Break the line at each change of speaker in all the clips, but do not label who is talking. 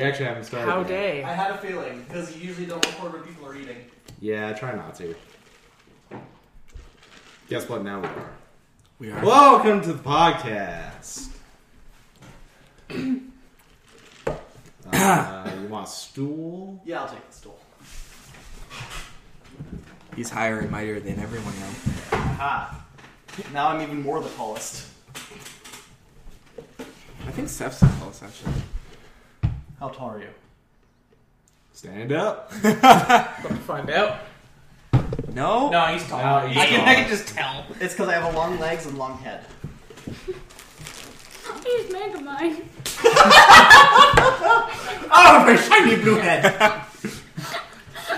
actually haven't started.
How
yet.
day?
I had a feeling because you usually don't record when people are eating.
Yeah, try not to. Guess what? Now we are.
We are.
Welcome to the podcast. uh, you want a stool?
Yeah, I'll take the stool.
He's higher and mightier than everyone now.
Aha! Now I'm even more the tallest.
I think Steph's the tallest, actually.
How tall are you?
Stand up.
Let's find out.
No?
No, he's tall.
No, he's
I, can,
tall.
I can just tell.
It's because I have a long legs and long head.
Here's Megamind.
Oh, my shiny blue head!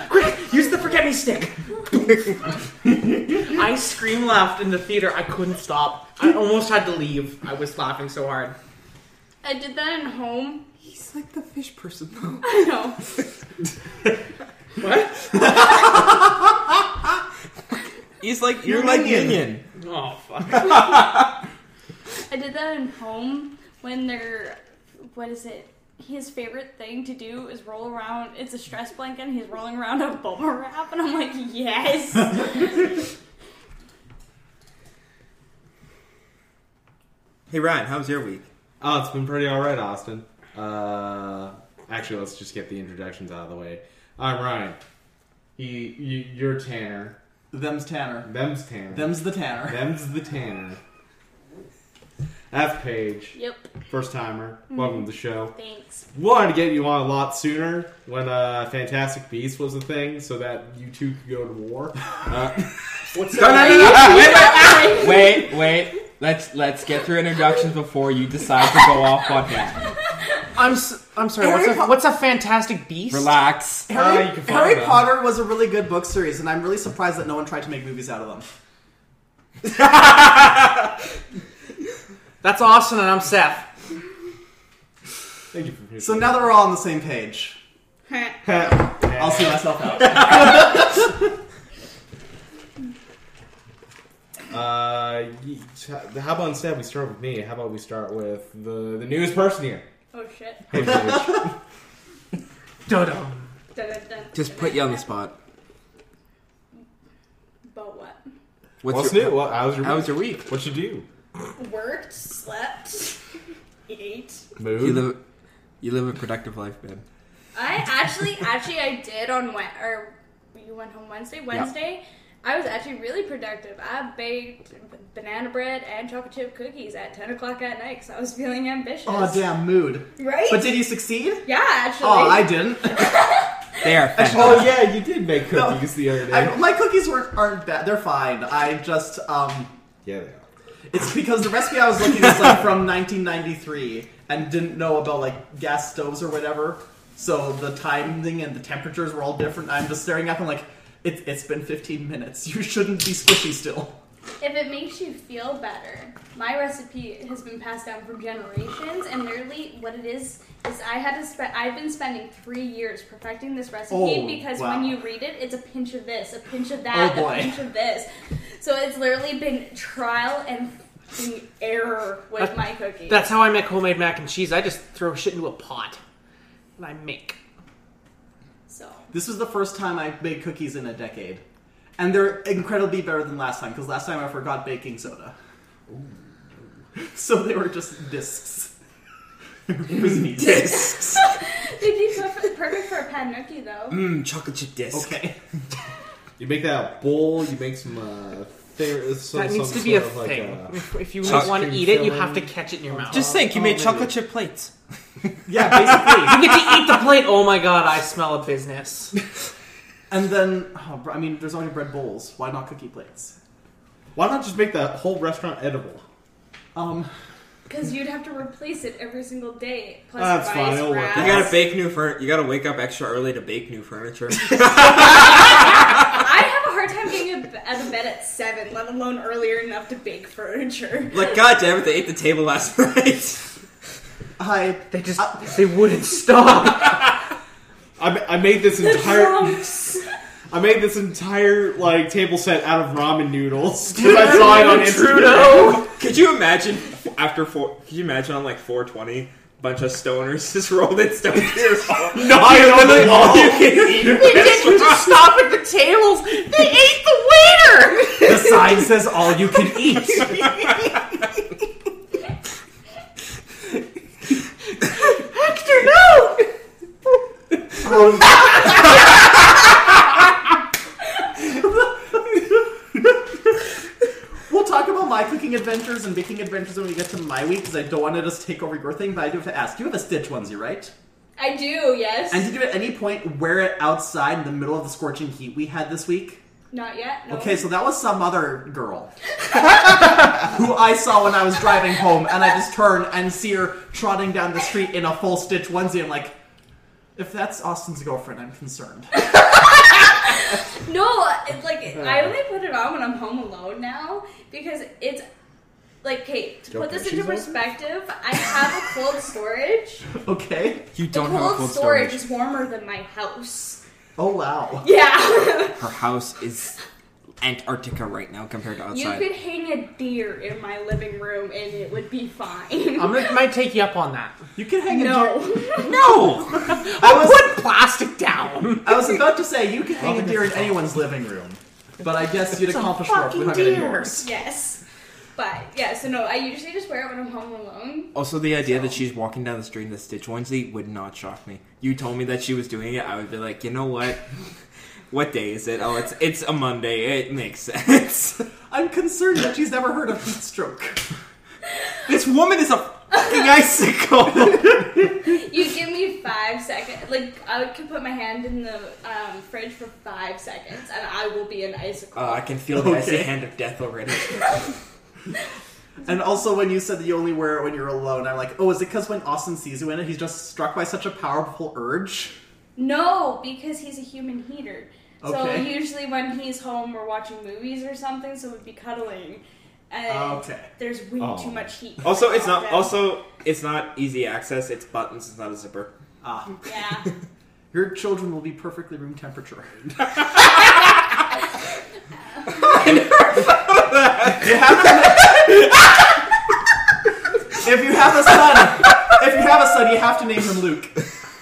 Quick, use the forget me stick. I scream laughed in the theater. I couldn't stop. I almost had to leave. I was laughing so hard.
I did that at home.
He's like the fish person, though.
I know.
What?
He's like,
You're
you're, like
Minion.
Minion.
Oh fuck.
I did that at home when they're. What is it? His favorite thing to do is roll around. It's a stress blanket, and he's rolling around a bubble wrap, and I'm like, yes.
Hey, Ryan, how was your week?
Oh, it's been pretty all right, Austin. Uh, actually, let's just get the introductions out of the way. I'm Ryan. He, you, you're Tanner.
Them's Tanner.
Them's Tanner.
Them's the Tanner.
Them's the Tanner. That's Paige.
yep.
First timer. Welcome to the show.
Thanks.
Wanted to get you on a lot sooner when uh, Fantastic Beasts was a thing, so that you two could go to war. Uh,
What's
No, no,
that?
no, no, wait, wait, wait, wait. Let's let's get through introductions before you decide to go off on him.
I'm s am sorry. What's a, what's a fantastic beast?
Relax.
Uh, you
Harry,
can find
Harry
them.
Potter was a really good book series, and I'm really surprised that no one tried to make movies out of them.
That's Austin and I'm Seth.
thank you for
So now that we're all on the same page, I'll
I'll
see myself out.
Uh, ye- t- how about instead we start with me? How about we start with the the newest person here?
Oh shit.
Hey, Paige.
Dum-dum.
Dun, dun, dun.
Just put you on the spot.
But what?
What's,
What's
your,
new? What, how's your
How was your week?
What you do?
Worked, slept, ate.
You
Move.
live, you live a productive life, man.
I actually, actually, I did on Wed or you went home Wednesday. Wednesday, I was actually really productive. I baked banana bread and chocolate chip cookies at ten o'clock at night because I was feeling ambitious.
Oh damn, mood.
Right?
But did you succeed?
yeah, actually.
Oh, I didn't.
They are fantastic.
oh yeah, you did make
No.
cookies the other day.
I, my cookies weren't aren't bad. They're fine. I just um,
Yeah, they are.
it's because the recipe I was looking is like from 1993 and didn't know about like gas stoves or whatever. So the timing and the temperatures were all different. I'm just staring at them like, it, it's been 15 minutes. You shouldn't be squishy still.
if it makes you feel better, my recipe has been passed down from generations, and literally, what it is is I had to spend. I've been spending three years perfecting this recipe
Oh,
because
wow.
when you read it, it's a pinch of this, a pinch of that,
Oh,
a
boy.
pinch of this. So it's literally been trial and fucking error with
That's-
my cookies.
That's how I make homemade mac and cheese. I just throw shit into a pot and I make.
so.
This was the first time I made cookies in a decade, and they're incredibly better than last time because last time I forgot baking soda. So they were just discs. Crispy.
Discs.
They'd be perfect, perfect for a panuki though.
Mmm, chocolate chip disc.
Okay.
You make that bowl. You make some. Uh, ther- some
that needs
some
to be a
sort of,
thing.
Like, uh,
if, if you
Chocolate
want to
cream
eat it, you
filling.
have to catch it in your mouth.
Just think, you
Oh,
made
maybe.
chocolate chip plates.
Yeah, basically.
you get to eat the plate. Oh my god, I smell a business.
And then, oh, br- I mean, there's already bread bowls. Why not cookie plates?
why not just make that whole restaurant edible?
Um,
Because you'd have to replace it every single day. Plus
That's
rice,
fine, it'll work.
wraps.
You gotta bake new furniture. You gotta wake up extra early to bake new furniture.
I have a hard time getting ab- out of bed at seven, let alone earlier enough to bake furniture.
like, goddamn it, they ate the table last night.
I
They just they wouldn't stop.
I, ma- I made this
The
entire
drunks.
I made this entire like table set out of ramen noodles because I saw it on Instagram.
Trudeau.
could you imagine after four? Could you imagine on like four twenty? bunch of stoners just rolled in stone tears. no,
on the wall.
They didn't just stop at the tables. They ate the waiter.
The sign says all you can eat.
Hector, no.
We'll talk about my cooking adventures and baking adventures when we get to my week because I don't want to just take over your thing, but I do have to ask. You have a Stitch onesie, right?
I do, yes.
And did you at any point wear it outside in the middle of the scorching heat we had this week?
Not yet. No.
Okay, so that was some other girl who I saw when I was driving home, and I just turn and see her trotting down the street in a full stitch onesie. I'm like, if that's Austin's girlfriend, I'm concerned.
No, it's like I only put it on when I'm home alone now because it's like, Kate, to
Joe
put this
Pesci's
into
old?
perspective, I have a cold storage.
Okay.
You
The
don't have a
cold,
cold
storage.
storage.
is warmer than my house.
Oh wow.
Yeah,
Her house is Antarctica right now compared to
you
outside.
could hang a deer in my living room and it would be fine.
I'm gonna might take you up on that.
You can hang a deer.
no,
No,
I was
Put plastic down.
I was about to say you can hang a deer in anyone's living room, but I guess you'd accomplish more if we
fucking
hung it in
deer.
yours.
yes, but yeah. So no, I usually just wear it when I'm home alone.
Also, the idea that she's walking down the street in the Stitch onesie would not shock me. You told me that she was doing it, I would be like, you know what? What day is it? Oh, it's it's a Monday. It makes sense.
I'm concerned that she's never heard of heat stroke.
this woman is a fucking icicle.
You give me five seconds. Like I could put my hand in the um, fridge for five seconds and I will be an icicle.
Oh, I can feel the icy
Okay.
hand of death already.
And also, when you said that you only wear it when you're alone, I'm like, oh, is it because when Austin sees you in it, he's just struck by such a powerful urge?
No, because he's a human heater. So
Okay.
usually when he's home, we're watching movies or something, so we'd be cuddling. And
Okay.
there's way
Oh.
too much heat.
Also, it's not.
Yeah.
Also, it's not easy access. It's buttons. It's not a zipper.
Ah,
Yeah.
your children will be perfectly room temperature. You have a- if you have a son, if you have a son, you have to name him Luke.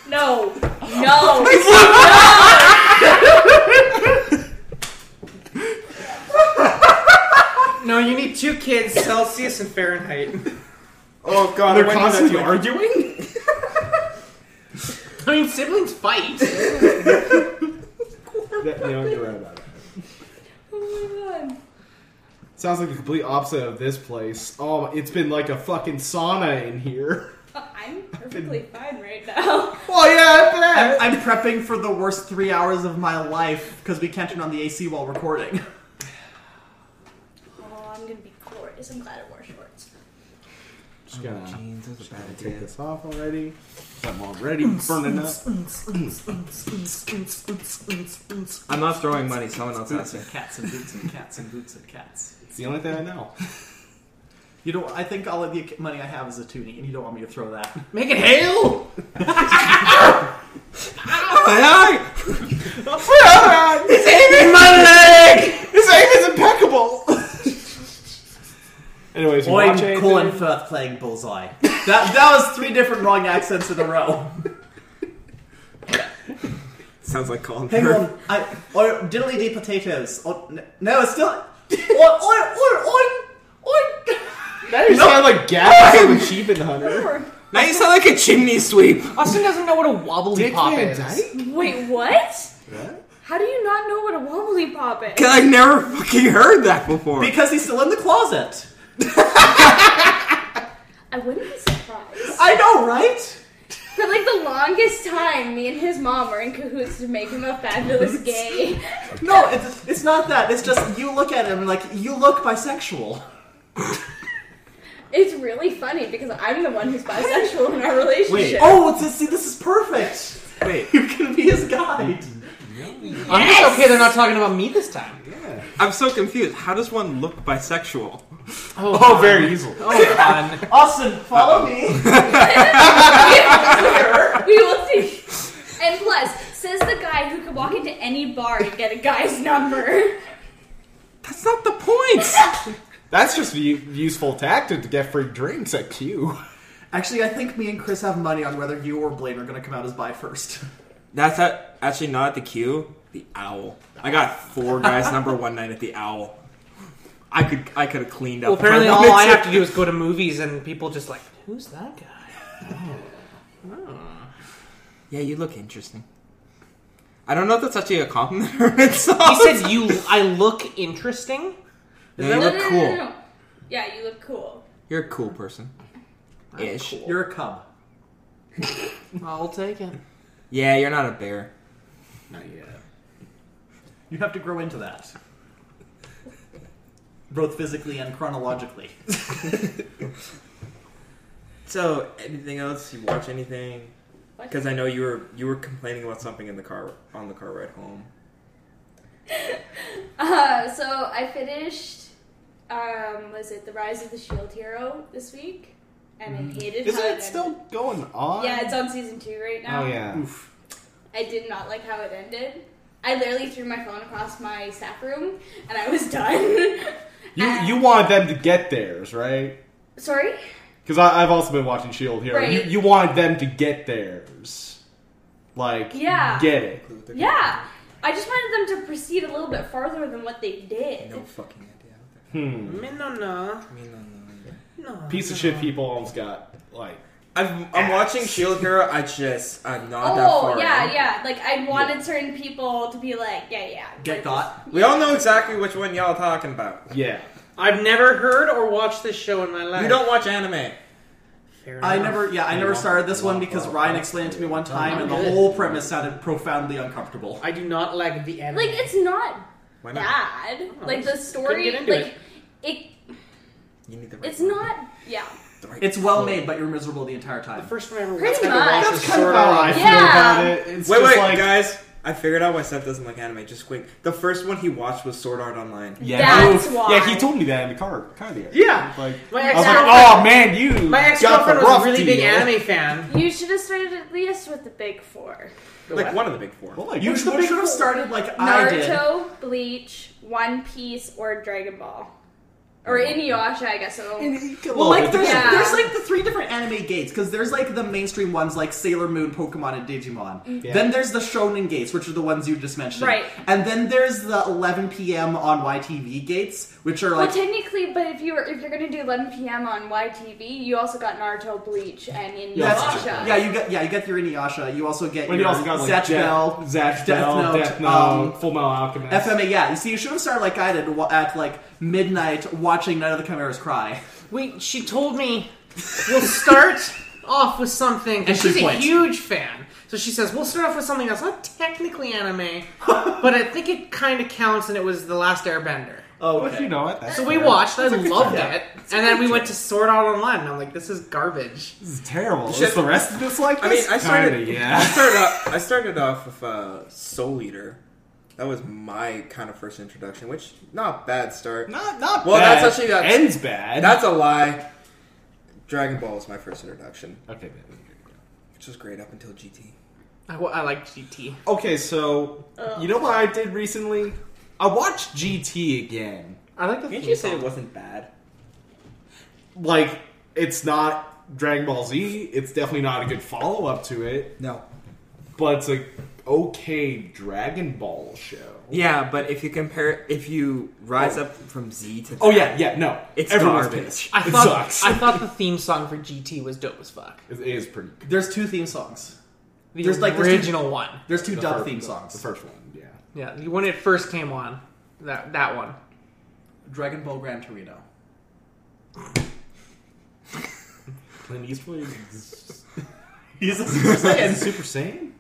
No. No.
No, you need two kids, Celsius and Fahrenheit.
Oh god,
They're constantly arguing.
I mean, siblings fight.
That- you know, you're right about it.
oh my god.
Sounds like the complete opposite of this place. Oh, it's been like a fucking sauna in here.
Oh, I'm perfectly fine right now.
Well, yeah, I bet.
I'm, I'm prepping for the worst three hours of my life because we can't turn on the AC while recording.
Oh, I'm gonna be glorious. I'm glad I wore shorts.
Just gonna
Jeans are the bad
take
idea.
this off already. I'm already burning up.
I'm not throwing money. Someone else has it.
cats and boots and cats and boots and cats.
It's the only thing I know.
You don't. I think all of the money I have is a toonie, and you don't want me to throw that.
Make it hail.
His aim is my leg. His aim is impeccable. Anyways, you watch
Boyd,
anything?
Colin Firth playing Bullseye. That, that was three different wrong accents in a row.
Sounds like Colin.
Hang
Firth.
on, I or diddly dee potatoes. Or, n- no, it's still. Or or or or. or
Now you sound like Gap from the Sheep and Hunter.
Now you sound like a chimney sweep.
Austin doesn't know what a wobbly
Dick
pop
Van
is.
Dyke?
Wait, what? How do you not know what a wobbly pop is?
Cause I never fucking heard that before.
because he's still in the closet.
I wouldn't be surprised.
I know, right?
For like the longest time, me and his mom were in cahoots to make him a fabulous gay.
No, it's, it's not that. It's just you look at him like you look bisexual.
It's really funny because I'm the one who's bisexual in our relationship.
Oh, it's, see, this is perfect.
Wait,
You can be his guide.
I'm just okay. They're not talking about me this time.
Yeah.
I'm so confused. How does one look bisexual?
Oh,
very easily.
Oh, fun.
Austin, follow me.
We will see. And plus, says the guy who could walk into any bar and get a guy's number.
That's not the point.
That's just a u- useful tactic to get free drinks at Q.
Actually, I think me and Chris have money on whether you or Blaine are going to come out as bi first.
That's a, actually not at the queue. The owl. I got four guys number one night at the owl. I could I could have cleaned up.
Well,
if
apparently all
wanted
I
to.
have to do is go to movies, and people just like, who's that guy?
Yeah, you look interesting. I don't know if that's actually a compliment or an insult.
He said, "You, I look interesting."
No,
Is that
you
No,
look
no, no,
cool.
no, no. Yeah, you look cool.
You're a cool person. Ish.
You're a cub.
I'll take it.
Yeah, you're not a bear.
Not yet.
You have to grow into that. Both physically and chronologically.
So, anything else? You watch anything?
What?
Because I know you were you were complaining about something in the car on the car ride home.
Uh, so I finished. Um, was it the Rise of the Shield E Hero this week? And I hated.
Isn't
how
it
ended.
still going on?
Yeah, it's on season two right now.
Oh yeah.
Oof.
I did not like how it ended. I literally threw my phone across my staff room, and I was done.
You
And-
you wanted them to get theirs, right?
Sorry.
Because I've also been watching Shield Hero. You
Right.
you wanted them to get theirs, like
Yeah.
get it.
Yeah, I just wanted them to proceed a little bit farther than what they did.
No fucking idea.
Hmm.
Minona.
I mean, no,
No.
Piece of shit people almost got like
no. I'm I'm watching Shield Hero. I just I'm not that
Oh
far.
yeah,
in.
yeah. Like I wanted certain people to be like, yeah, yeah.
Get got?
We all know exactly which one y'all talking about.
yeah.
I've never heard or watched this show in my life.
You don't watch anime.
Fair enough.
I never, e- yeah, I never started this one because Ryan explained it to me one time and the whole premise sounded profoundly uncomfortable.
I do not like the anime.
Like it's not
Why not?
bad.
Oh,
like the
just couldn't
story,
get into
like it.
You need the right
It's
one.
not. Yeah.
The right
It's well
one.
made, but you're miserable the entire time.
The first one I ever
Pretty
watched, I
much.
watched
That's
was
Kind of
Sword
how I
Art.
feel
Yeah.
about it. It's
Wait,
just
wait,
like,
guys. I figured out why Seth doesn't like anime. Just quick. The first one he watched was Sword Art Online.
Yeah,
That's
oof.
why.
yeah. He told me that in the car, car the other day.
Yeah.
like
My
I was like,
ex-girlfriend-
oh man, you.
My ex girlfriend was a really big anime fan.
You should have started at least with the big four:
Like one of the big four.
You should should have started like I did.
Naruto, Bleach, One Piece, or Dragon Ball, or Inuyasha. I guess. So.
Well, like there's,
Yeah.
there's like the three different anime gates because there's like the mainstream ones like Sailor Moon, Pokemon, and Digimon.
Yeah.
Then there's the shonen gates, which are the ones you just mentioned.
Mm-hmm. Right.
And then there's the 11 p.m. on YTV gates, which are
Well,
like
technically, but if you were if you're gonna do 11 p.m. on YTV, you also got Naruto, Bleach, and Inuyasha.
that's- yeah, you get yeah you get your Inuyasha. You also get
But he
your
also got like
Zatch Bell,
Death, Zatch
Death
Bell,
Note,
Death Note,
um,
Full Metal Alchemist.
FMA. Yeah, you see, you should have started like I did wa- at like midnight watching Night of the Chimeras Cry.
Wait, she told me we'll start off with something. And
Entry
she's a
point.
huge fan. So she says, we'll start off with something that's not technically anime, but I think it kind of counts, and it was The Last Airbender.
Oh,
Well, you know what? That's
So we
fair.
watched, I loved
time.
it, and then we went to Sword Art Online, and I'm like, this is garbage.
This is terrible.
Shit.
Is the rest of this like
I mean,
this?
I started.
Kinda,
I
yeah.
started. Off, I started off with uh, Soul Eater. That was my kind of first introduction, which not bad start.
Not not
Well,
bad.
that's actually- that's-
ends bad.
That's a lie. Dragon Ball was my first introduction,
okay.
which was great up until GT.
I, wa- I like GT.
Okay, so you know what I did recently? I watched GT again.
I like the theme song.
wasn't bad?
Like it's not Dragon Ball Z. It's definitely not a good follow up to it,
No.
but it's a okay Dragon Ball show.
Yeah, but if you compare, if you rise up from Z to,
Oh yeah, yeah. No,
It's
everyone's
garbage.
pissed.
I
it
thought,
sucks.
I thought the theme song for GT was dope as fuck.
it is pretty. good.
There's two theme songs.
The
There's like- there's two-
original one.
There's two
The
dub
fir-
theme
the-
songs.
The first one, yeah.
Yeah, when it first came on, that that one.
Dragon Ball Gran Torino.
Clint Eastwood is
He's a Super Saiyan.
Super Saiyan.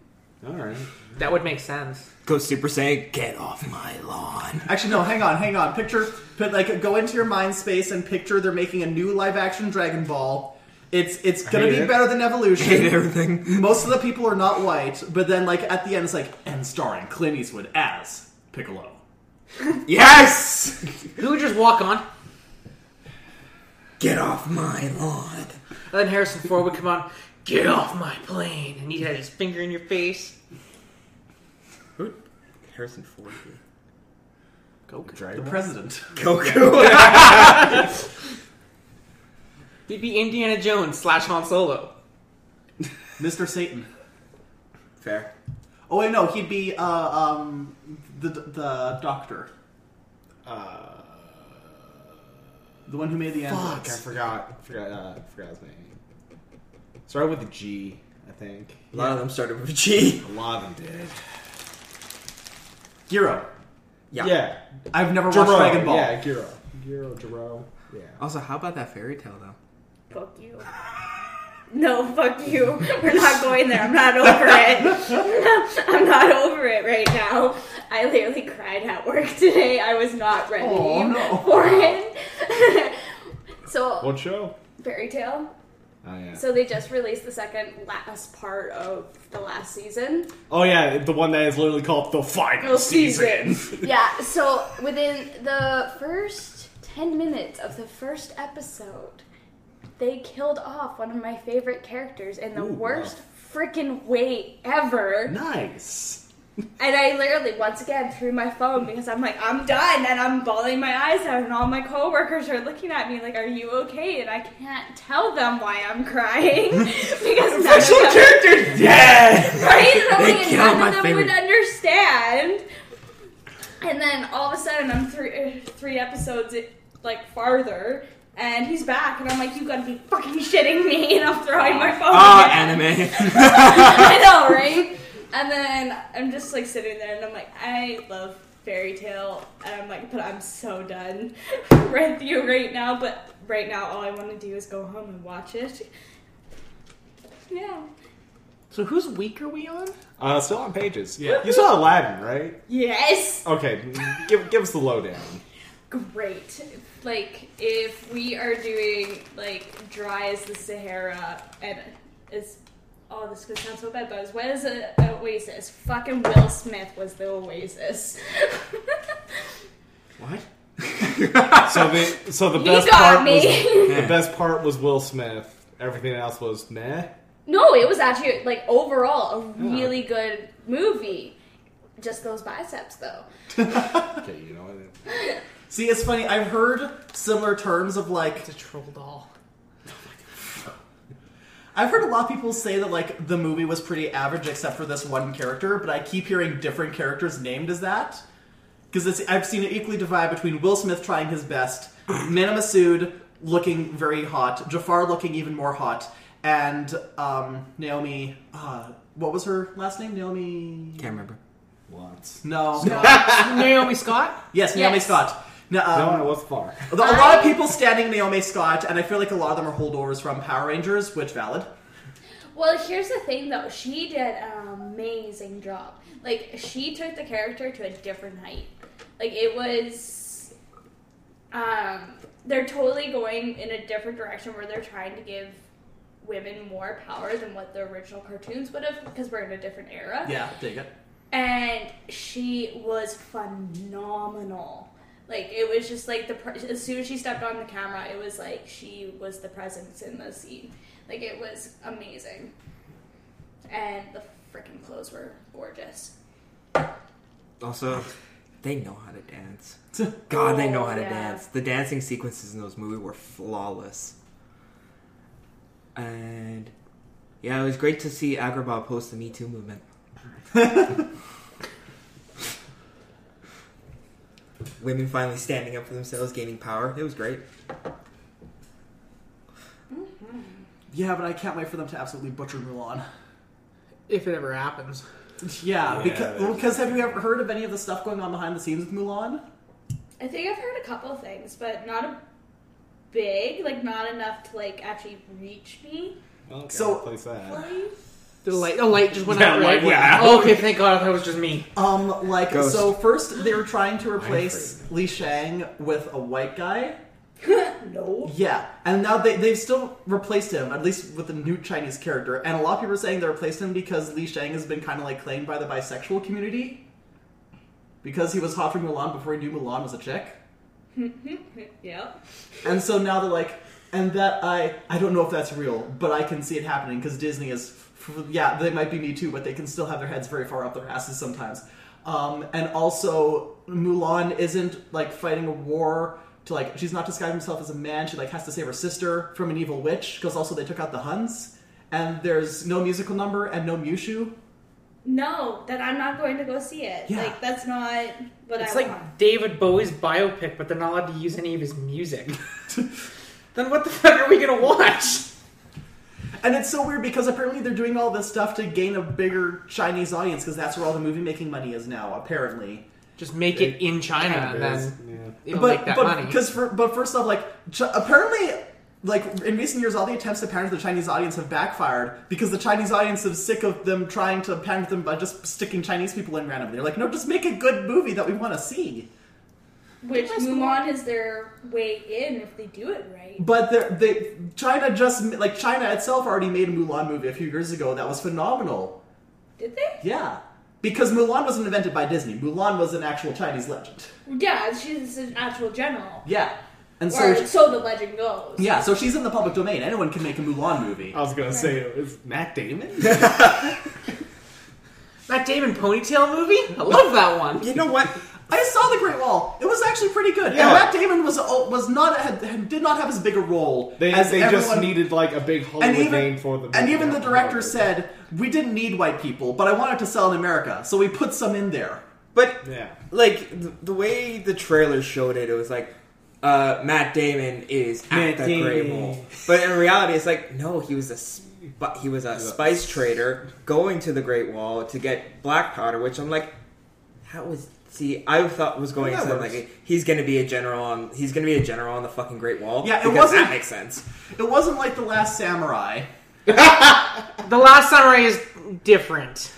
All right.
That would make sense.
go Super Saiyan. Get off my lawn.
Actually, no. Hang on, hang on. Picture, put like, go into your mind space and picture they're making a new live-action Dragon Ball. It's it's gonna
hate
be
it.
better than
Hate
Evolution.
everything.
Most of the people are not white, but then like at the end, it's like and starring Clint Eastwood as Piccolo.
Yes.
Who would just walk on, and
Get off my lawn.
then Harrison Ford would come on, get off my plane, and he'd have his finger in your face.
Who? Harrison Ford. dude.
Go.
The president.
Goku.
You'd be Indiana Jones slash Han Solo.
Mr. Satan.
Fair.
Oh wait, no, he'd be uh, um, the the doctor,
Uh,
the one who made the
fuck, I
androids.
forgot. Forgot. Uh, forgot his name. Started with a G, I think.
A lot of them started with a G.
A lot of them did.
Giro.
Yeah.
Yeah.
I've never
Giro.
watched Dragon Ball.
Yeah, Giro. Giro, Uh, Giro. Yeah.
Also, how about that fairy tale though?
Fuck you. No, fuck you. We're not going there. I'm not over it. I'm not over it right now. I literally cried at work today. I was not ready
Oh, no.
for it. so,
What show?
fairy tale.
Oh yeah.
So they just released the second last part of the last season.
oh yeah, the one that is literally called the final
No
season.
Oh, season. yeah, so within the first 10 minutes of the first episode, they killed off one of my favorite characters in the
Ooh,
worst freaking way ever.
Nice.
And I literally, once again, threw my phone because I'm like, I'm done, and I'm bawling my eyes out, and all my coworkers are looking at me like, Are you okay? And I can't tell them why I'm crying because none of them
character dead.
right? And I'm
They
like,
killed
none
my
of them
favorite-
would understand. And then all of a sudden, I'm three uh, three episodes like farther, and he's back, and I'm like, you gotta be fucking shitting me, and I'm throwing my phone.
Ah,
again.
anime.
I know, right? And then I'm just like sitting there, and I'm like, I love fairy tale, and I'm like, but I'm so done with you right now. But right now, all I want to do is go home and watch it. Yeah.
So whose week are we on?
Uh, still on pages. Yeah. You saw Aladdin, right?
Yes.
Okay. Give give us the lowdown.
great. Like if we are doing like dry as the Sahara and it's oh this could sound so bad, but as wet as a, an oasis. Fucking Will Smith was the oasis.
what?
So the so the
You
best
got
part
me.
was the best part was Will Smith. Everything else was meh.
no, it was actually like overall a really good movie. Just those biceps though.
Okay, you know what?
See, it's funny. I've heard similar terms of like
It's a troll doll.
I've heard a lot of people say that like the movie was pretty average except for this one character, but I keep hearing different characters named as that because I've seen it equally divide between Will Smith trying his best, Mana Masood looking very hot, Jafar looking even more hot, and um, Naomi. Uh, what was her last name? Naomi.
Can't remember.
Lots.
No.
Naomi Scott?
yes, Naomi
Yes.
Scott. No, um,
No, I was far.
a lot of
I-
people standing Naomi Scott, and I feel like a lot of them are holdovers from Power Rangers, which valid.
Well, here's the thing though. She did an amazing job. Like she took the character to a different height. Like it was um they're totally going in a different direction where they're trying to give women more power than what the original cartoons would have because we're in a different era
Yeah, dig it.
and she was phenomenal. Like it was just like the pre- as soon as she stepped on the camera, it was like she was the presence in the scene. Like it was amazing, and the freaking clothes were gorgeous.
Also, they know how to dance. God, they know how to
Yeah.
dance. The dancing sequences in those movies were flawless. And yeah, it was great to see Agrabah post the Me Too movement. Women finally standing up for themselves, gaining power. It was great.
Yeah, but I can't wait for them to absolutely butcher Mulan.
If it ever happens.
Yeah,
Yeah,
because,
that's-
because have you ever heard of any of the stuff going on behind the scenes with Mulan?
I think I've heard a couple things, but not a big, like not enough to like actually reach me.
Okay,
So-
place
Uh.
that.
The light, the light just went
Yeah,
out.
light
Right?
went out.
Oh, okay, thank God that was just me.
Um, like
Ghost.
so. First, they were trying to replace Li Shang with a white guy.
No.
Yeah, and now they they've still replaced him, at least with a new Chinese character. And a lot of people are saying they replaced him because Li Shang has been kind of like claimed by the bisexual community because he was hot for Mulan before he knew Mulan was a chick.
Yep.
And so now they're like, and that I I don't know if that's real, but I can see it happening because Disney is, yeah, they might be me too, but they can still have their heads very far up their asses sometimes. Um, and also, Mulan isn't like fighting a war to like she's not disguising herself as a man. She like has to save her sister from an evil witch because also they took out the Huns. And there's no musical number and no Mushu.
No, that I'm not going to go see it.
Yeah.
Like that's not what
It's
I
like
want.
David Bowie's biopic, but they're not allowed to use any of his music. then what the fuck are we gonna watch?
And it's so weird because apparently they're doing all this stuff to gain a bigger Chinese audience because that's where all the movie making money is now, apparently.
Just make it in China, and then it'll
but
make that
but
money.
because for, but first off, like Ch- apparently, like in recent years, all the attempts to pander to the Chinese audience have backfired because the Chinese audience is sick of them trying to pander them by just sticking Chinese people in randomly. They're like, no, just make a good movie that we want to see.
Which
Yes,
Mulan is their way in if they do it right.
But they're- they China just like China itself already made a Mulan movie a few years ago that was phenomenal.
Did they?
Yeah, because Mulan wasn't invented by Disney. Mulan was an actual Chinese legend.
Yeah, she's an actual general.
Yeah, and so.
or so the legend goes.
yeah, so she's in the public domain. Anyone can make a Mulan movie.
I was gonna say it's Matt Damon.
Matt Damon ponytail movie? I love that one.
You know what?
I saw the Great Wall. It was actually pretty good.
Yeah.
And Matt Damon was oh, was not had, had- did not have as big a role
They,
as
they
everyone.
just needed like a big Hollywood
and even
name for the
and
movie.
even the director said we didn't need white people, but I wanted to sell in America, so we put some in there.
But
Yeah.
like the, the way the trailer showed it, it was like uh, Matt Damon is
Matt
at the
Damon.
Great Wall, but in reality, it's like no, he was a sp- he was a spice trader going to the Great Wall to get black powder, which I'm like, how was see? I thought was going
That
something
works.
like he's going to be a general on he's going to be a general on the fucking Great Wall.
Yeah, it
because
wasn't-
that makes sense.
It wasn't like the Last Samurai,
The Last Samurai is different.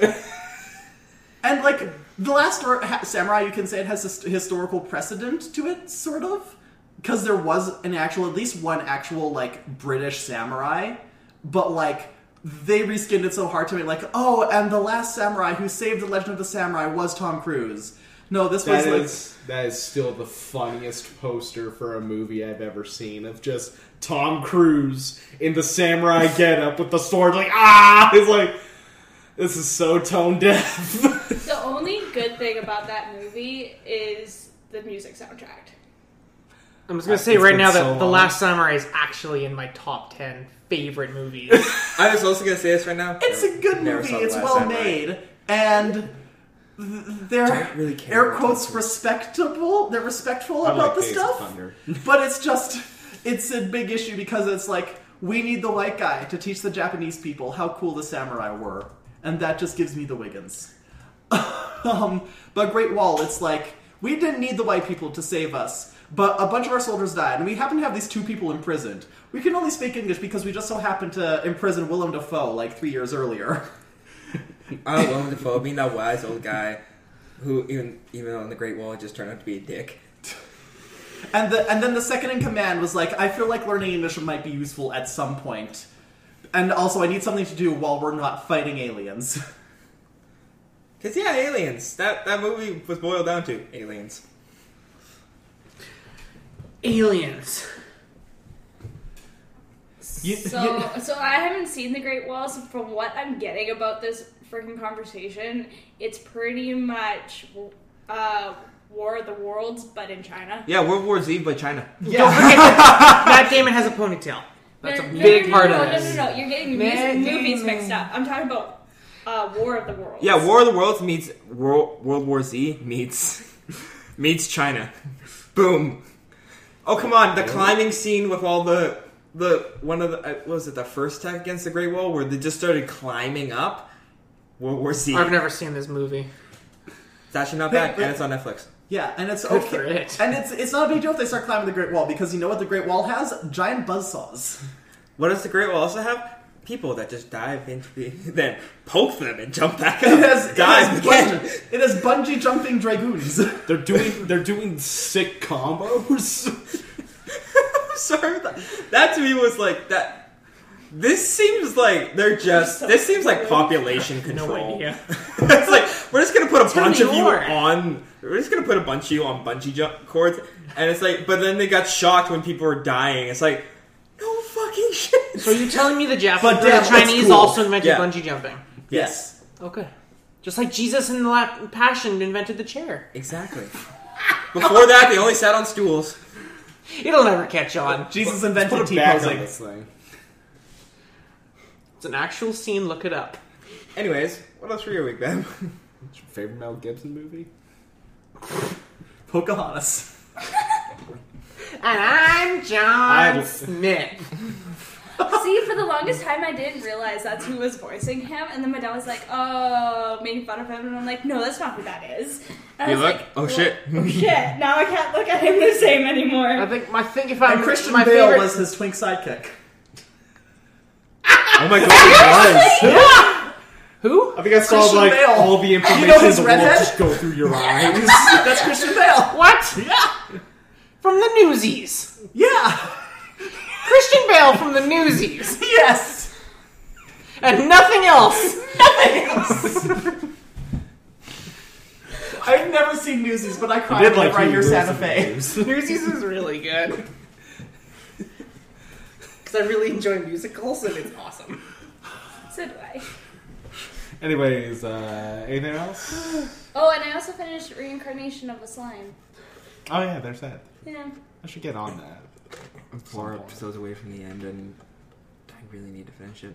and like the Last Stor- ha- Samurai, you can say it has his- historical precedent to it, sort of, because there was an actual, at least one actual like British samurai, but like. They reskinned it so hard to make like, oh, and the last samurai who saved the Legend of the Samurai was Tom Cruise. No, this
That
was like
is that is still the funniest poster for a movie I've ever seen of just Tom Cruise in the samurai getup with the sword like ah it's like this is so tone deaf.
The only good thing about that movie is the music soundtrack.
I'm just gonna say
It's
right
been
now that
so
The
long.
Last Samurai is actually in my top ten favorite movies.
I was also going to say this right now.
It's a good
Never
movie.
saw The
It's
Last
well
Samurai.
made, and th- they're
Don't really care
air
about
quotes
Tom Cruise.
respectable. They're respectful
I
about
like
the
Days of
stuff,
Thunder.
but it's just it's a big issue because it's like we need the white guy to teach the Japanese people how cool the samurai were, and that just gives me the Wiggins. um, but Great Wall, it's like we didn't need the white people to save us, but a bunch of our soldiers died, and we happen to have these two people imprisoned. We can only speak English because we just so happened to imprison Willem Dafoe like three years earlier.
I love Defoe being that wise old guy who, even even on the Great Wall, just turned out to be a dick.
And the and then the second in command was like, I feel like learning English might be useful at some point. And also I need something to do while we're not fighting aliens.
Cause yeah, aliens. That that movie was boiled down to aliens.
Aliens.
You-
so, so I haven't seen the Great Wall. So from what I'm getting about this freaking conversation, it's pretty much uh, War of the Worlds, but in China.
Yeah, World War Z, but China.
Don't forget that Matt Damon has a ponytail. That's a
No, no, no,
big
no,
part
no,
of
no,
this.
No, no, no, you're getting
Matt
music, movies
Damon.
mixed up. I'm talking about uh, War of the Worlds.
Yeah, War of the Worlds meets World World War Z meets meets China. Boom. Oh come on, the climbing scene with all the the one of the uh, what was it the first attack against the Great Wall where they just started climbing up. World War Z.
I've never seen this movie.
It's actually not bad, and it's on Netflix.
yeah, and it's
Good
okay.
for it.
And it's it's not a big deal if they start climbing the Great Wall because you know what the Great Wall has? Giant buzzsaws.
What does the Great Wall also have? People that just dive into the then poke them and jump back up.
It has, it
dive
has,
again.
bungee, it has bungee jumping dragoons.
They're doing they're doing sick combos.
Sorry, that, that to me was like that. This seems like they're just. This seems like population control.
No idea.
it's like we're just gonna put a
Tell
bunch
me
of you
more.
on. We're just gonna put a bunch of you on bungee jump cords, and it's like. But then they got shocked when people were dying. It's like, no fucking shit.
So you're telling me the Japanese,
But damn,
the
what's
Chinese
cool?
also invented
Yeah.
bungee jumping?
yes.
Okay. Just like Jesus in the La- Passion invented the chair.
Exactly. Before that, they only sat on stools.
It'll never catch on.
Jesus
Let's
invented
put it
T
back on
posing.
this thing.
It's an actual scene. Look it up.
Anyways, what else for your week, Ben?
What's your favorite Mel Gibson movie?
Pocahontas.
And I'm John
I-
Smith.
See, for the longest time, I didn't realize that's who was voicing him, and then my dad was like, "Oh, making fun of him," and I'm like, "No, that's not who that is." And I
You
was
look?
like,
Oh,
"Well,
shit."
oh shit! Now I can't look at him the same
I
anymore.
think my thing. If I'm
And Christian
my
Bale
favorite,
was his twink sidekick.
Oh my god, it was!
who?
I think I saw
Christian
like
Bale.
all the information
You know
in
his
the world
redhead?
just go through your eyes.
That's Christian Bale.
What?
Yeah.
From the Newsies.
Yeah.
Christian Bale from the Newsies,
Yes.
and nothing else.
I've never seen Newsies, but I cry
I did
whenever
like
I
you
hear Santa
listen
Fe.
to these.
Newsies is really good. Because I really enjoy musicals and it's awesome.
So do I.
Anyways, uh, anything else?
Oh, and I also finished Reincarnation of a Slime.
Oh yeah, there's that.
Yeah.
I should get on that.
I'm four episodes away from the end, and I really need to finish it.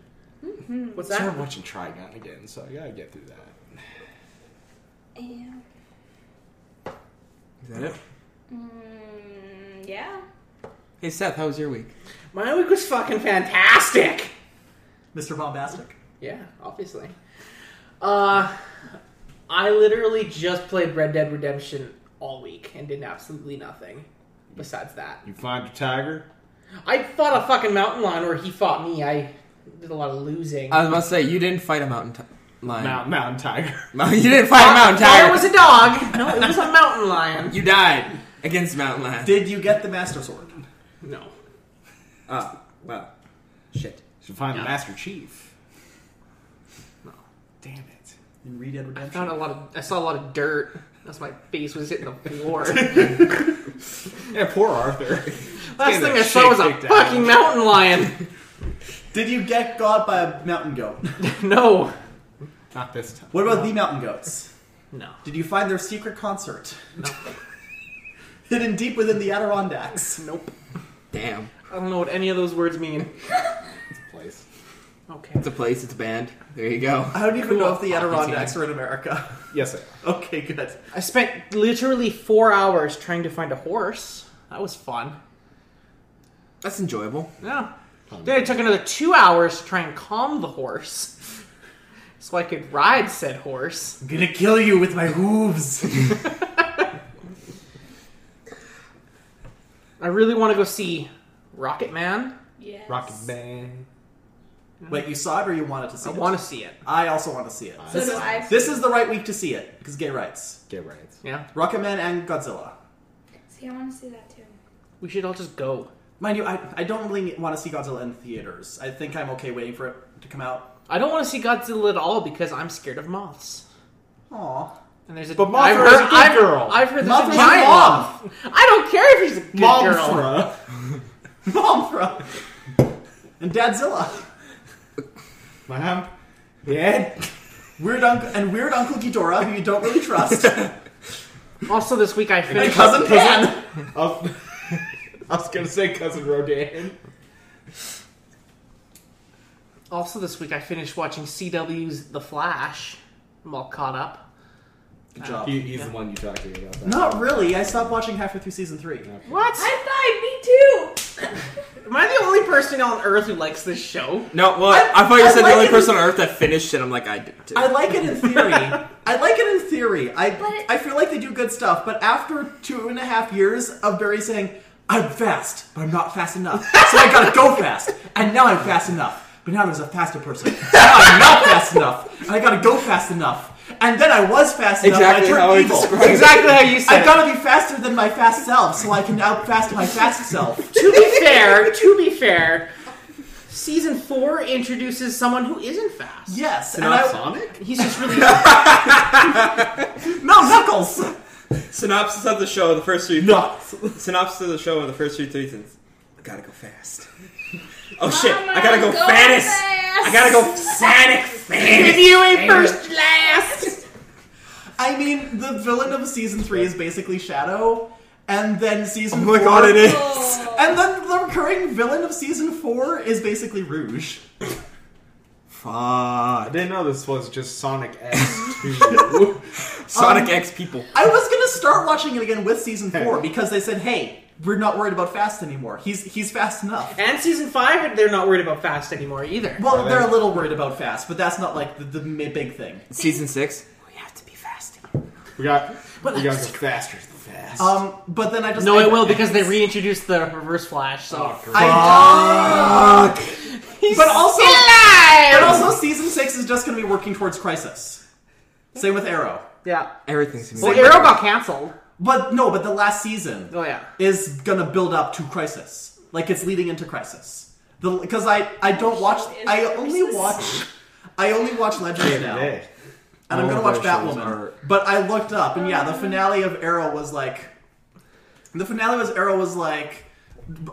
What's
I started
that?
watching Trigon again, so I gotta get through that.
Yeah.
Is that it?
Mm, yeah.
Hey, Seth, how was your week?
My week was fucking fantastic.
Mr. Bombastic.
Yeah, obviously. Uh, I literally just played Red Dead Redemption all week and did absolutely nothing besides that.
You find your tiger?
I fought a fucking mountain lion where he fought me. I did a lot of losing.
I was about to say, you didn't fight a mountain t- lion.
Mountain, mountain tiger.
you didn't fight a mountain
Lion
tiger.
was a dog. No, it was a mountain lion.
You died against a mountain lion.
Did you get the Master Sword?
No.
oh, well. Shit.
Should find the Master Chief.
No.
Damn it.
In Red Dead
I
Redemption.
found a lot of. I saw a lot of dirt. That's my face was hitting the floor.
Yeah, poor Arthur.
Last
Getting
thing
the
I saw
shit
was a
kicked out.
fucking mountain lion.
Did you get got by a mountain goat?
No.
Not this time.
What about the mountain goats?
No.
Did you find their secret concert?
No.
Hidden deep within the Adirondacks.
Nope.
Damn.
I don't know what any of those words mean.
place?
Okay.
It's a place, it's a band. There you go.
I don't even know if the
Cool.
Adirondacks are in America.
Yes, I
Okay, good.
I spent literally four hours trying to find a horse. That was fun.
That's enjoyable.
Yeah. Then it took another two hours to try and calm the horse, so I could ride said horse.
I'm gonna kill you with my hooves.
I really want to go see Rocket Man.
Yes.
Rocket Man.
Wait, you saw it or you wanted to see
I
it?
want to see it.
I also want to see it.
So
this,
do
is,
I.
this is the right week to see it because gay rights,
Get rights.
Yeah.
Rocketman and Godzilla.
See, I want to see that too.
We should all just go.
Mind you, I, I don't really want to see Godzilla in theaters. I think I'm okay waiting for it to come out.
I don't want to see Godzilla at all because I'm scared of moths.
Aw,
And there's a
But Mothra
I've
is a
heard-
good
I've-
girl.
I've heard there's
Mothra's
a
a
giant
moth.
moth. I don't care if he's a good girl.
Momfra.
Momfra and Dadzilla,
Mom? Dad?
weird uncle and weird Uncle Ghidorah, who you don't really trust, and
Also, this week I finished.
cousin Pan.
Of- I was gonna say Cousin Rodan.
Also, this week I finished watching CW's The Flash. I'm all caught up.
Good job.
He, he's the one you talked to about that.
Not really. I stopped watching halfway through season three.
What?
High five, me too.
Am I the only person on Earth who likes this show?
No, well,
I-
I, thought you
I
said
like
the only
it.
person on earth that finished it. I'm like, I did too.
I like it in theory. I like it in theory. I
But-
I feel like they do good stuff, but after two and a half years of Barry saying, I'm fast, but I'm not fast enough. So I gotta go fast. And now I'm fast enough. But now there's a faster person. Now I'm not fast enough. And I gotta go fast enough. And then I was fast enough
Exactly
and I
how I
turned evil.
described it.
Exactly how you said
I gotta be faster than my fast self, so I can outfast my fast self.
it. To be fair, to be fair, season four introduces someone who isn't fast.
Yes, and
Not
I
Sonic?
He's just really.
No Knuckles!
synopsis of the show, the first three.
Knuckles.
Synopsis of the show of the first three seasons. I gotta go fast. Oh
Mama,
shit! I gotta go, fast. I gotta go Sonic
if
fast.
you ain't first, last.
I mean, the villain of season three is basically Shadow, and then season
Oh
four
my god, it is.
Oh.
And then the recurring villain of season four is basically Rouge.
I
Fuck.
didn't know this was just Sonic X two.
Sonic
Um,
X people.
I was gonna start watching it again with season four because they said, "Hey, we're not worried about Fast anymore. He's he's fast enough."
And season five, they're not worried about fast anymore either.
Well,
Right.
they're a little worried about Fast, but that's not like the, the ma- big thing.
Season 6. We have to be fasting.
we got
But
we
I
got to go
just-
faster than fast.
Um, but then I just
no,
I,
it will because they reintroduced the Reverse Flash. So
Oh, great.
I,
Fuck.
but also, but
alive.
also, season six is just gonna be working towards Crisis. Same with Arrow,
Yeah.
Everything's gonna
Well,
be
Arrow got canceled.
but no, but the last season.
Oh yeah.
is gonna build up to crisis like it's leading into crisis because i i don't watch
Is
i
Crisis-
only watch i only watch legends now and
Hey,
i'm
All
gonna
of
watch
our shows
batwoman
are-
but i looked up and yeah the finale of arrow was like the finale was arrow was like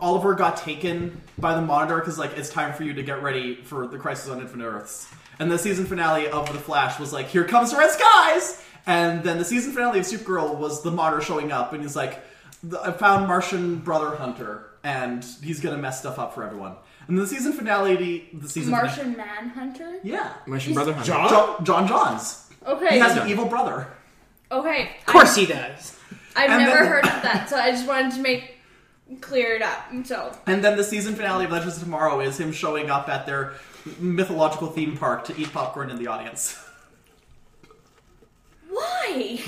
oliver got taken by the monitor because like it's time for you to get ready for the crisis on infinite earths and the season finale of the flash was like here comes the red skies and then the season finale of supergirl was the monitor showing up and he's like "The- i found martian brother hunter and he's gonna mess stuff up for everyone and the season finale the season fina-
Martian Manhunter.
yeah
Martian Brother Hunter.
John?
john, john johns he
Okay.
has an evil brother
okay.
Of course he does.
I've
And
never
then-
heard of that, so I just wanted to make clear it up. So
And then the season finale of Legends of Tomorrow is him showing up at their mythological theme park to eat popcorn in the audience.
why?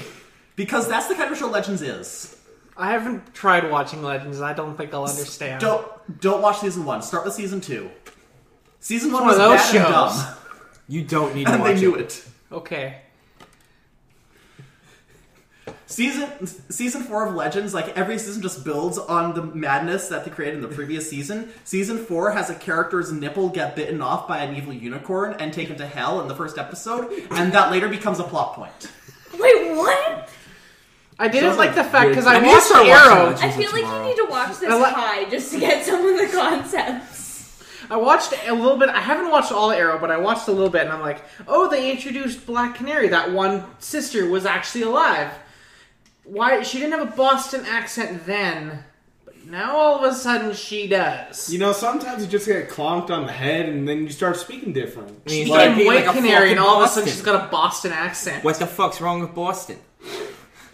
Because that's the kind of show Legends is.
I haven't tried watching Legends. I don't think I'll understand.
Don't don't watch season one. Start with season two. Season one
one
was
of those
bad and
shows.
dumb,
You don't need to
and
watch
they knew
it.
it.
Okay.
Season season four of Legends, like every season, just builds on the madness that they created in the previous season. Season four has a character's nipple get bitten off by an evil unicorn and taken to hell in the first episode, and that later becomes a plot point.
Wait, what?
I didn't
Sounds
like the
like
fact
good-
because I
I need to
watched
start watching
Arrow.
Legends.
I
Season
feel like
tomorrow.
you need to watch this
I li-
high just to get some of the concepts.
I watched a little bit. I haven't watched all of Arrow, but I watched a little bit, and I'm like, oh, they introduced Black Canary. That one sister was actually alive. Why she didn't have a Boston accent then, but now all of a sudden she does.
you know, sometimes you just get clonked on the head, and then you start speaking different.
I mean,
she
it's like
became
being
White
like a
Canary, and
fucking
all of a sudden
Boston.
she's got a Boston accent.
What the fuck's wrong with Boston?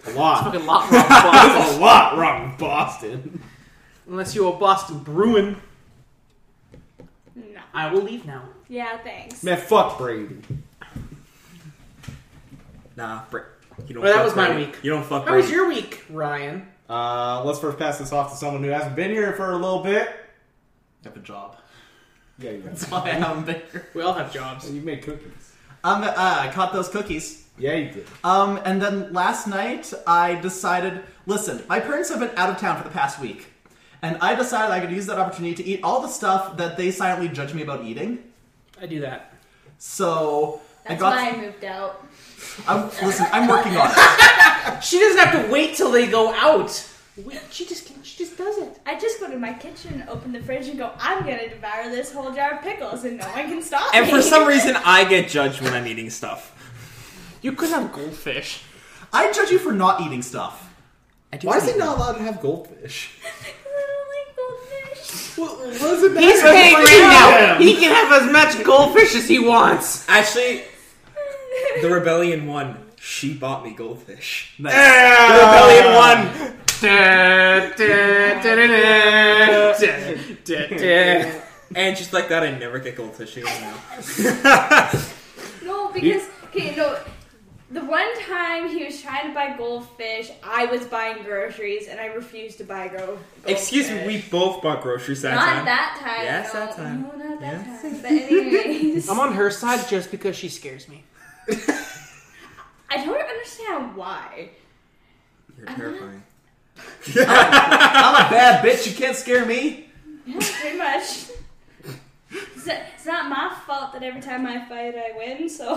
A lot.
Fucking lot wrong with Boston.
There's a lot wrong with Boston.
Unless you're a Boston Bruin,
No.
I will leave now.
Yeah, thanks.
Man, fuck Brady.
Nah, Bra- you don't
Well, that
fuck
was my
Brady.
week.
You don't fuck
How was
Brady.
your week, Ryan?
Uh, let's first pass this off to someone who hasn't been here for a little bit.
I have a job.
Yeah, you have.
That's why I'm there.
We all have jobs.
You made cookies.
Um, uh, I caught those cookies.
Yeah, you did.
Um, and then last night I decided. Listen, my parents have been out of town for the past week, and I decided I could use that opportunity to eat all the stuff that they silently judge me about eating.
I do that.
So I
That's
got.
why I moved out.
I'm, listen, I'm working on it.
She doesn't have to wait till they go out. Wait, she just can, she just does it.
I just go to my kitchen, open the fridge, and go, I'm gonna devour this whole jar of pickles, and no one can stop
And
me.
for some reason, I get judged when I'm eating stuff.
You could have goldfish.
I judge you for not eating stuff.
I do
Why is
think-
it not allowed to have goldfish?
I don't like goldfish.
What, what does it matter?
He's paying
It's
rent now.
like,
He can have as much goldfish as he wants.
Actually, the rebellion won. She bought me goldfish.
Nice.
Yeah.
Rebellion won.
Da, da, da, da, da, da, da, da.
And just like that, I never get goldfish again now.
No, because okay, no. The one time he was trying to buy goldfish, I was buying groceries, and I refused to buy go.
Excuse me, we
goldfish.
both bought groceries that
not
time.
that time.
Yes,
no,
that time.
No, not that
Yes.
time. But anyways,
I'm on her side just because she scares me.
I don't understand why.
You're terrifying.
I'm a bad bitch. You can't scare me.
Yeah, pretty much. It's not- It's not my fault that every time I fight, I win. So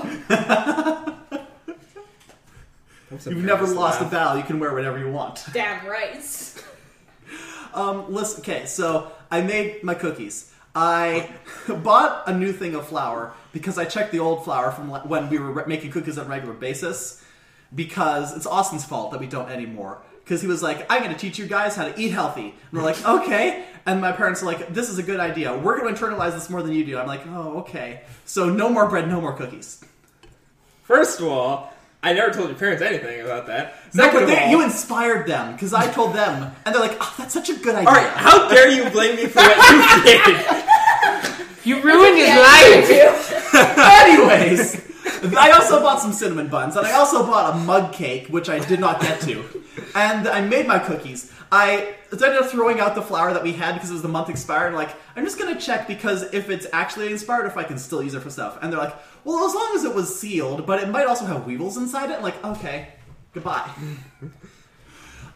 You've never lost a battle. You can wear whatever you want.
damn right.
Um, listen. Okay, so I made my cookies. I bought a new thing of flour because I checked the old flour from le- when we were re- making cookies on a regular basis. Because it's Austin's fault that we don't anymore. because he was like, "I'm going to teach you guys how to eat healthy." And we're like, "Okay." And my parents are like, "This is a good idea. We're going to internalize this more than you do." I'm like, "Oh, okay." So no more bread, no more cookies.
First of all, I never told your parents anything about that.
No,
Second
but
of all,
they, you inspired them because I told them, and they're like, "Oh, that's such a good idea."
all right, how dare you blame me for what you did?
You ruined his
Yeah,
life.
Anyways, I also bought some cinnamon buns, and I also bought a mug cake, which I did not get to. And I made my cookies. I ended up throwing out the flour that we had because it was the month expired. and, Like, I'm just gonna check because if it's actually expired, if I can still use it for stuff. And they're like, well, as long as it was sealed, but it might also have weevils inside it. Like, okay, goodbye.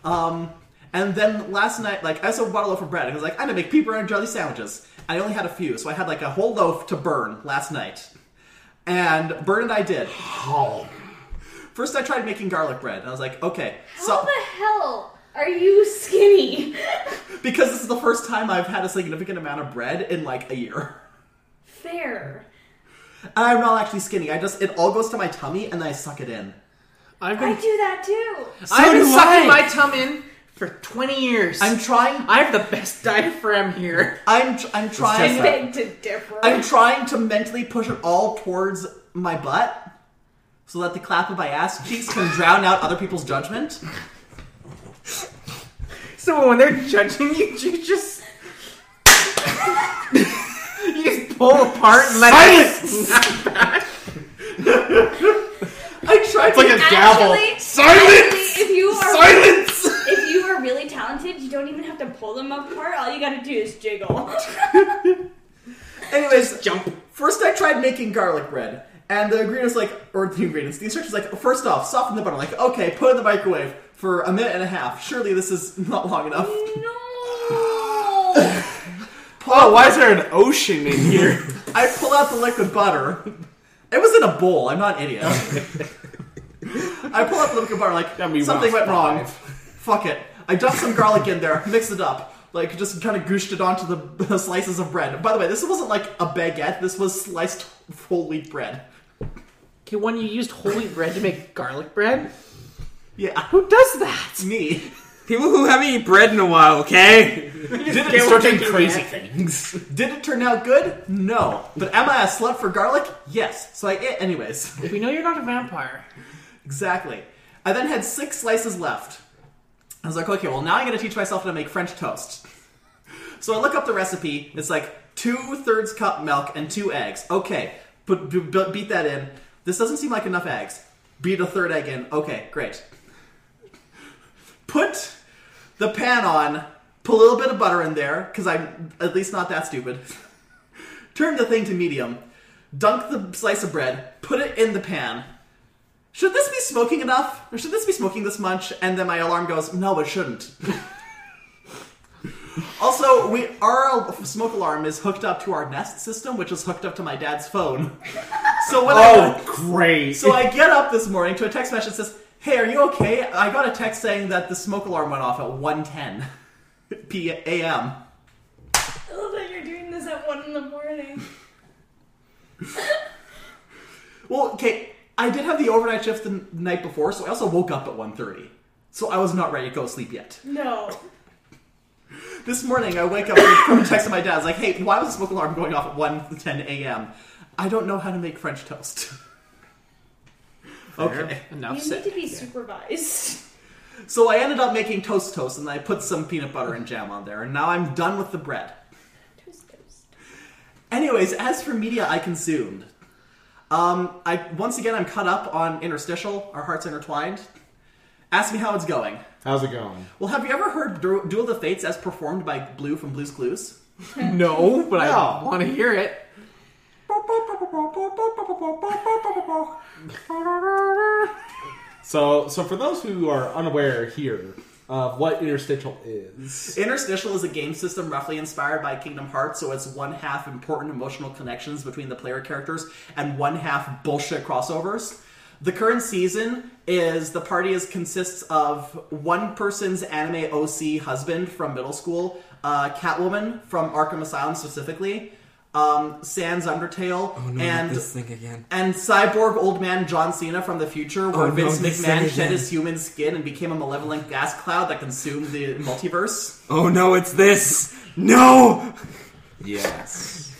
Um, and then last night, like, I also bought a loaf of bread. And I was like, I'm gonna make pepperoni jelly sandwiches. I only had a few, so I had like a whole loaf to burn last night. And burn and I did. First, I tried making garlic bread, and I was like, okay,
How
so
the hell are you skinny?
because this is the first time I've had a significant amount of bread in like a year.
Fair.
And I'm not actually skinny. I just it all goes to my tummy, and then I suck it in.
I've
I
been,
do that too.
I've been
do
sucking
I.
my tum in for 20 years.
I'm trying.
I have the best diaphragm here.
I'm. tr- I'm
I
trying.
beg to differ.
I'm trying to mentally push it all towards my butt, so that the clap of my ass cheeks can drown out other people's judgment.
So when they're judging you, you just. you just pull apart and let it.
I tried.
like
to,
a gavel.
Actually-
Silence!
Actually, if you are
Silence!
if you are really talented, you don't even have to pull them apart. All you gotta do is jiggle.
anyways,
Jump.
First, I tried making garlic bread, and the ingredients like, or the ingredients, the instructions like, first off, soften the butter. Like, okay, put it in the microwave for a minute and a half. Surely this is not long enough.
no.
Oh, why is there an ocean in here?
I pull out the liquid butter. It was in a bowl. I'm not an idiot. I pull out the liquid butter. Like,
That'd be
something
rough
went wrong.
five.
Fuck it. I dump some garlic in there, mix it up. Like, just kind of gooshed it onto the, the slices of bread. By the way, this wasn't like a baguette. This was sliced whole wheat bread.
Okay, when you used whole wheat bread to make garlic bread?
Yeah,
Who does that?
it's me.
People who haven't eaten bread in a while, okay?
Did
They
it
were
start doing
thinking
crazy
that.
things?
Did it turn out good? No. But am I a slut for garlic? Yes. So I ate anyways.
We know you're not a vampire.
exactly. I then had six slices left. I was like, okay, well now I'm gonna teach myself how to make French toast. So I look up the recipe. It's like two thirds cup milk and two eggs. Okay, but b- b- beat that in. This doesn't seem like enough eggs. Beat a third egg in. Okay, great. Put the pan on. Put a little bit of butter in there because I'm at least not that stupid. Turn the thing to medium. Dunk the slice of bread. Put it in the pan. Should this be smoking enough? Or should this be smoking this much? And then my alarm goes, no, it shouldn't. also, we our smoke alarm is hooked up to our Nest system, which is hooked up to my dad's phone. So when I
Oh, great.
so I get up this morning to a text message that says, "Hey, are you okay?" I got a text saying that the smoke alarm went off at 1:10 p a.m.
I love that you're doing this at one in the morning.
Well, okay, I did have the overnight shift the night before, so I also woke up at 1:30. So I was not ready to go to sleep yet.
No.
This morning I wake up from a text to my dad. It's like, "Hey, why was the smoke alarm going off at 1:10 a.m.?" I don't know how to make French toast. okay.
Enough
You need to
said.
be supervised.
So I ended up making toast toast and I put some peanut butter and jam on there and now I'm done with the bread.
Toast, toast.
Anyways, as for media I consumed, um, I once again I'm caught up on interstitial, our hearts intertwined. Ask me how it's going.
How's it going?
Well, have you ever heard Du- Duel of the Fates as performed by Blue from Blue's Clues?
No, but I
No.
want to hear it.
So, so for those who are unaware here of what interstitial is,
Interstitial is a game system roughly inspired by Kingdom Hearts, so it's one half important emotional connections between the player characters and one half bullshit crossovers. The current season is the party is consists of one person's anime OC husband from middle school, uh, Catwoman from Arkham Asylum specifically, um, Sans Undertale,
Oh no,
and
not this thing again.
and cyborg old man John Cena from the future, where
Oh, no,
Vince
this thing
McMahon
again.
shed his human skin and became a malevolent gas cloud that consumed the multiverse.
Oh no, it's this. No.
Yes.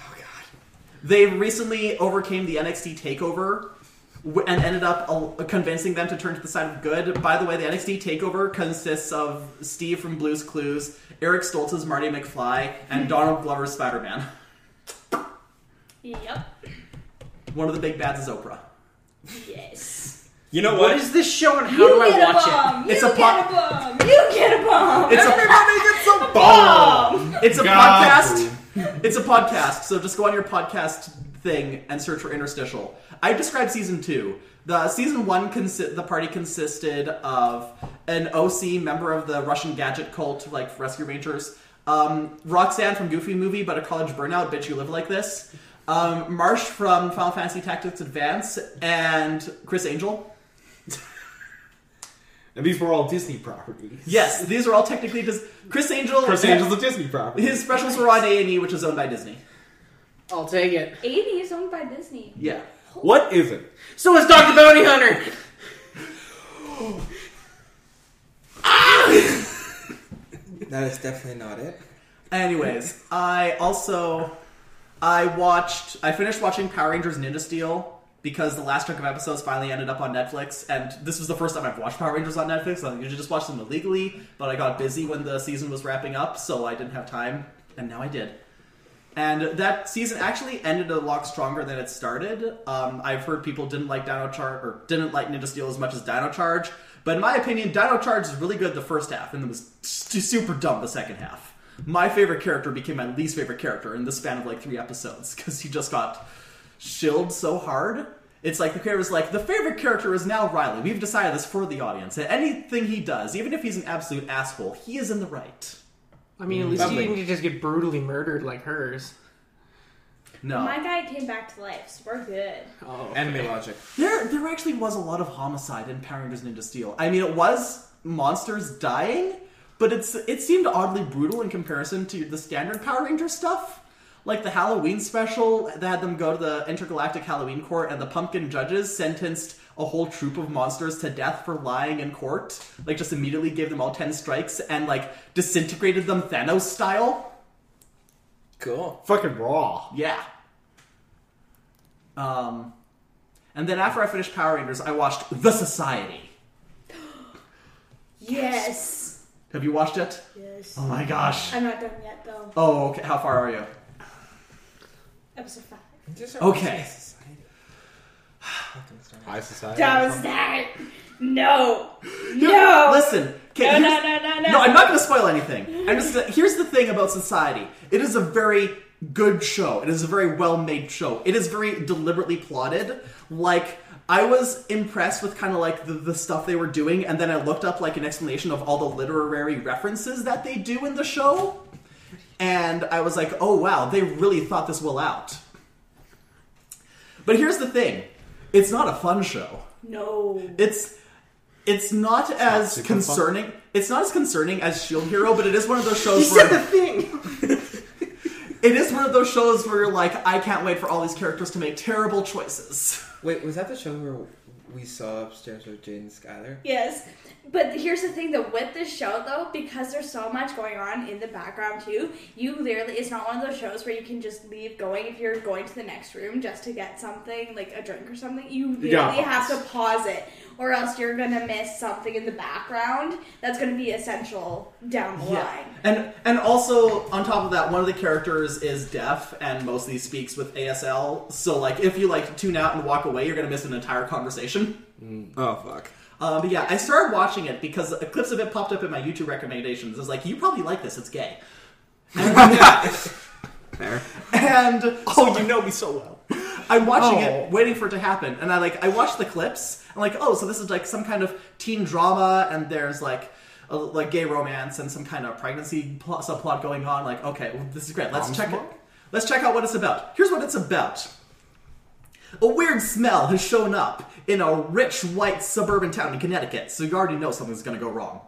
Oh god.
They recently overcame the NXT takeover w- and ended up uh, convincing them to turn to the side of good. By the way, the NXT takeover consists of Steve from Blue's Clues, Eric Stoltz's Marty McFly, and Donald Glover's Spider Man.
Yep.
One of the big bads is Oprah.
Yes.
You know
What
what?
is this show and how
you
do I
get a
watch it?
bomb.
It's
you
a
get a bomb. You get a bomb.
It's a-
Everybody gets a
bomb.
It's a
God.
podcast. It's a podcast. So just go on your podcast thing and search for interstitial. I described season two. The season one consi- the party consisted of an OC member of the Russian gadget cult, like Rescue Rangers. Um, Roxanne from Goofy Movie, but a college burnout bitch. You live like this. Um, Marsh from Final Fantasy Tactics Advance and Chris Angel.
And these were all Disney properties.
Yes, these are all technically just Chris Angel.
Chris Angel's a Disney property.
His specials were on A and E, which is owned by Disney.
I'll take it.
80 is owned by Disney.
Yeah.
What is it?
So is Dr. Bounty Hunter.
That is definitely not it.
Anyways, I also I watched I finished watching Power Rangers Ninja Steel because the last chunk of episodes finally ended up on Netflix, and this was the first time I've watched Power Rangers on Netflix. I usually just watch them illegally, but I got busy when the season was wrapping up, so I didn't have time, and now I did. And that season actually ended a lot stronger than it started. Um, I've heard people didn't like Dino Charge or didn't like Ninja Steel as much as Dino Charge, but in my opinion, Dino Charge is really good the first half, and it was stu- super dumb the second half. My favorite character became my least favorite character in the span of like three episodes because he just got shilled so hard. It's like the creator's like, the favorite character is now Riley. We've decided this for the audience. And anything he does, even if he's an absolute asshole, he is in the right.
I mean, at least
Lovely.
you didn't just get brutally murdered like hers.
No.
My guy came back to life, so we're good.
Oh.
Anime logic.
There, there actually was a lot of homicide in Power Rangers Ninja Steel. I mean, it was monsters dying, but it's it seemed oddly brutal in comparison to the standard Power Ranger stuff. Like the Halloween special, they had them go to the intergalactic Halloween court, and the pumpkin judges sentenced a whole troop of monsters to death for lying in court. Like, just immediately gave them all ten strikes and like disintegrated them Thanos style.
Cool.
Fucking raw.
Yeah. Um, and then after I finished Power Rangers, I watched The Society.
Yes.
Have you watched it?
Yes.
Oh my gosh.
I'm not done yet, though.
Oh, okay. How far are you?
Episode 5.
Okay.
High society.
That was that. No. No.
Listen.
No,
Okay,
no,
here's-
no, no, no.
No, I'm not going to spoil anything. I'm just gonna, here's the thing about Society. It is a very good show. It is a very well-made show. It is very deliberately plotted. Like I was impressed with kind of like the, the stuff they were doing, and then I looked up like an explanation of all the literary references that they do in the show, and I was like, oh wow, they really thought this well out. But here's the thing: it's not a fun show
No.
it's it's not as
super
concerning. It's not as concerning as Shield Hero, but it is one of those
He
shows
said
where
the thing.
it is one of those shows where you're like, I can't wait for all these characters to make terrible choices.
Wait, was that the show where we saw upstairs with Jade and Skylar?
Yes. But here's the thing though, with this show though, because there's so much going on in the background too, you literally it's not one of those shows where you can just leave going if you're going to the next room just to get something, like a drink or something. You literally
gotta
have
pause.
to pause it. Or else you're gonna miss something in the background that's gonna be essential down the line.
And and also on top of that, one of the characters is deaf and mostly speaks with ASL. So like, if you like tune out and walk away, you're gonna miss an entire conversation.
Oh fuck.
Um, but yeah, I started watching it because uh, clips of it popped up in my YouTube recommendations. I was like, you probably like this. It's gay.
Fair.
And
Oh, you know me so well.
I'm watching
Oh.
it, waiting for it to happen, and I like I watch the clips. I'm like, oh, so this is like some kind of teen drama, and there's like a, like gay romance and some kind of pregnancy pl- subplot going on. Like, okay, well, this is great. Let's check it. Let's check out what it's about. Here's what it's about. A weird smell has shown up in a rich white suburban town in Connecticut, so you already know something's gonna go wrong.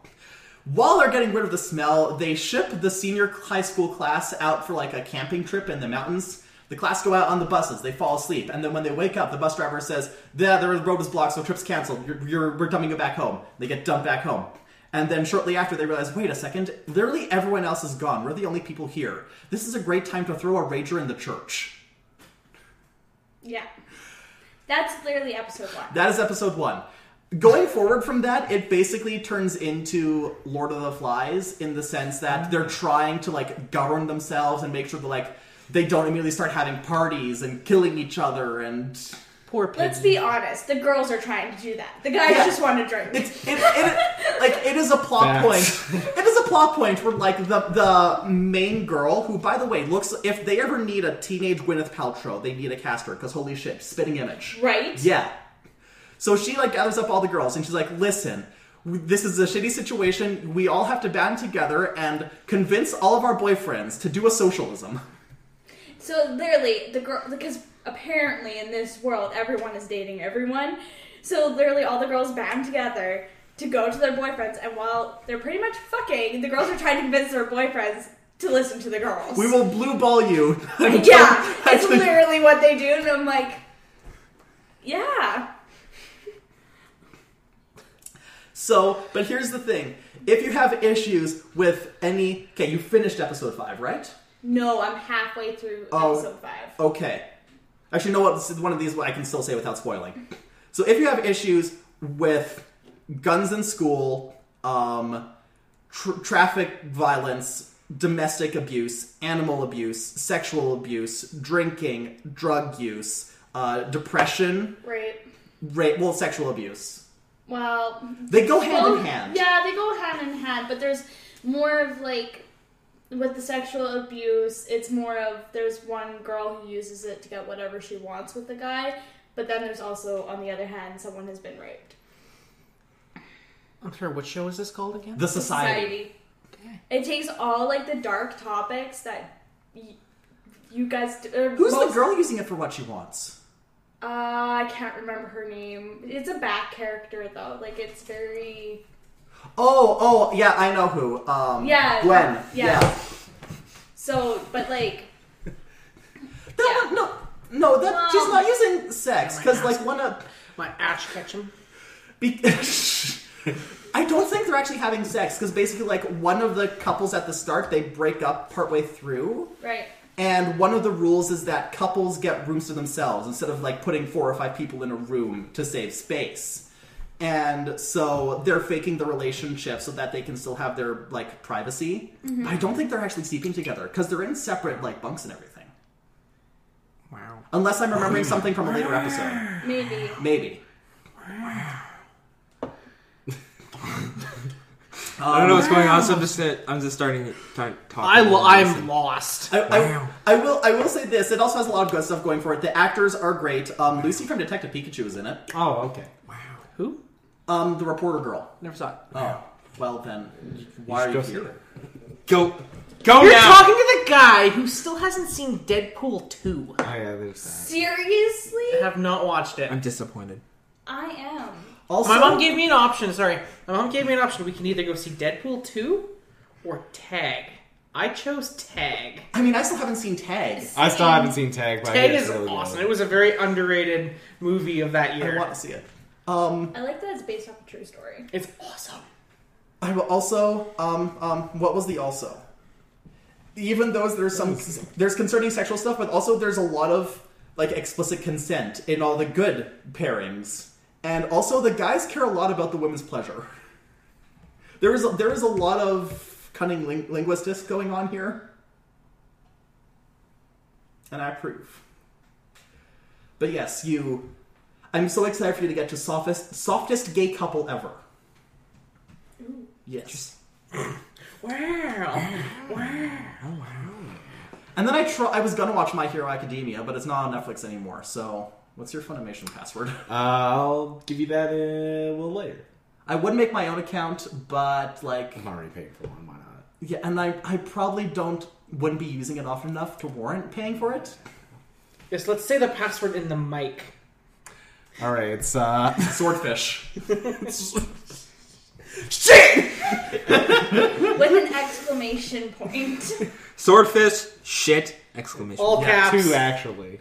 While they're getting rid of the smell, they ship the senior high school class out for like a camping trip in the mountains. The class go out on the buses, they fall asleep, and then when they wake up, the bus driver says, "Yeah, the road is blocked, so trip's canceled. You're, you're, we're dumping you back home." They get dumped back home. And then shortly after, they realize, wait a second, literally everyone else is gone. We're the only people here. This is a great time to throw a rager in the church.
Yeah. That's literally episode one.
That is episode one. Going forward from that, it basically turns into Lord of the Flies in the sense that they're trying to like govern themselves and make sure that like they don't immediately start having parties and killing each other and
Poor pigeon.
Let's be honest. The girls are trying to do that. The guys
Yeah.
just want to drink.
it's it, it, like it is a plot
Facts.
point. It is a plot point where like the the main girl, who by the way looks, if they ever need a teenage Gwyneth Paltrow, they need a caster because holy shit, spitting image.
right?
Yeah. So she like gathers up all the girls and she's like, "Listen, w- this is a shitty situation. We all have to band together and convince all of our boyfriends to do a socialism."
So literally, the girl because apparently in this world everyone is dating everyone. So literally, all the girls band together to go to their boyfriends, and while they're pretty much fucking, the girls are trying to convince their boyfriends to listen to the girls.
We will blue ball you.
yeah, that's
Until-
literally what they do, and I'm like, yeah,
So, but here's the thing: if you have issues with any, okay, you finished episode five, right?
no, I'm halfway through
Oh.
episode five.
Okay. Actually, you know what? This is one of these I can still say without spoiling. So, if you have issues with guns in school, um, tr- traffic violence, domestic abuse, animal abuse, sexual abuse, drinking, drug use, uh, depression,
Right.
rape, well, sexual abuse,
Well,
they go hand
Well,
in hand.
Yeah, they go hand in hand, but there's more of like with the sexual abuse, it's more of there's one girl who uses it to get whatever she wants with the guy, but then there's also on the other hand someone has been raped.
I'm sorry, what show is this called again?
The society.
It takes all like the dark topics that y- you guys d- er, or
Who's the
most-
girl using it for what she wants?
Uh, I can't remember her name. It's a back character though. Like it's very
Oh, oh, yeah, I know who. Um,
Yeah,
Gwen.
yeah.
yeah.
so, but like
That
Yeah.
one, no, no, that
No.
she's not using sex
Yeah, my
because
ass.
like one of.
My Ash Ketchum.
Be- I don't think they're actually having sex because basically, like one of the couples at the start they break up partway through,
right.
and one of the rules is that couples get rooms to themselves instead of like putting four or five people in a room to save space. And so they're faking the relationship so that they can still have their like privacy. But I don't think they're actually sleeping together because they're in separate like bunks and everything.
Wow.
Unless I'm remembering something from a later episode,
Maybe.
maybe.
I don't know what's going on, so I'm just uh, I'm just starting to talk.
I lo- I'm lost.
I, I-
Wow.
I, will. I will say this. It also has a lot of good stuff going for it. The actors are great. Um, Lucy from Detective Pikachu is in it.
Oh, okay.
Who?
Um, the reporter girl.
Never saw it.
Oh, well then, why are you
should go see
here?
go go
You're
now.
talking to the guy who still hasn't seen Deadpool 2.
Oh, yeah, there's that.
I
Seriously?
have not watched it.
I'm disappointed.
I am.
Also,
My mom gave me an option. Sorry, my mom gave me an option. We can either go see Deadpool two or Tag. I chose Tag.
I mean, I still haven't seen Tag.
I still haven't seen Tag. but I
Tag
hear it's
is
really
awesome.
good.
It was a very underrated movie of that
I
year.
want to see it. Um,
I like that it's based off a true story.
it's awesome.
I will also. Um, um, what was the also? Even though there's some there's concerning sexual stuff, but also there's a lot of like explicit consent in all the good pairings, and also the guys care a lot about the women's pleasure. There is a, there is a lot of cunning ling- linguistics going on here, and I approve. But yes, you. I'm so excited for you to get to softest softest gay couple ever. Yes.
Wow.
And then I try, I was gonna watch My Hero Academia, but it's not on Netflix anymore. So, what's your Funimation password?
Uh, I'll give you that uh, a little later.
I would make my own account, but like,
I'm already paying for one. Why not?
yeah, and I, I probably don't wouldn't be using it often enough to warrant paying for it.
Yes, let's say the password in the mic.
All right, it's uh.
Swordfish.
Shit!
with an exclamation point.
Swordfish, shit, exclamation.
All
Yeah,
caps.
two actually.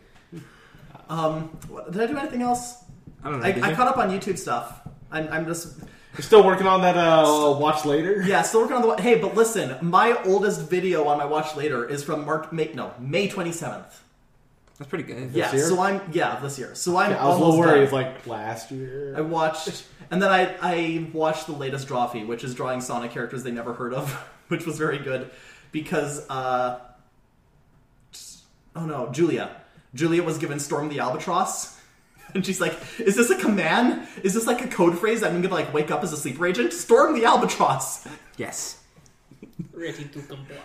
Um, what, did I do anything else?
I don't know.
I,
did
I
you?
caught up on YouTube stuff. I'm, I'm just
You're still working on that uh, watch later.
yeah, still working on the. wa- Hey, but listen, my oldest video on my watch later is from Mark May. No, May twenty seventh.
That's pretty good.
Yeah,
year?
so I'm yeah this year. So I'm.
Yeah, I was a
almost
little worried.
done.
It's like last year.
I watched, and then I I watched the latest Drawfee, which is drawing Sonic characters they never heard of, which was very good because uh, oh no, Julia, Julia was given Storm the Albatross, and she's like, "Is this a command? Is this like a code phrase? I'm gonna like wake up as a sleeper agent? Storm the Albatross."
Yes.
Ready to comply.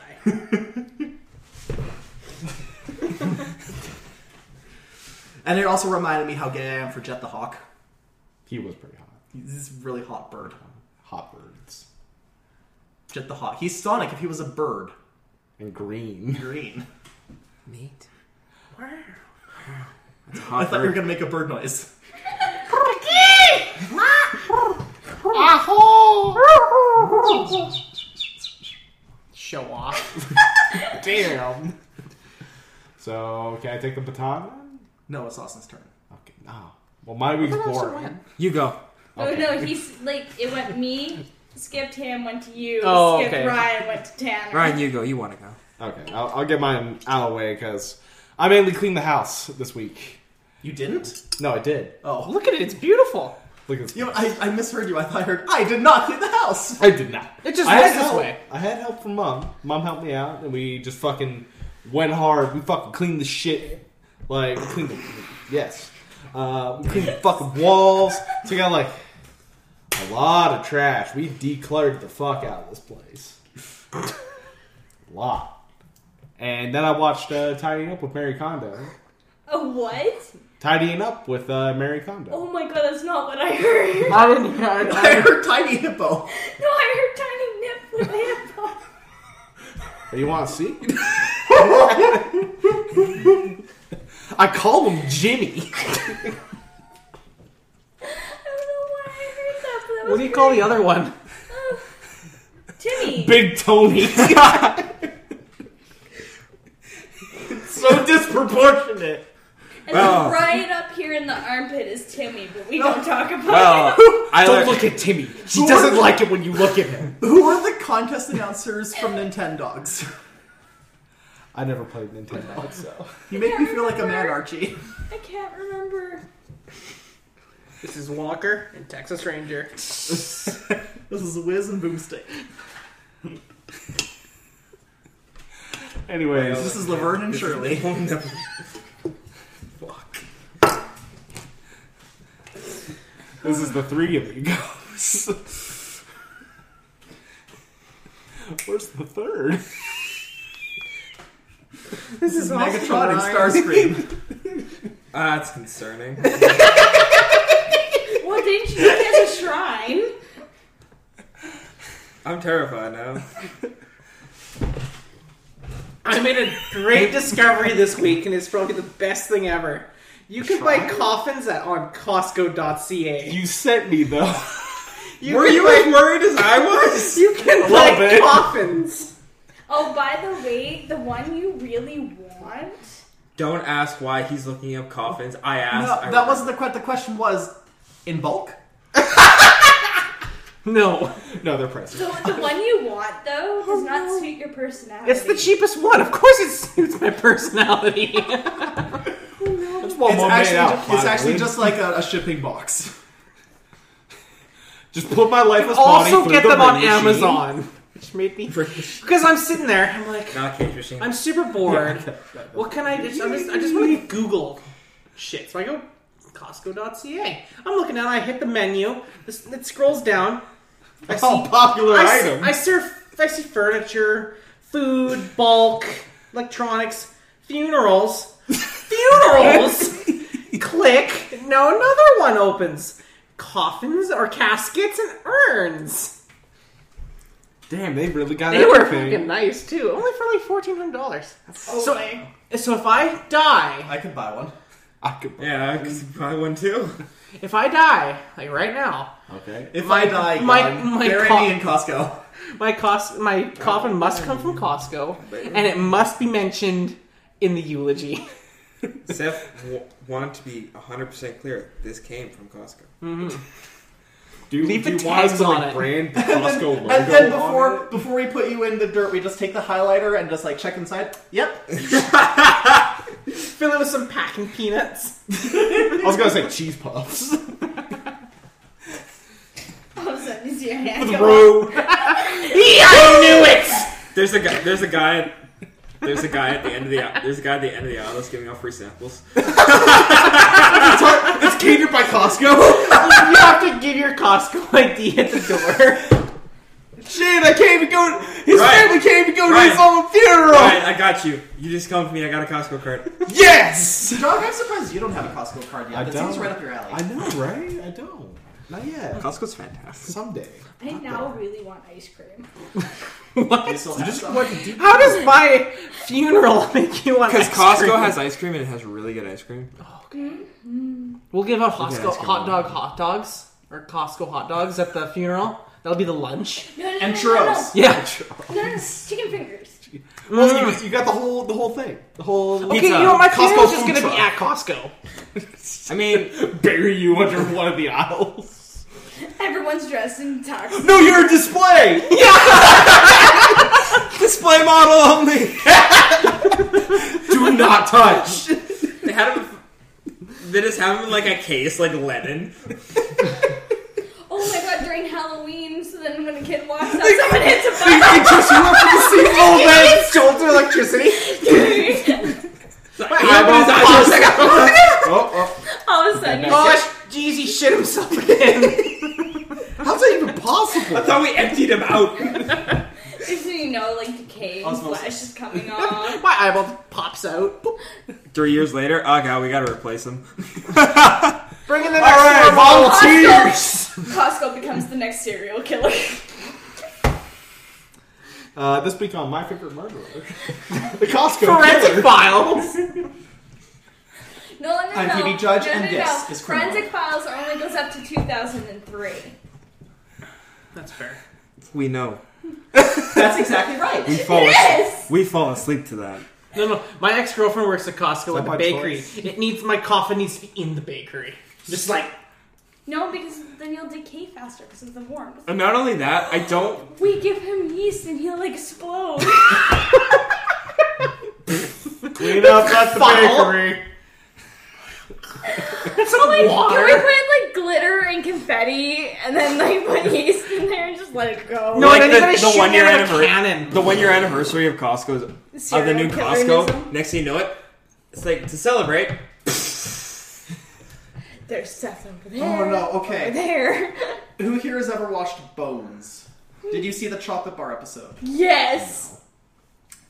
And it also reminded me how gay I am for Jet the Hawk.
He was pretty hot.
He's this really hot bird.
Hot birds
Jet the Hawk. He's Sonic if he was a bird.
and green.
Green.
Neat.
Wow.
That's
I
a hot
thought you were
bird.
gonna make a bird noise.
Show off.
Damn. so can I take the baton?
No, it's Austin's turn.
Okay. No. Well, my week's boring.
You go.
Oh no, he's like it went me, skipped him, went to you,
Oh,
skipped
okay.
Ryan, went to Tanner.
Ryan, you go. You want to go.
Okay, I'll, I'll get mine out of the way because I mainly cleaned the house this week.
You didn't?
No, I did.
Oh.
Look at it. It's beautiful.
Look at this.
You know, I, I misheard you. I thought I heard, I did not clean the house.
I did not.
It just
I
looks
had
this
help.
way.
I had help from mom. Mom helped me out, and we just fucking went hard. We fucking cleaned the shit. Like, we cleaned the. Yes. Uh, we cleaned the fucking walls. Took out, like, a lot of trash. We decluttered the fuck out of this place. a lot. And then I watched uh, Tidying Up with Mary Kondo.
A what?
Tidying Up with uh, Mary Kondo.
Oh my god, that's not what I heard.
I didn't hear I,
I
I,
heard tiny hippo.
No, I heard tiny nip with hippo.
You want to see? I call him Jimmy.
I don't know why I heard that, but that was Oh.
What do you call the other one?
Timmy.
Big Tony. so disproportionate.
and
Well.
Oh.
then right up here in the armpit is Timmy, but we don't talk about
Well,
it.
I
Don't
learned.
look at Timmy. She doesn't like it when you look at him.
Who are the contest announcers from Nintendogs?
I never played Nintendo, so.
You make me feel like a man, Archie.
I can't remember.
This is Walker and Texas Ranger.
This is Wiz and Boomstick. This
Anyways,
is Laverne and Shirley.
Oh, no. Fuck.
this is the three of you guys. Where's the third?
This is
Megatron and Starscream.
Ah, that's concerning.
Well, didn't you think there's a shrine?
I'm terrified now.
I made a great discovery this week, and it's probably the best thing ever. You can buy coffins at on Costco.ca.
You sent me though.
You
Were
can
you as
buy,
worried as I was?
You can
little
buy
bit.
coffins.
Oh, by the way, the one you really want.
Don't ask why he's looking up coffins. I
No,
asked. I
that wasn't the question. The question was, in bulk?
No,
No, they're pricey.
So the one you want though does not suit your personality.
it's the cheapest one. Of course, it suits my personality.
It's, one
It's
more Oh, made
actually,
out,
it's actually
finally.
just like a, a shipping box.
Just put my lifeless body
also,
through
get
the
them
ring
on
machine.
Amazon, which made me because I'm sitting there. I'm like,
Not cage machine.
I'm super bored. What can I just? I'm just I just want to Google shit. So I go Costco.ca. I'm looking at. it, I hit the menu. This, it scrolls down. I
How popular
Oh, I, s-
item.
I surf. I see furniture, food, bulk, electronics, funerals, funerals. Click. Now another one opens. Coffins or caskets and urns.
Damn, they really got
They were
everything.
fucking nice too. Only for like fourteen hundred dollars.
Oh,
So, so if I die,
I could buy one.
I could.
Yeah, because buy one too.
If I die, like right now,
Okay.
If
My-
I die,
my-
God,
my
bury
co-
me in Costco.
my cos- my
Oh,
coffin must come from Costco, and it must be mentioned in the eulogy.
Seth w- wanted to be 100% clear. This came from Costco.
Do you,
Leave
do
the
you want us
tags
to
on
like
it.
brand the Costco logo
And then
on
before
it?
before we put you in the dirt, we just take the highlighter and just like check inside. Yep.
Fill it with some packing peanuts.
I was gonna say cheese puffs.
All of a sudden, you see your hand go up.
Bro,
I
there's a guy. There's a guy. There's a guy at the end of the. There's a guy at the end of the aisle that's giving out free samples.
it's catered by Costco.
you have to give your Costco ID at the door.
Shit, I can't even go. His
Right.
family can't even go to his
Right.
own funeral.
Alright, I got you. You just come for me. I got a Costco card.
Yes.
Dog, I'm surprised you don't have a Costco card yet.
I
That
don't.
seems right up your alley.
I know, right? I don't. Not yet.
Costco's fantastic.
Someday.
I now really want ice cream.
You still
You
have
just
some.
like do
How does my funeral make you want?
Because
ice cream?
Costco has ice cream and it has really good ice cream.
We'll give out
ice
Costco
cream.
hot dog hot dogs or Costco hot dogs at the funeral. That'll be the lunch.
No, no, no,
And
no,
churros.
Yeah.
No, no, no, no, chicken fingers.
Well, you, you got the whole the whole thing. The whole
Okay,
Pizza.
you know what? my
Costco
funeral's just
food
gonna be
truck.
at Costco.
I mean,
bury you under one of the aisles.
Everyone's dressed in tux.
No, you're a display.
display model only.
do not touch.
They had him. They just have him in like a case, like Lennon.
Oh my god, during Halloween, so then when a kid walks up, someone hits a button.
I just want to see all that shoulder electricity.
Eyeballs
eyes
pop.
are- oh, oh.
All of a sudden, you
Gosh, Jeezy shit himself again.
How's that even possible?
I thought we emptied him out.
just you know, like decay and
Osmosis.
flesh is coming on.
my eyeball pops out. Boop.
Three years later, oh god, we gotta replace him.
Bring in the next
Alright,
one.
volunteers!
Costco becomes the next serial killer.
Uh, this week on My Favorite Murderer. the Costco
Forensic
Killer.
files.
No, no, no.
I'm
no.
Phoebe Judge,
no,
and
no,
this
no.
is Criminal.
Forensic Files only goes up to 2003.
That's fair.
We know.
That's exactly right.
We fall.
Yes!
We fall asleep to that.
No, no. My ex girlfriend works at Costco at
by
the bakery.
choice.
It needs my coffin needs to be in the bakery. Just like
No, because then he'll decay faster because of the warmth.
And not only that, I don't.
We give him yeast and he'll explode.
Clean up at the
File.
bakery.
that's some water.
Can we put like glitter and confetti and then like put yeast in there and just let it go?
no,
Like
and
the-
then
the
the,
one
one
year
year
anniversary-
Cannon.
The one year anniversary of Costco's of the
Serial
new
killerism.
Costco. Next thing you know it, it's like to celebrate.
There's Seth over there.
Oh no.
Over
Okay.
there.
Who here has ever watched Bones? Did you see the chocolate bar episode?
yes.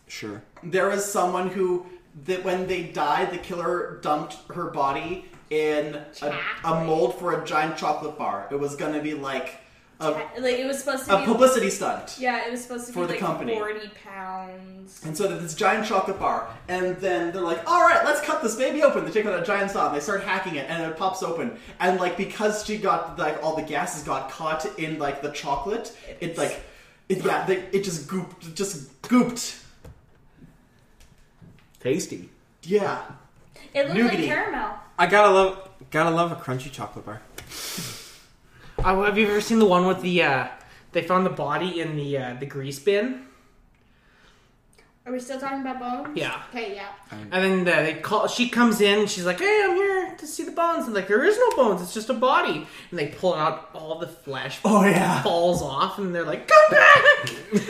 Sure.
There was someone who that when they died, the killer dumped her body in a, a
Chocolate.
mold for a giant chocolate bar. It was gonna be like a,
Like it was supposed to
Uh, a
be.
publicity stunt.
yeah, it was supposed to
For
be
the
like
company.
40 pounds.
And so there's this giant chocolate bar, and then they're like, "All right, let's cut this baby open." They take out a giant saw and they start hacking it, and it pops open. And like because she got like all the gases got caught in like the chocolate, it like it, yeah, they, it just gooped, it just gooped.
Tasty.
Yeah,
It looked like
Nougaty.
caramel.
I gotta love. Gotta love a crunchy chocolate bar.
Oh, have you ever seen the one with the? uh They found the body in the uh the grease bin.
Are we still talking about bones?
Yeah.
Okay, yeah.
And then uh, they call. She comes in. She's like, "Hey, I'm here to see the bones." And like, there is no bones. It's just a body. And they pull out all the flesh.
Oh, yeah.
falls off, and they're like, "Come back!"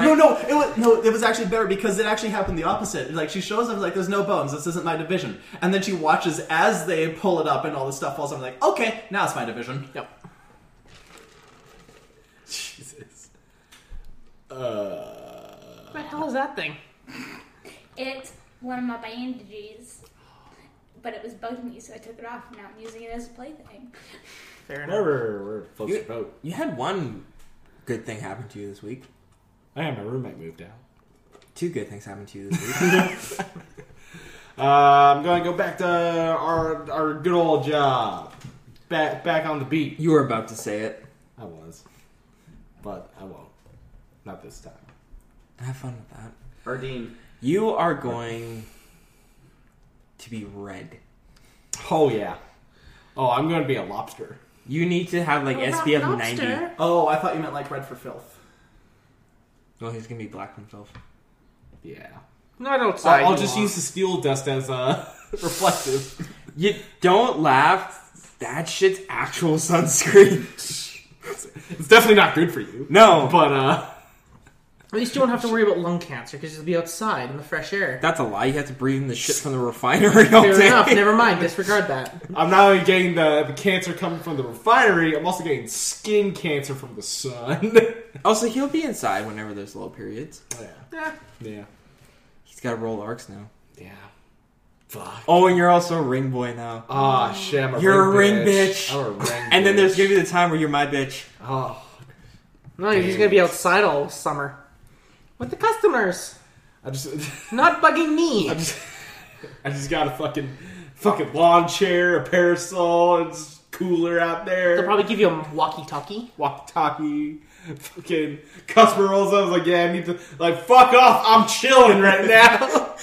no, no, it was no, it was actually better because it actually happened the opposite. Like she shows up, like there's no bones. This isn't my division. And then she watches as they pull it up, and all the stuff falls. I'm like, okay, now it's my division.
yep.
Jesus. Uh,
What the hell is that thing?
It's one of my bandages. But it was bugged me, so I took it off. and Now I'm using it as a plaything.
Fair
we're,
enough.
we're, we're close to vote.
You had one good thing happen to you this week.
I had my roommate moved out.
Two good things happened to you this week.
Uh, I'm going to go back to our our good old job. Back back on the beat.
You were about to say it.
I was, but I won't. Not this time.
Have fun with that.
Ardeen.
You are going to be red.
Oh yeah. Oh, I'm going to be a lobster.
You need to have like
What about
SPF
lobster?
90.
Oh, I thought you meant like red for filth.
Well, he's gonna be black himself.
Yeah.
No, I don't.
I'll,
I'll,
I'll just use the steel dust as uh, reflective.
You don't laugh. That shit's actual sunscreen.
It's definitely not good for you.
No,
But uh,
At least you won't have to worry about lung cancer because you'll be outside in the fresh air.
that's a lie. You have to breathe in the shit from the refinery all
Fair
day.
enough. Never mind. Disregard that.
I'm not only getting the, the cancer coming from the refinery, I'm also getting skin cancer from the sun.
Also, he'll be inside whenever there's low periods.
yeah.
Eh,
Yeah.
He's got to roll arcs now.
Yeah. Fuck.
Oh, and you're also a ring boy now.
Ah, shit. I'm a
You're a ring bitch.
I'm a ring
And then there's
bitch.
gonna be the time where you're my bitch.
Oh.
no, you're just gonna be outside all summer with the customers,
I just.
not bugging me.
I just. I just got a fucking, fucking lawn chair, a parasol. It's cooler out there.
They'll probably give you a walkie-talkie.
walkie-talkie, fucking customer rolls up. I was like, yeah, I need to, like, fuck off. I'm chilling right now.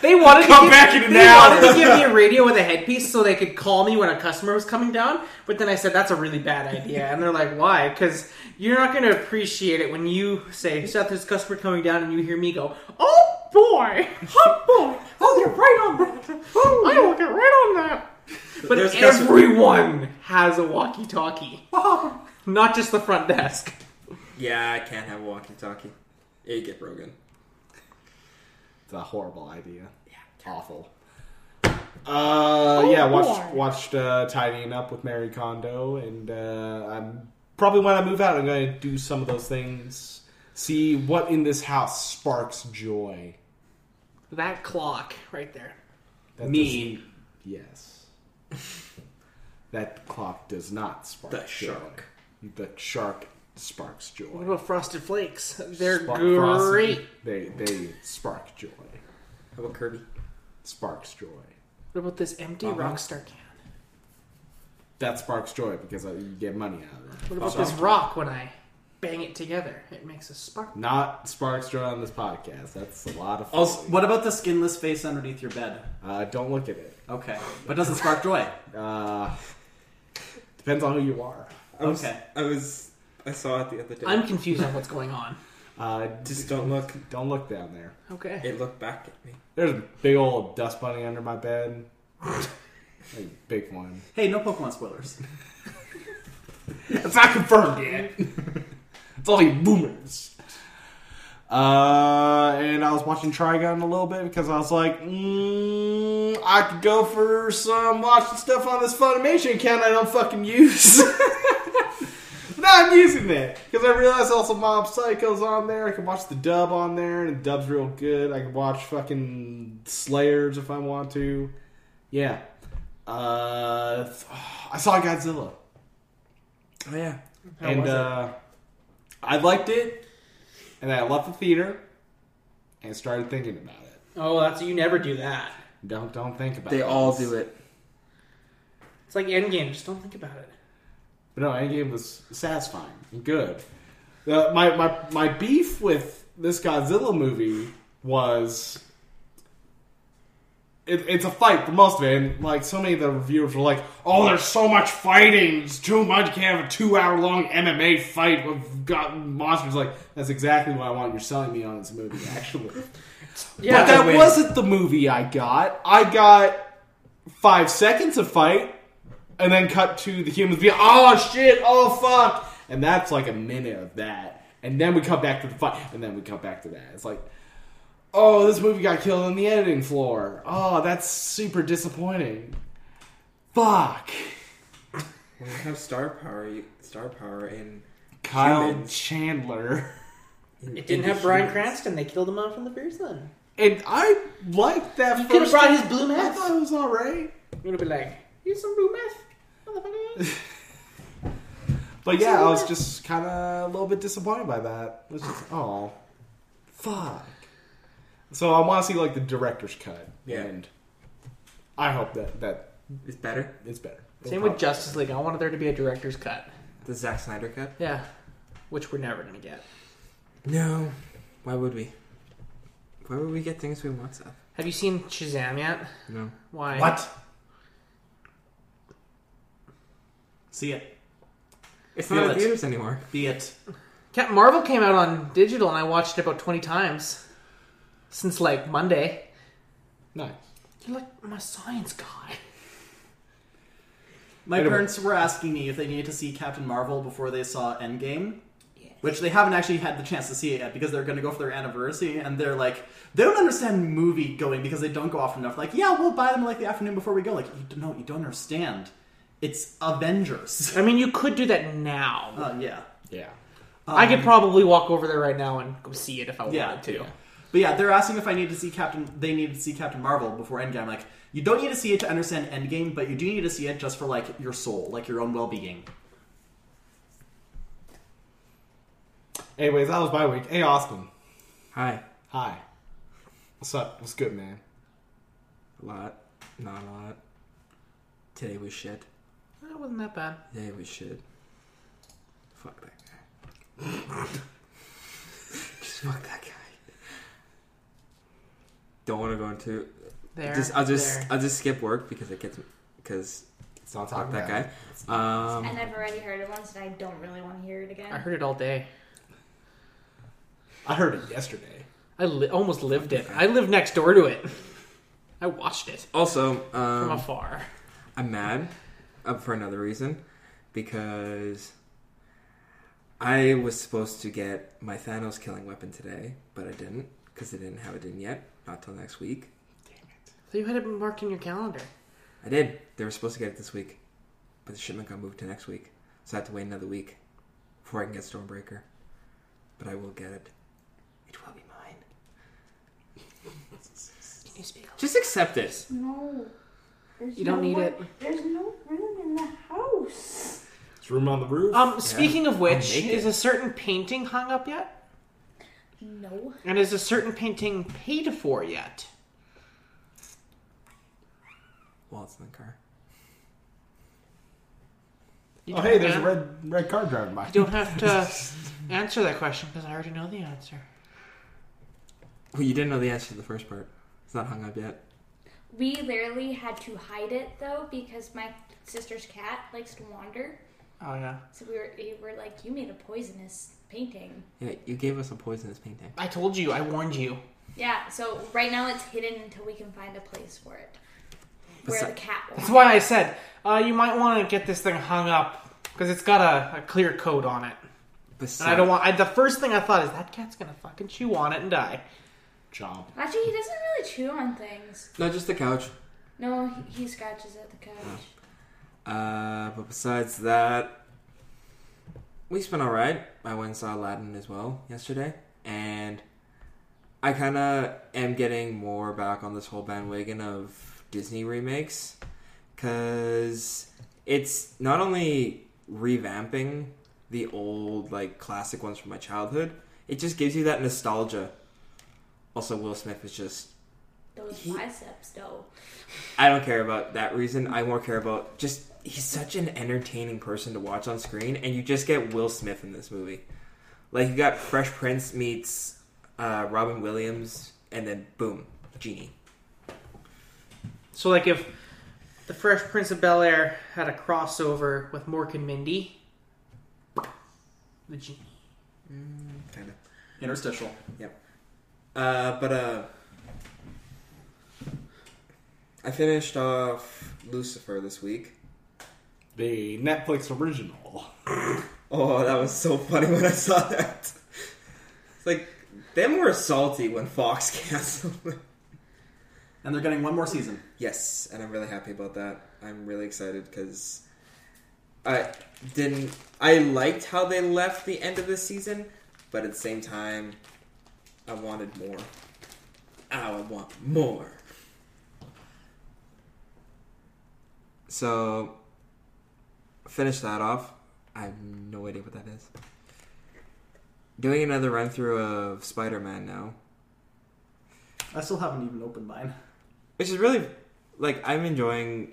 They wanted
Come
to give,
back in an
they
hour.
wanted to give me a radio with a headpiece so they could call me when a customer was coming down. But then I said that's a really bad idea, and they're like, "Why? Because you're not going to appreciate it when you say Seth, there's a customer coming down, and you hear me go, oh boy, hot boy, I'll get right on that.
Oh.
I will get right on that." But
There's a customer-
everyone has a walkie-talkie,
Oh.
not just the front desk.
Yeah, I can't have a walkie-talkie. Yeah, you get broken.
It's a horrible idea. Awful. Uh, yeah, watched, watched uh, Tidying Up with Mary Kondo, and uh, I'm probably when I move out, I'm going to do some of those things. See what in this house sparks joy.
That clock right there.
That
Me.
does- Yes. that clock does not spark
The
joy.
shark.
The shark sparks joy.
What about Frosted Flakes? They're
Spark
great.
Frosty. They they spark joy.
How about Kirby?
Sparks joy.
What about this empty
Uh-huh.
Rockstar can?
That sparks joy because uh, you get money out of it.
What about this rock when I bang it together? It makes a spark.
Not sparks joy on this podcast. That's a lot of fun.
Also-
What about the skinless face underneath your bed?
uh, don't look at it.
Okay, but doesn't spark joy.
Uh, depends on who you are.
I was,
Okay.
I was. I saw it the other day.
I'm confused on what's going on.
Uh,
Just don't look.
don't look down there.
Okay.
It looked back at me.
There's a big old dust bunny under my bed. Like, big one.
Hey, no Pokemon spoilers.
It's not confirmed yet. it's all you boomers. Uh, and I was watching Trigun a little bit because I was like, mm, I could go for some watching stuff on this Funimation account I don't fucking use. now I'm using that because I realized also Mob Psycho's on there. I can watch the dub on there, and the dub's real good. I can watch fucking Slayers if I want to. Yeah. Uh, I saw Godzilla
Oh yeah.
How
and
was it?
uh, I liked it, and then I left the theater and started thinking about it.
Oh, that's you never do that.
Don't don't think about.
They all do it.
It's like Endgame. Just don't think about it.
But no, Endgame was satisfying and good. Uh, my my my beef with this Godzilla movie was. It, it's a fight for most of it, and like so many of the reviewers were like, "Oh, there's so much fighting, it's too much. You can't have a two-hour-long MMA fight with god monsters." Like that's exactly what I want. You're selling me on this movie, actually.
Yeah,
but that
win.
wasn't the movie I got. I got five seconds of fight, and then cut to the humans being, oh shit, oh fuck. And that's like a minute of that. And then we come back to the fight, and then we come back to that. It's like, oh, this movie got killed on the editing floor. Oh, that's super disappointing. Fuck.
When you have star power, you, star power in
Kyle
Humans.
Chandler.
in-
it didn't
in
have Brian
humans.
Cranston. They killed him off in the first one.
And I liked that
You could
first
have brought his blue
I
meth.
thought it was alright.
You would have been like, "Here's some blue meth." motherfucker."
But yeah, I was just kind of a little bit disappointed by that. It was just, oh, fuck. So I want to see like the director's cut
Yeah.
and I hope that that
It's better.
is better.
Same with Justice League. I wanted there to be a director's cut.
The Zack Snyder cut.
Yeah, which we're never gonna get.
No. Why would we? Why would we get things we want stuff?
Have you seen Shazam yet?
No.
Why?
What? See it.
It's
Feel
not in
it.
theaters anymore.
Be it.
Captain Marvel came out on digital, and I watched it about twenty times since like Monday.
Nice.
You're like my science guy.
My
Anyway.
parents were asking me if they needed to see Captain Marvel before they saw Endgame,
Yes.
which they haven't actually had the chance to see it yet because they're going to go for their anniversary, and they're like, they don't understand movie going because they don't go often enough. Like, yeah, we'll buy them like the afternoon before we go. Like, you don't, no, you don't understand. It's Avengers.
I mean, you could do that now.
Uh, yeah.
Yeah.
I could probably walk over there right now and go see it if I wanted
Yeah,
to.
yeah. But yeah, they're asking if I need to see Captain. They needed to see Captain Marvel before Endgame. I'm like, you don't need to see it to understand Endgame, but you do need to see it just for like your soul, like your own well-being.
Anyways, that was my week. Hey, Austin.
Hi.
Hi. What's up? What's good, man?
A lot. Not a lot. Today was shit.
That wasn't that bad.
Today was shit. Fuck that guy. Just fuck that guy. Don't want to go into.
There.
just I'll just uh,
there.
I'll just skip work because it gets because
It's not
fuck
talking
that
about it.
guy. Um,
And I've already heard it once, and I don't really want to hear it again.
I heard it all day.
I heard it yesterday.
I li- almost lived it. I lived next door to it. I watched it
also,
from
um,
afar.
I'm mad uh, for another reason because I was supposed to get my Thanos killing weapon today, but I didn't because they didn't have it in yet. Not till next week.
So you had it marked in your calendar.
I did. They were supposed to get it this week, but the shipment got moved to next week, so I have to wait another week before I can get Stormbreaker. But I will get it. It will be mine.
Can you speak?
Just accept it.
No. There's
You don't
no
need
one-
it.
There's no room in the house.
It's room on the roof.
Um, speaking of which,
I'll make it.
is a certain painting hung up yet?
No.
And is a certain painting paid for yet?
While it's in the car.
You
oh,
don't
hey, there's a
have-
red red car driving by.
You don't have to answer that question because I already know the answer.
Well, you didn't know the answer to the first part. It's not hung up yet.
We literally had to hide it though because my sister's cat likes to wander.
Oh yeah.
So we were, we were like, you made a poisonous painting.
Yeah, you gave us a poisonous painting.
I told you. I warned you.
Yeah. So right now it's hidden until we can find a place for it. Where
Besi-
the cat
That's
was.
why I said uh, you might want to get this thing hung up because it's got a, a clear coat on it. And I don't want. I, the first thing I thought is that cat's gonna fucking chew on it and die.
Job.
Actually, he doesn't really chew on things.
No, just the couch.
No, he, he scratches at the couch.
Uh, but besides that, we've been alright. I went and saw Aladdin as well yesterday, and I kind of am getting more back on this whole bandwagon of Disney remakes because it's not only revamping the old like classic ones from my childhood, it just gives you that nostalgia. Also, Will Smith is just
Those
He-
biceps, though.
I don't care about that reason. I more care about just he's such an entertaining person to watch on screen, and you just get Will Smith in this movie. Like you got Fresh Prince meets uh, Robin Williams, and then boom, genie.
So like if the Fresh Prince of Bel Air had a crossover with Mork and Mindy, the genie.
Kind of.
Interstitial.
Yep. Uh, but uh, I finished off Lucifer this week.
The Netflix original.
Oh, that was so funny when I saw that. It's like them were salty when Fox canceled.
And they're getting one more season.
Yes, and I'm really happy about that. I'm really excited because I didn't. I liked how they left the end of the season, but at the same time, I wanted more. I want more. So, finish that off. I have no idea what that is. Doing another run through of Spider Man now,
I still haven't even opened mine.
which is really like I'm enjoying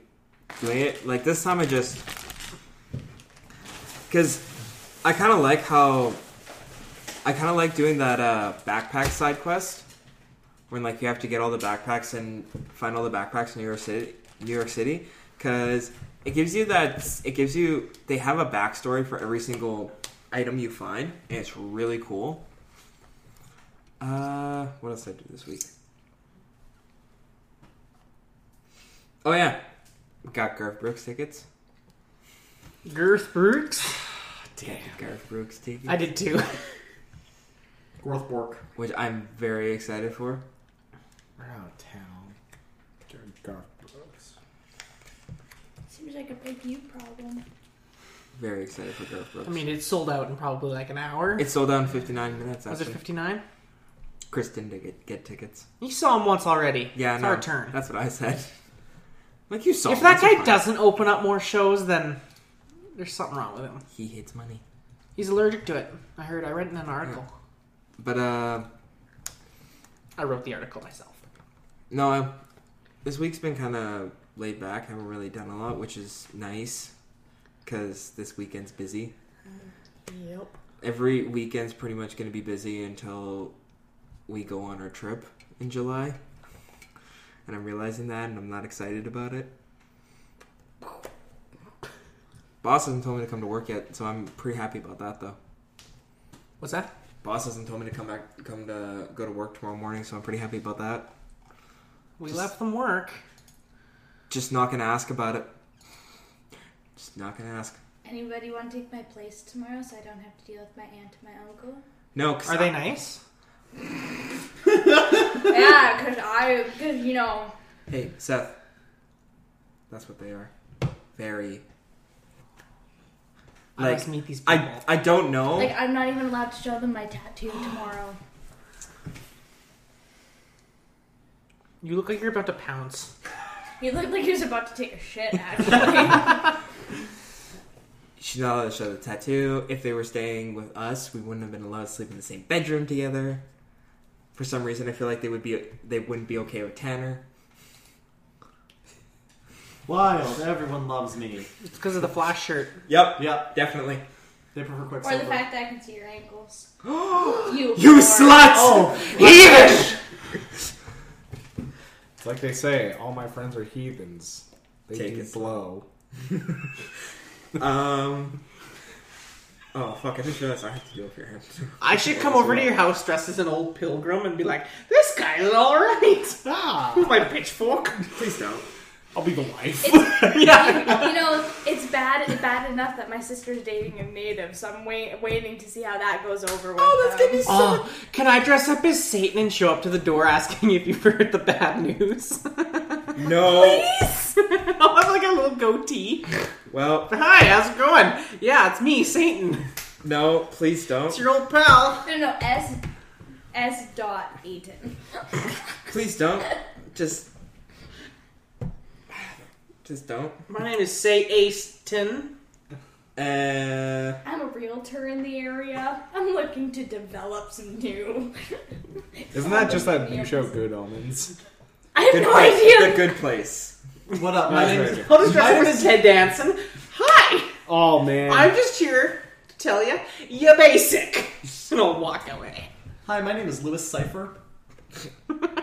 doing it. Like this time, I just because I kind of like how I kind of like doing that uh, backpack side quest when like you have to get all the backpacks and find all the backpacks in New York City, New York City, because it gives you that it gives you they have a backstory for every single item you find, and it's really cool. Uh, what else did I do this week? Oh yeah, got Garth Brooks tickets.
Girth Brooks?
Damn, Garth Brooks tickets.
I did too.
Gorth Bork.
which I'm very excited for.
We're out of town. During Garth Brooks.
Seems like a big you problem.
Very excited for Garth Brooks.
I mean, it sold out in probably like an hour.
it sold out in 59 minutes.
Was
Actually,
it 59?
Kristen did get, get tickets.
You saw him once already.
Yeah,
it's
no,
our turn.
That's what I said. Like you saw.
If
him,
that
that's
guy
fine.
doesn't open up more shows, then there's something wrong with him.
he hates money.
He's allergic to it. I heard. I read in an article.
But uh,
I wrote the article myself.
no, I, this week's been kind of laid back. Haven't really done a lot, which is nice because this weekend's busy.
Yep.
Every weekend's pretty much going to be busy until we go on our trip in July. And I'm realizing that, and I'm not excited about it. Boss hasn't told me to come to work yet, so I'm pretty happy about that, though.
What's that?
Boss hasn't told me to come back, come to go to work tomorrow morning, so I'm pretty happy about that.
We
Just-
left them work.
Just not gonna ask about it. Just not gonna ask.
Anybody want to take my place tomorrow so I don't have to deal with my aunt and my uncle?
No, 'cause
Are
I-
they nice?
yeah, because I, because you know,
Hey, Seth. That's what they are. Very.
I
Like,
must meet these people.
I I don't know.
like I'm not even allowed to show them my tattoo tomorrow.
you look like you're about to pounce.
He looked like he was about to take a shit. Actually,
She's not allowed to show the tattoo. If they were staying with us, we wouldn't have been allowed to sleep in the same bedroom together. For some reason, I feel like they would be they wouldn't be okay with Tanner.
Wild. Everyone loves me.
It's because of the flash shirt.
Yep,
Yep.
definitely.
They prefer
or
Quicksilver.
the fact that I can see your ankles. you,
You
whore.
slut!
oh,
Heavish.
It's like they say, all my friends are heathens. They
Take
do
it.
blow.
Um. Oh fuck! I just realized I have to do it for him.
I should come over to your house dressed as an old pilgrim and be like, "This guy's all right."
Ah!
With my pitchfork.
Please don't.
I'll be the wife.
yeah.
you know, it's bad. It's bad enough that my sister's dating a native, so I'm wait, waiting to see how that goes over. With
Oh, that's
them.
gonna be so.
Oh, can I dress up as Satan and show up to the door asking if you've heard the bad news?
No.
I'll have like a little goatee.
Well,
Hi, how's it going? Yeah, it's me, Satan.
no. Please don't.
It's your old pal.
No, no, S S dot Eaton.
Please don't. Just. Just don't.
My name is Say Aston.
Uh.
I'm a realtor in the area. I'm looking to develop some new.
Isn't that just that new show, Good Omens?
I have
Good
no
place.
idea.
The good place.
what up?
That's
My name
right.
is.
I'll just dress
My
up
name
as Ted Danson. Hi,
Oh man.
I'm just here to tell you, you're basic. And I'll walk away.
Hi, my name is Lewis Cipher.
My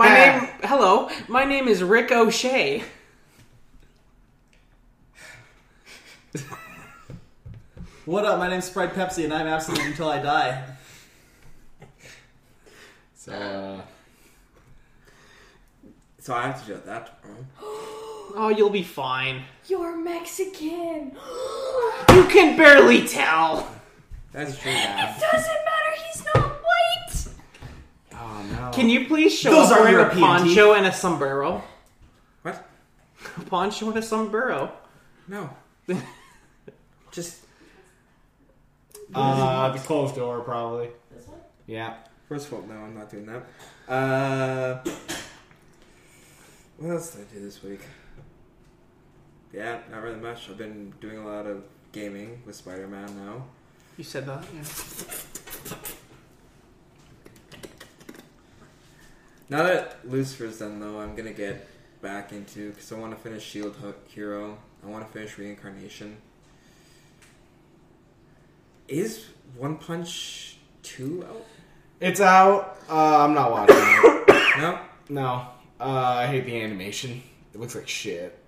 Ah.
name, hello, my name is Rick O'Shea.
What up? My name's Sprite Pepsi, and I'm absent until I die.
so, uh,
So I have to do that. tomorrow.
Oh, you'll be fine.
You're Mexican.
You can barely tell.
That's true.
Doesn't matter. He's not white.
oh no.
Can you please show
Those
up
are
wearing
European
a poncho and a sombrero?
What?
A poncho and a sombrero.
No. Just
uh, the closed door, probably. This one? Yeah.
first of all, no, I'm not doing that. Uh. What else did I do this week? Yeah, not really much. I've been doing a lot of gaming with Spider-Man now.
You said that. Yeah.
Now that Lucifer's done, though, I'm gonna get back into because I E want to finish Shield Ho- Hero. I want to finish Reincarnation. Is One Punch Two out?
It's out. Uh, I'm not watching it.
No.
No. Uh, I hate the animation. It looks like shit.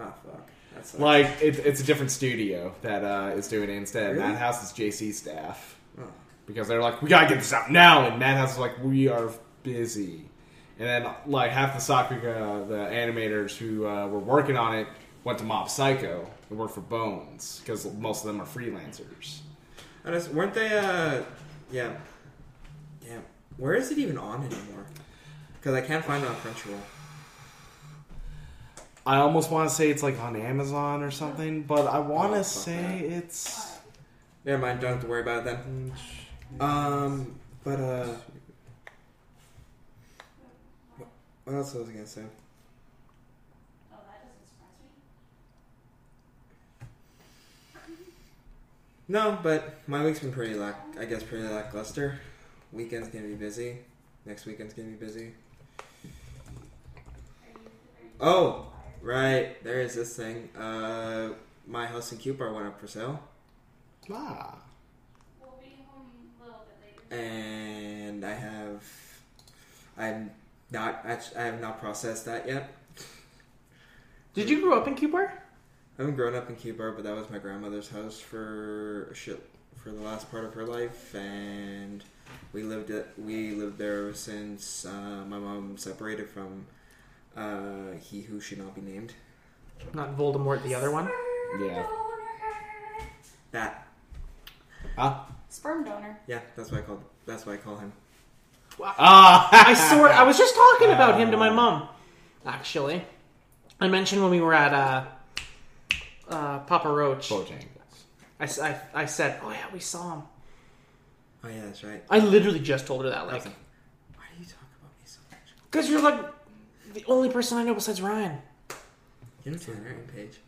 Ah, fuck. That's like.
Like, it, it's a different studio that uh, is doing it instead.
Really?
Madhouse is JC staff.
Oh.
Because they're like, we gotta get this out now! And Madhouse is like, we are busy. And then, like, half the Sakuga, the animators who uh, were working on it, went to Mob Psycho and worked for Bones. Because most of them are freelancers.
I just, weren't they? Uh, yeah. Damn. Where is it even on anymore? Because I can't find it on Crunchyroll.
I almost want to say it's like on Amazon or something, but I want to
Oh, fuck
say
that.
it's.
Never mind. Don't have to worry about it then. Um, but uh, wh- what else was I gonna say? No, but my week's been pretty lack. I guess pretty lackluster. Weekend's gonna be busy. Next weekend's gonna be busy. Oh, right. There is this thing. Uh, my house in Cuba went up for sale.
Ah.
and I have I'm not act- I have not processed that yet.
Did you grow up in Cuba?
I haven't grown up in Cuba, but that was my grandmother's house for shit for the last part of her life, and we lived it. We lived there since uh, my mom separated from uh, he who should not be named.
Not Voldemort, the other one.
Yeah.
That
Ah.
Sperm donor.
yeah, that's why I called. That's why I call him.
Ah.
I swear, I was just talking about him to my mom. Actually, I mentioned when we were at uh, uh, Papa Roach. I,
Bojangles.
s- I- I said, "Oh yeah, we saw him."
Oh yeah, that's right.
I literally just told her that, like,
Okay. Why do you talk about me so much?
because you're like the only person I know besides Ryan.
You know Tanner and Paige.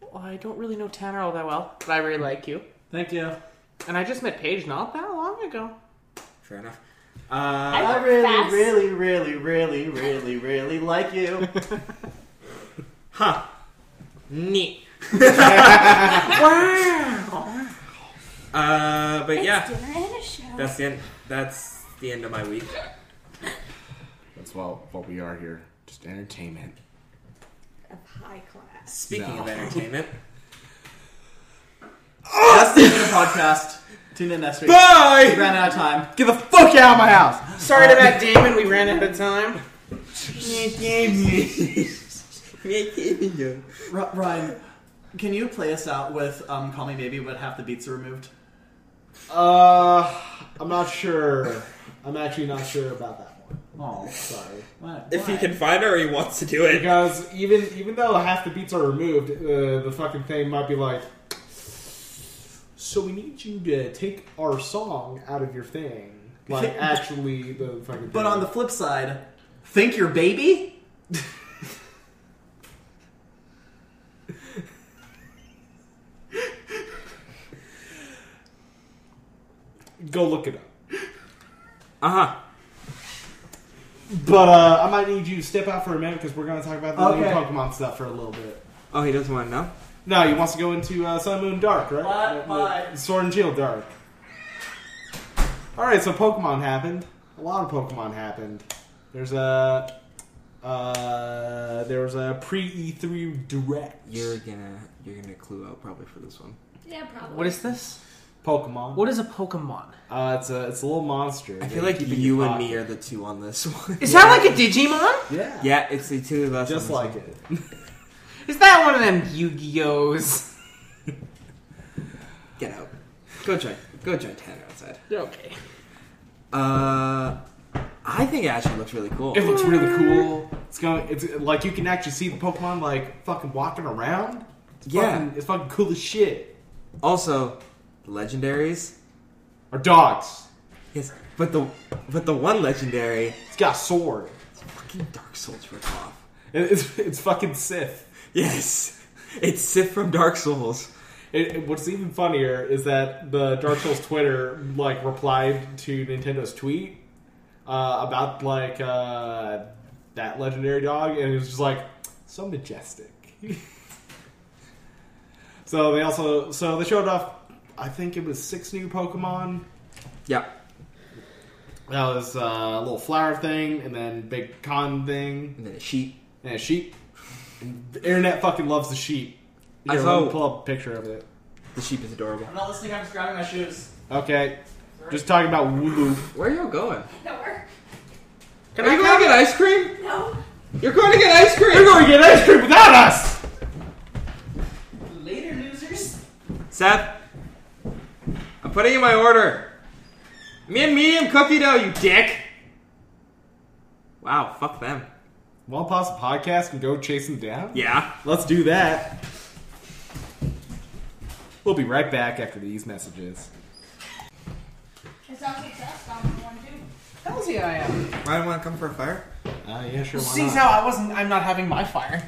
Well, I don't really know Tanner all that well, but I really like you.
Thank you.
And I just met Paige not that long ago.
Fair enough. Uh,
I
I really,
fast.
really, really, really, really, really like you.
Huh. Neat.
wow.
Uh, but yeah.
Dinner and a show.
That's the end. That's the end of my week.
That's well what we are here. Just entertainment.
of high class.
Speaking
No.
of entertainment,
That's the end of the podcast. Tune in next week. We
Bye!
ran out of time.
Get the fuck out of my house!
Sorry to Matt Damon, we ran out of time.
R- Ryan, can you play us out with um, "Call Me Maybe" but half the beats are removed?
Uh, I'm not sure. I'm actually not sure about that one.
Oh,
Sorry.
why-
if he
why?
can find her, he wants to do it.
Because even even though half the beats are removed, uh, the fucking thing might be like. So we need you to take our song out of your thing, like actually the fucking.
But
thing.
on the flip side, think your baby.
go look it up.
Uh huh.
But uh, I might need you to step out for a minute because we're going to talk about the new
Okay.
Pokemon stuff for a little bit.
Oh, he doesn't want to know.
No, he wants to go into uh, Sun, Moon, Dark, right?
Bye,
Uh,
bye.
Sword and Shield, Dark. All right, so Pokemon happened. A lot of Pokemon happened. There's a uh, there was a pre E3 direct.
You're gonna you're gonna clue out probably for this one.
Yeah, probably.
What is this?
Pokemon.
What is a Pokemon?
Uh, it's a it's a little monster.
I feel like you, and me are the two on this one.
Is that like a Digimon?
Yeah.
yeah, it's the two of us.
Just
on
like
this
it.
Is that one of them Yu-Gi-Ohs?
one. Get out. Go join. Go join Tanner outside.
Okay.
Uh, I think it actually looks really cool.
It looks really cool. It's going. It's like you can actually see the Pokemon like fucking walking around. It's
Yeah.
fucking, it's fucking cool as shit.
also, legendaries.
Or dogs.
Yes, but the but the one legendary
It's got a sword.
fucking Dark Souls ripoff.
It- It's it's fucking Sith.
Yes, it's Sif from Dark Souls.
It, it- what's even funnier is that the Dark Souls Twitter like replied to Nintendo's tweet uh, about like uh, that legendary dog, and it was just like so majestic. so they also so they showed off. I think it was six new Pokemon.
Yeah.
That was uh, a little flower thing, and then big con thing,
And then a sheep.
and a sheep. And the internet fucking loves the sheep.
I
Here,
saw-
let me pull up a picture of it.
The sheep is adorable.
I'm not listening. I'm just grabbing my shoes.
Okay, just talking about Wooloo.
Where are you going?
No, we're-
Can
are
I
you going
have
to get ice cream?
no.
You're going to get ice cream.
You're going to get ice cream without us.
Later, losers.
Seth, I'm putting in my order. Me and medium cookie dough, you dick. Wow, fuck them.
Well, pause the podcast and go chase them down.
Yeah.
Let's do that. We'll be right back after these messages.
It's not success. I'm one too.
Hell's yeah, I am.
Why don't want to come for a fire?
Uh, yeah, sure. Why
Sees
not?
how I wasn't. I'm not having my fire.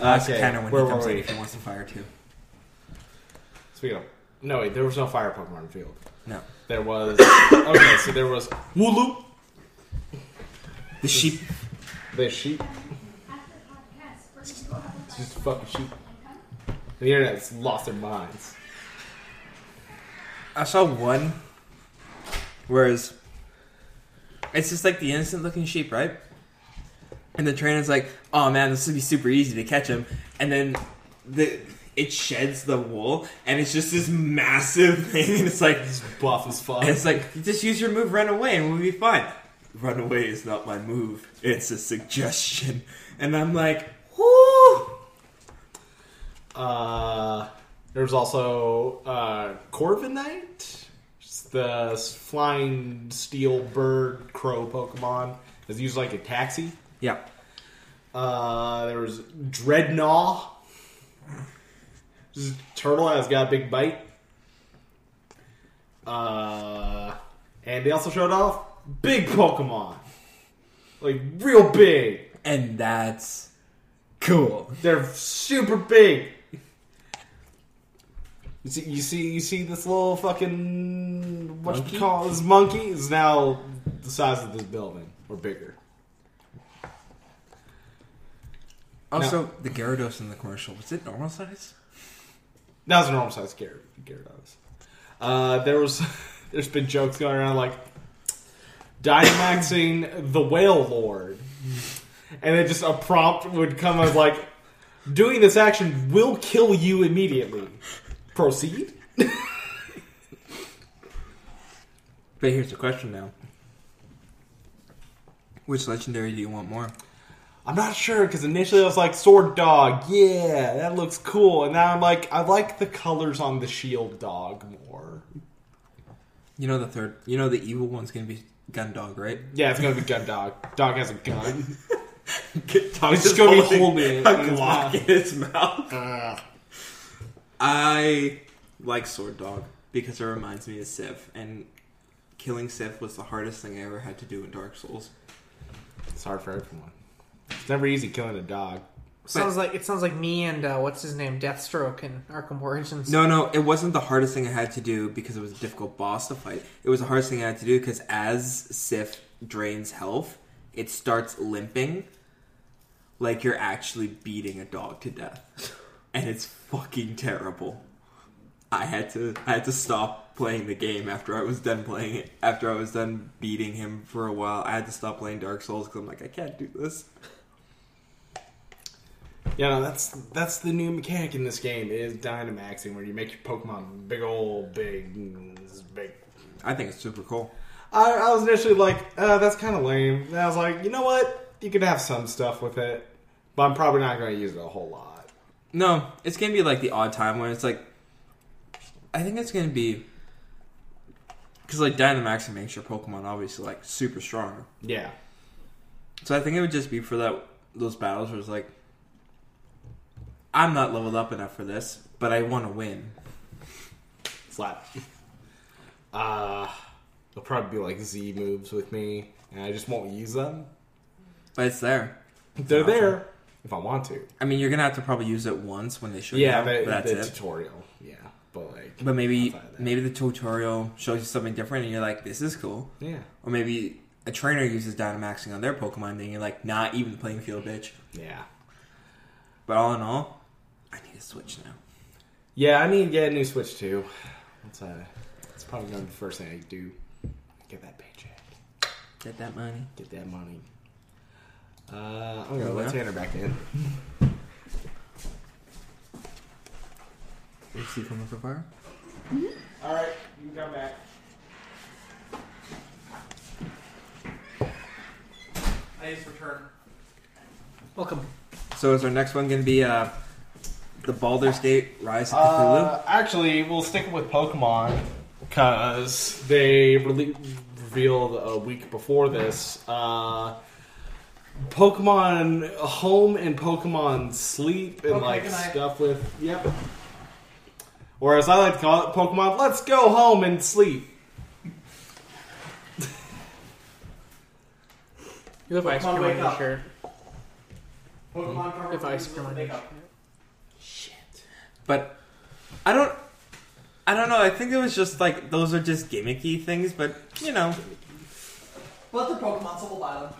Uh, Okay, where were we?
wants a fire too.
Speaking of, no wait, there was no fire Pokemon field.
No.
There was okay, so there was Wooloo,
The sheep.
the sheep,
After the podcast, we're gonna go have a
it's
fun
just a fucking sheep.
time.
The internet's lost their minds.
I saw one. Whereas, it's just like the innocent looking sheep, right? And the trainer's like, "Oh man, this would be super easy to catch him." And then the it sheds the wool, and it's just this massive thing. And it's like,
Buff as fuck.
and it's like, just use your move, run away, and we'll be fine. Run away is not my move; it's a suggestion. And I'm like, "Whoo!"
Uh, there was also uh, Corviknight, just the flying steel bird crow Pokemon. It's used like a taxi.
Yeah,
Uh, there was Dreadnaw. This is a turtle that has got a big bite. Uh, and they also showed off big Pokemon. Like, real big.
and that's cool.
They're super big. You see, you see, you see this little fucking what
Monkey?
you call this monkey is now the size of this building or bigger.
Also, the Gyarados in the commercial was it normal size?
That was a normal size Gyar- Gyarados. Uh, there was, there's been jokes going around like Dynamaxing the Whale Lord, and then just a prompt would come of like, doing this action will kill you immediately. Proceed.
But here's the question now. Which legendary do you want more?
I'm not sure because initially I was like sword dog, yeah, that looks cool, and now I'm like I like the colors on the shield dog more.
You know the third. You know the evil one's gonna be Gundog, right?
Yeah, it's gonna be gun dog. Dog has a gun.
Gundog's
just gonna be holding it in his mouth.
in his mouth.
Ugh.
I like Sword Dog because it reminds me of Sif, and killing Sif was the hardest thing I ever had to do in Dark Souls.
it's hard for everyone. It's never easy killing a dog.
Sounds like it sounds like me and uh, what's his name, Deathstroke and Arkham Origins.
No, no, it wasn't the hardest thing I had to do because it was a difficult boss to fight. It was the hardest thing I had to do because as Sif drains health, it starts limping like you're actually beating a dog to death. And it's fucking terrible. I had to I had to stop playing the game after I was done playing it. After I was done beating him for a while, I had to stop playing Dark Souls because I'm like, I can't do this.
Yeah, no, that's that's the new mechanic in this game is Dynamaxing, where you make your Pokemon big old big big.
I think it's super cool.
I, I was initially like, uh, that's kind of lame. And I was like, you know what? You could have some stuff with it, but I'm probably not going to use it a whole lot.
No, it's gonna be like the odd time when it's like. I think it's gonna be. Because like Dynamaxing makes your Pokemon obviously like super strong,
Yeah.
so I think it would just be for that those battles where it's like. I'm not leveled up enough for this, but I want to win.
Slap. Uh, it'll probably be like Z moves with me, and I just won't use them.
But it's there.
They're there if I want to.
I mean, you're gonna have to probably use it once when they show you.
Yeah,
how,
the,
but that's
the
it.
tutorial. Yeah. But like,
But maybe
Outside of that.
maybe the tutorial shows you something different, and you're like, "This is cool."
yeah,
Or maybe a trainer uses Dynamaxing on their Pokemon, and you're like, "Not even the playing field, bitch."
yeah,
But all in all, I need a Switch now.
yeah. I mean, yeah, new Switch too. That's uh, that's probably gonna be the first thing I do. Get that paycheck.
Get that money.
Get that money. Uh, I'm gonna
Oh, Yeah.
let Tanner back in.
You see coming from far?
All right, you can come back.
I just return.
Welcome.
So is our next one gonna be uh, the Baldur's Gate Rise of Cthulhu?
Uh, actually, we'll stick with Pokemon because they rele revealed a week before this uh, Pokemon Home and Pokemon Sleep and
Okay,
like
good night.
stuff with yep. Or as I like to call it, Pokemon Let's Go Home and Sleep.
You have ice
Come on,
cream on
wake
your
up.
shirt.
Pokemon cover
If ice
with
cream on your
makeup.
But I don't. I don't know. I think it was just like those are just gimmicky things, but you know,
Let the Pokemon so we'll buy them.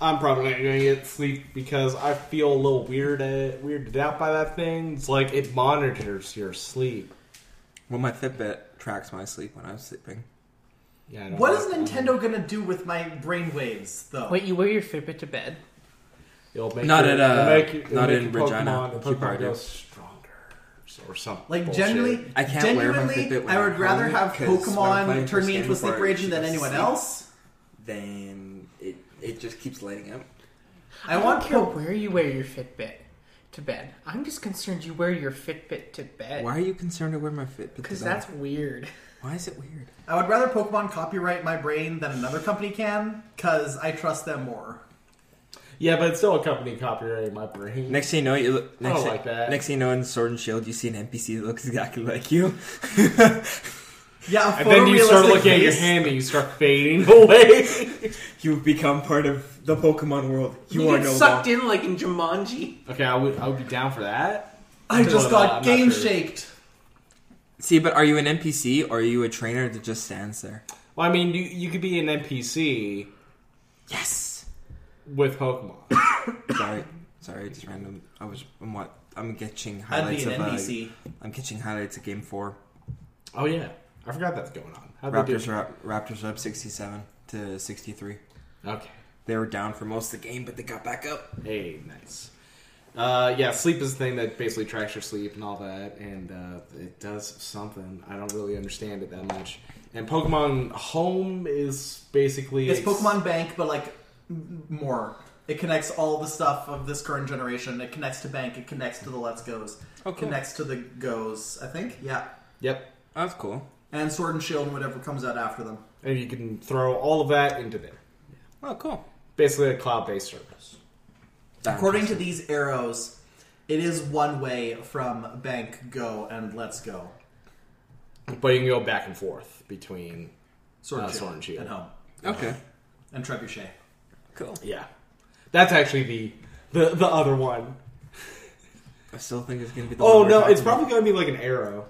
I'm probably not gonna get sleep because I feel a little weird uh, weirded out by that thing. It's like it monitors your sleep.
well, my Fitbit tracks my sleep when I'm sleeping.
Yeah. I don't
What
know.
is Nintendo gonna do with my brainwaves, though?
Wait, you wear your Fitbit to bed?
It'll make
Not
your,
at, uh,
it'll make your- it'll
not
make
in
your
Regina.
Pokemon, the
Keep our
Pokemon
idea.
goes stronger or something.
Like
bullshit.
genuinely,
I can't wear my
genuinely,
Fitbit when
I
I'm
would rather
home,
have
'cause when I'm playing
Pokemon turn me
Persona
into a sleep
four,
raging than
she's
anyone
asleep.
else.
Then it it just keeps lighting up.
I want
don't care
Pokemon.
where you wear your Fitbit to bed. I'm just concerned you wear your Fitbit to bed.
Why are you concerned to wear my Fitbit?
Because
today?
that's weird.
why is it weird.
I would rather Pokemon copyright my brain than another company can, because I trust them more.
Yeah, but it's still a company copyright in my brain.
Next thing you know, you look. Next
don't
thing-
like that.
Next thing you know, in Sword and Shield, you see an NPC that looks exactly like you.
Yeah, a
and then you start
photorealistic
looking at your
face.
hand and you start fading away.
You've become part of the Pokemon world. You,
You,
are
get
no
sucked
longer.
in like in Jumanji.
okay, I would I would be down for that.
I just
No, no,
got
I'm not
game
sure.
shaked.
See, but are you an NPC or are you a trainer that just stands there?
Well, I mean, you you could be an NPC
Yes.
with Pokemon.
Sorry, sorry, just random. I was. I'm what? I'm catching
I'd
highlights
be an
of. uh,
NPC.
I'm catching highlights of Game Four.
oh yeah, I forgot that's going on. How'd they do?
Raptors are up, Raptors are up 67 to 63.
Okay.
They were down for most of the game, but they got back up.
Hey, nice. Uh, yeah, sleep is the thing that basically tracks your sleep and all that, and uh, it does something. I don't really understand it that much. And Pokemon Home is basically
It's
a-
Pokemon Bank, but like m- more. It connects all the stuff of this current generation. It connects to Bank. It connects to the Let's Goes.
Oh,
It
cool.
Connects to the Goes. I think. Yeah.
Yep,
That's cool.
And Sword and Shield and whatever comes out after them.
and you can throw all of that into there.
Oh, cool.
Basically, a cloud-based service.
According to these arrows, it is one way from Bank Go and Let's Go.
But you can go back and forth between.
Sword,
Uh,
and, Shield
Sword and Shield.
and Home
Okay.
and Trebuchet.
Cool.
Yeah, that's actually the the, the other one.
I still think it's gonna be. The
Oh
one we're
no, it's
talking about.
probably going to be like an arrow.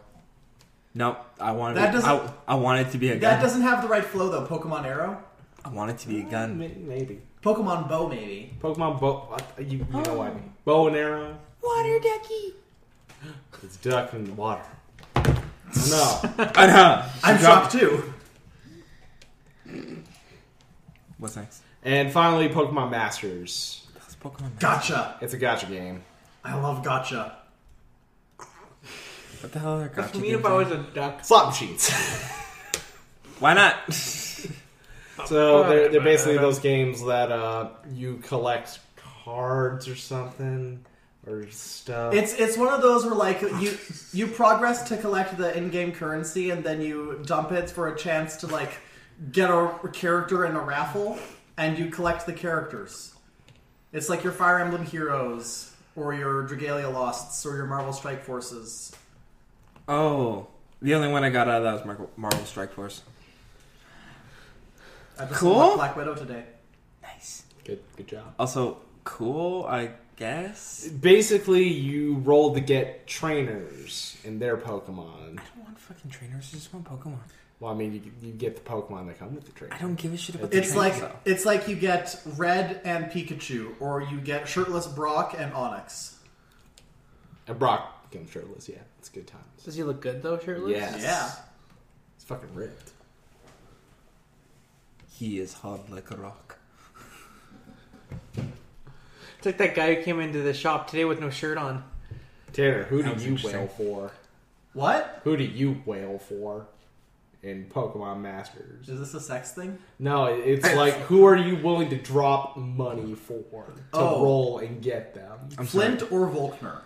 Nope. I wanted.
That
That doesn't.
doesn't-
I, I want it to be a
That
gun.
doesn't have the right flow though. Pokemon Arrow,
I want it to be a gun.
May- Maybe
Pokemon Bow, maybe.
Pokemon bow. what- You, you know what I mean? Bow and arrow.
Oh. Water ducky.
It's duck in the water. No.
I know.
I'm shocked too.
What's next?
and finally, Pokemon Masters.
That's Pokemon.
Gotcha.
It's a gotcha game.
I love Gotcha.
What the hell are
For
gotcha
me,
games
if I
like?
was a duck,
Slot machines.
Why not?
so they're, they're basically those games that uh, you collect cards or something or stuff.
It's it's one of those where like you you progress to collect the in-game currency and then you dump it for a chance to like get a character in a raffle and you collect the characters. It's like your Fire Emblem Heroes or your Dragalia Losts or your Marvel Strike Forces.
oh, the only one I got out of that was Mar- Marvel Strike Force.
I just
Cool.
unlocked Black Widow today.
Nice.
good. Good job.
Also, cool, I guess.
Basically, you roll to get trainers and their Pokemon.
I don't want fucking trainers. I just want Pokemon.
Well, I mean, you, you get the Pokemon that come with the trainer.
I don't give a shit about the
It's like
trainers. though.
it's like you get Red and Pikachu, or you get shirtless Brock and Onyx.
And Brock becomes shirtless. Yeah, it's good times.
Does he look good though, shirtless?
Yes.
Yeah.
It's fucking ripped.
he is hard like a rock.
It's like that guy who came into the shop today with no shirt on.
Tanner, who
That
do
was
you
interesting.
wail for?
What?
Who do you wail for in Pokemon Masters?
Is this a sex thing?
No, it- it's like who are you willing to drop money for to
Oh.
roll and get them?
I'm
Flint or Volkner?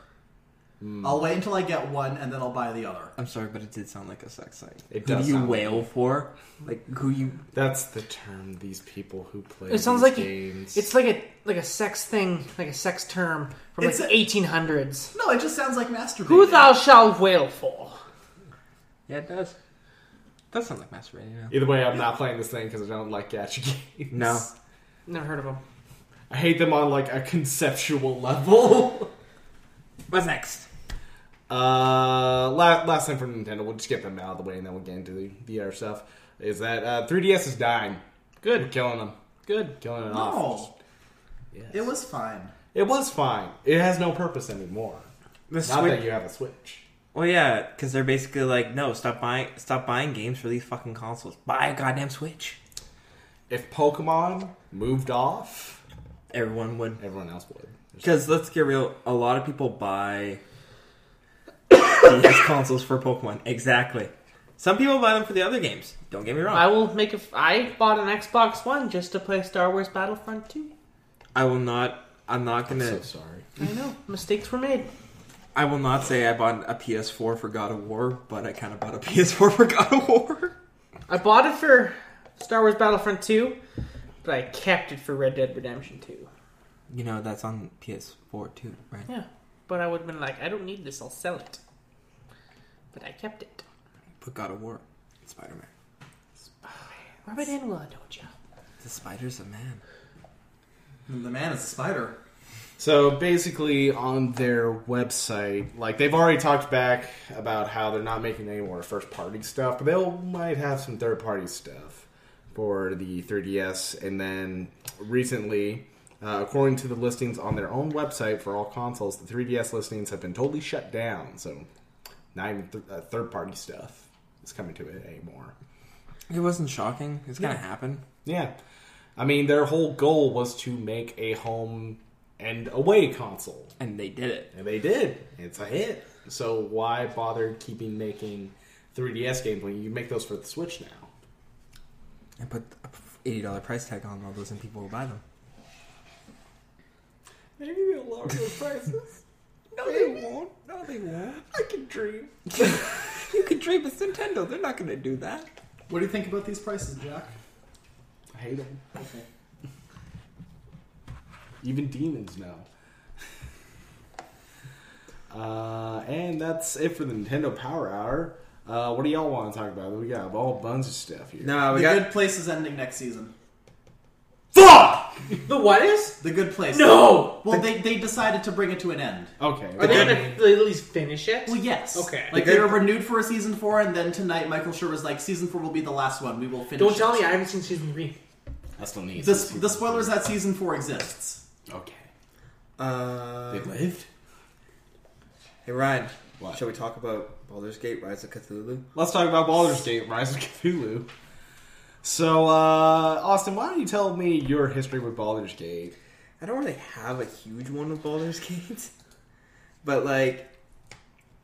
Hmm.
I'll wait until I get one and then I'll buy the other.
I'm sorry, but it did sound like a sex site.
It
who
does
do you
sound like
wail for? Like who you?
That's the term these people who play.
It sounds
these
like
games.
It's like a like a sex thing, like a sex term from
It's
like
a-
the eighteen hundreds.
No, it just sounds like masturbating.
Who thou shalt wail for?
Yeah, it does. Does sound like masturbating. Yeah.
Either way, I'm not playing this thing because I don't like gacha games.
No.
Never heard of him.
I hate them on like a conceptual level.
What's next?
Uh, last, last thing from Nintendo, we'll just get them out of the way and then we'll get into the, the other stuff. Is that uh, 3DS is dying? We're
Good,
killing them,
good.
killing it off.
No.
Yes.
It was fine.
It was fine. It has no purpose anymore.
The
Not
Switch.
that you have a Switch.
well, yeah, because they're basically like, no, stop buying, stop buying games for these fucking consoles. Buy a goddamn Switch.
If Pokemon moved off,
Everyone would.
everyone else would.
Because let's get real, a lot of people buy these consoles for Pokemon. Exactly. Some people buy them for the other games. Don't get me wrong.
I will make a. F- I bought an Xbox One just to play Star Wars Battlefront Two.
I will not. I'm not
I'm
gonna.
so sorry.
I know mistakes were made.
I will not say I bought a PS4 for God of War, but I kind of bought a PS4 for God of War.
I bought it for Star Wars Battlefront Two, but I kept it for Red Dead Redemption Two.
You know that's on PS4 too, right?
Yeah, but I would have been like, I don't need this. I'll sell it. But I kept it.
But God of War, Spider Man.
Rub it in, Willa, don't you?
The spider's a man.
And the man is a spider.
So basically, on their website, like they've already talked back about how they're not making any more first party stuff, but they might have some third party stuff for the 3DS. And then recently, uh, according to the listings on their own website for all consoles, the 3DS listings have been totally shut down. So not even th- uh, third party stuff is coming to it anymore.
It wasn't shocking. It's gonna happen.
Yeah. I mean, their whole goal was to make a home and away console.
And they did it.
And they did. It's a hit. So why bother keeping making 3DS games when you make those for the Switch now?
I put a eighty dollar price tag on all those, and people will buy them.
Maybe they'll lower their prices.
No, they won't. No, they won't.
I can dream.
You can dream. It's Nintendo. They're not gonna do that.
What do you think about these prices, Jack?
I hate them.
Okay.
Even demons know. Uh, and that's it for the Nintendo Power Hour. Uh, what do y'all want to talk about? We got a whole bunch of stuff here.
Oh,
No,
The
we got.
Good Place is ending next season.
Fuck!
The what is?
The Good Place.
No!
Well, they, they decided to bring it to an end.
Okay.
Are they gonna at least finish it?
Well, yes.
Okay.
Like
The
they were
Good-
renewed for a season four, and then tonight Michael Schur was like, "Season four will be the last one. We will finish."
Don't tell
it.
me I haven't seen season three.
I still need
The, the spoilers that season four exists.
Okay.
Uh,
They lived?
hey Ryan,
What?
shall we talk about Baldur's Gate: Rise of Cthulhu?
Let's talk about Baldur's Gate: Rise of Cthulhu. So, uh, Austin, why don't you tell me your history with Baldur's Gate?
I don't really have a huge one with Baldur's Gate, but like,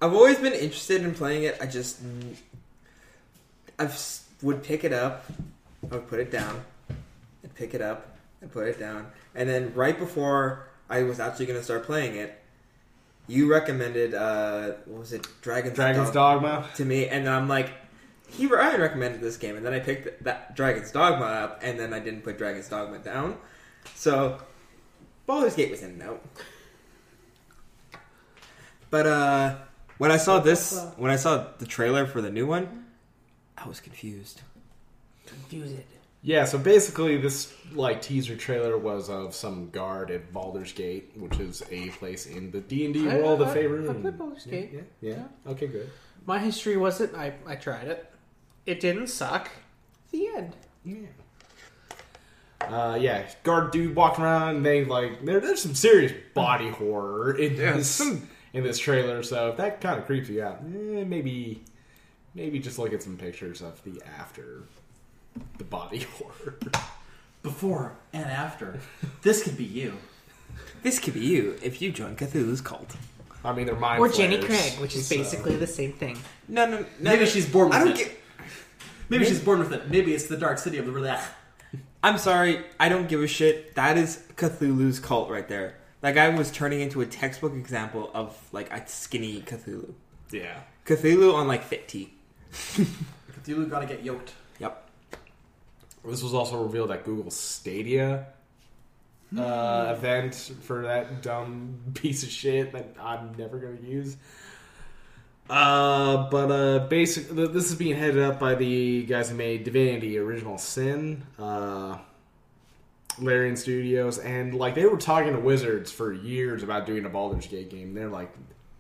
I've always been interested in playing it. I just, I would pick it up, I would put it down, and pick it up and put it down, and then right before I was actually going to start playing it, you recommended uh, what was it, Dragon's
Dragon's
Dog-
Dogma.
to me, and then I'm like, he Ryan recommended this game, and then I picked that Dragon's Dogma up, and then I didn't put Dragon's Dogma down. So, Baldur's Gate was in and out. But uh, when I saw this, when I saw the trailer for the new one, I was confused.
Confuse it.
Yeah, so basically, this like teaser trailer was of some guard at Baldur's Gate, which is a place in the D and D
I-
world
I-
of
I
Faerun.
played Baldur's Gate.
Yeah, yeah, yeah. Okay, good.
My history wasn't. I, I tried it. It didn't suck. The end.
Yeah. Uh, yeah, guard dude walking around. And they like there, there's some serious body horror in
Yeah,
this
some-
in this trailer. So if that kind of creeps you out, eh, maybe maybe just look at some pictures of the after the body horror.
Before and after. This could be you.
This could be you if you join Cthulhu's cult.
I mean, they're mind
Or Jenny
flayers,
Craig, which is
so-
basically the same thing.
No, no, no.
Maybe
no.
she's born with
I don't
it.
get.
Maybe she's born with it. Maybe it's the dark city of the relax.
I'm sorry. I don't give a shit. That is Cthulhu's cult right there. That guy was turning into a textbook example of like a skinny Cthulhu.
Yeah.
Cthulhu on like fit tea.
Cthulhu gotta get yoked.
Yep.
This was also revealed at Google Stadia uh, event for that dumb piece of shit that I'm never going to use. Uh, but uh, basic. th- This is being headed up by the guys who made Divinity: Original Sin, uh, Larian Studios, and like they were talking to Wizards for years about doing a Baldur's Gate game. They're like,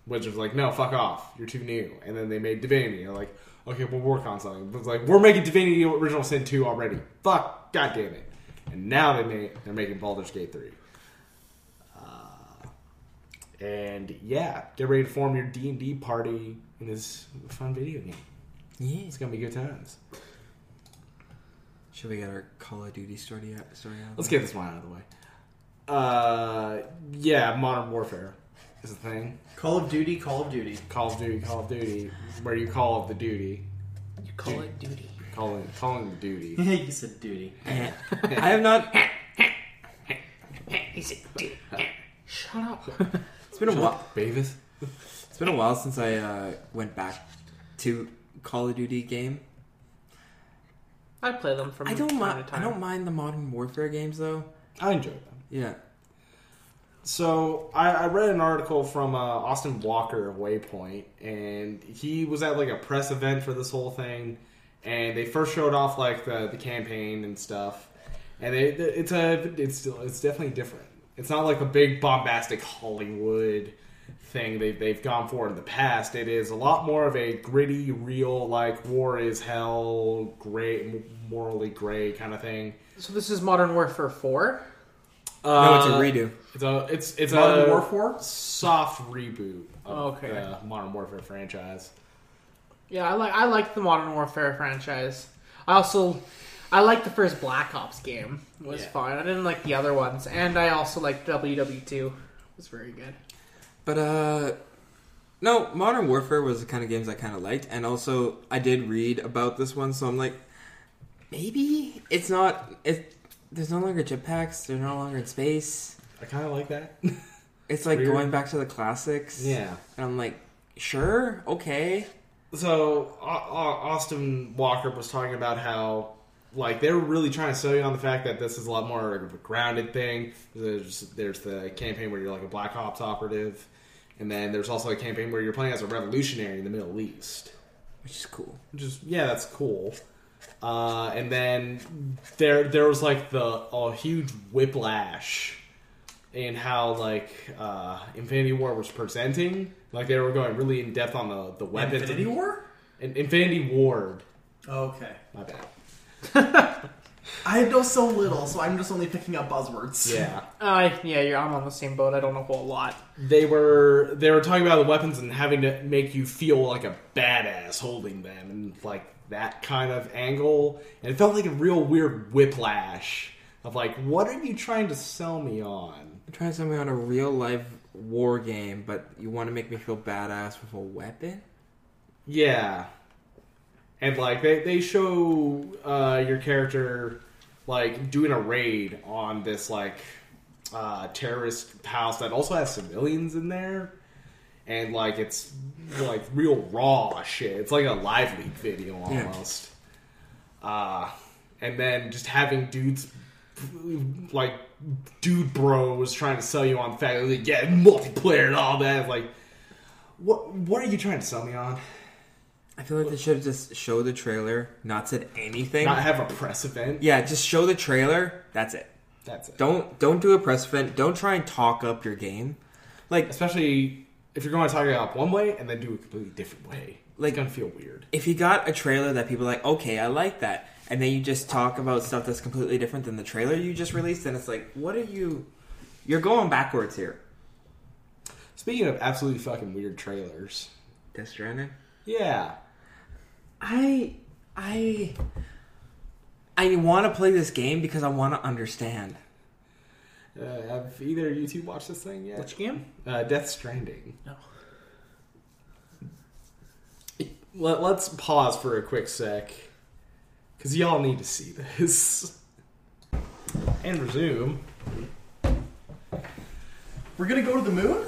Wizards, were like, no, fuck off, you're too new. And then they made Divinity. They're like, okay, we'll work on something. But it's like, we're making Divinity: Original Sin two already. Fuck, god damn it. And now they made they're making Baldur's Gate three. Uh, And yeah, get ready to form your D and D party in this fun video game.
Yeah.
It's gonna be good times.
Should we get our Call of Duty story out? Story out?
Let's get this one out of the way. Uh, yeah, Modern Warfare is the thing.
Call of Duty, Call of Duty.
Call of Duty, Call of Duty, where you call the duty,
You call it duty.
calling calling the duty.
you said duty.
Eh. I have not.
Eh, Is it duty? Eh, Shut up.
It's been a while.
Bavis.
It's been a while since I uh, went back to Call of Duty game.
I play them from
I don't
time
mind.
to
I
time.
don't mind the Modern Warfare games though.
I enjoyed them.
Yeah.
So I, I read an article from uh, Austin Walker of Waypoint, and he was at like a press event for this whole thing, and they first showed off like the, the campaign and stuff, and they, the- it's a it's still it's definitely different. It's not like the big bombastic Hollywood thing they've, they've gone for in the past. It is a lot more of a gritty, real like war is hell, gray, morally gray kind of thing.
So this is Modern Warfare 4?
No, it's a
Uh,
redo.
It's a it's it's
Modern
a
Warfare?
soft reboot of
Okay.
the Modern Warfare franchise.
Yeah, I like I like the Modern Warfare franchise. I also I like the first Black Ops game. It was
Yeah.
fun. I didn't like the other ones, and I also liked WW2. It was very good.
But uh no, Modern Warfare was the kind of games I kind of liked and also I did read about this one so I'm like maybe it's not it there's no longer jetpacks, they're no longer in space.
I kind of like that.
It's like
Weird.
going back to the classics.
yeah.
And I'm like, sure, okay.
So Au- Au- Austin Walker was talking about how like they were really trying to sell you on the fact that this is a lot more of a grounded thing. There's there's the campaign where you're like a Black Ops operative, and then there's also a campaign where you're playing as a revolutionary in the Middle East.
Which is cool.
which is yeah, that's cool. Uh, and then there there was like the a huge whiplash in how like uh, Infinity War was presenting. Like they were going really in depth on the the weapons.
Infinity War?
In- Infinity Ward.
Okay.
My bad.
I know so little, so I'm just only picking up buzzwords.
Yeah.
Uh, yeah, you're, I'm on the same boat. I don't know a whole lot.
they were they were talking about the weapons and having to make you feel like a badass holding them and like that kind of angle and it felt like a real weird whiplash of like what are you trying to sell me on
I'm trying something on a real life war game, but you want to make me feel badass with a weapon?
Yeah. And like they, they show uh, your character like doing a raid on this like uh, terrorist house that also has civilians in there. And like it's like real raw shit. It's like a live leak video
Yeah.
almost. Uh, and then just having dudes like dude bros trying to sell you on the fact that like, yeah multiplayer and all that. Like what what are you trying to sell me on?
I feel like they should have just showed the trailer, not said anything.
Not have a press event.
yeah, just show the trailer. That's it.
That's it.
Don't don't do a press event. Don't try and talk up your game. Like
Especially if you're going to talk about one way and then do a completely different way.
Like-
it's gonna feel weird.
if you got a trailer that people are like, okay, I like that, and then you just talk about stuff that's completely different than the trailer you just released, then it's like, what are you? You're going backwards here.
Speaking of absolutely fucking weird trailers.
Death Stranding.
Yeah.
I I I want to play this game because I want to understand.
Uh, have either of you two watched this thing yet?
Which game?
Uh, Death Stranding.
No.
Let, let's pause for a quick sec. Because y'all need to see this. And resume.
We're gonna go to the moon?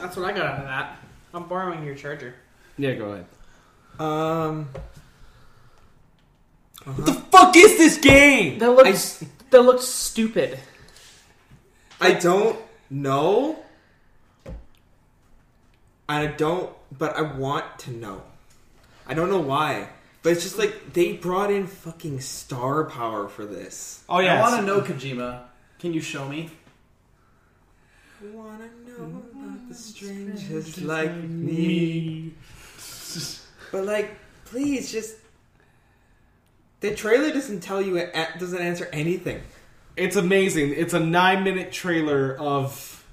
That's what I got out of that. I'm borrowing your charger.
Yeah, go ahead.
Um. What the fuck is this game?
That looks that looks stupid.
I don't know. I don't, but I want to know. I don't know why, but it's just like they brought in fucking star power for this.
Oh,
I
yeah.
wanna know, Kojima. Can you show me?
Wanna know
Mm-hmm.
about the strangers like me? But like, please, just the trailer doesn't tell you it a- doesn't answer anything.
It's amazing. It's a nine minute trailer of.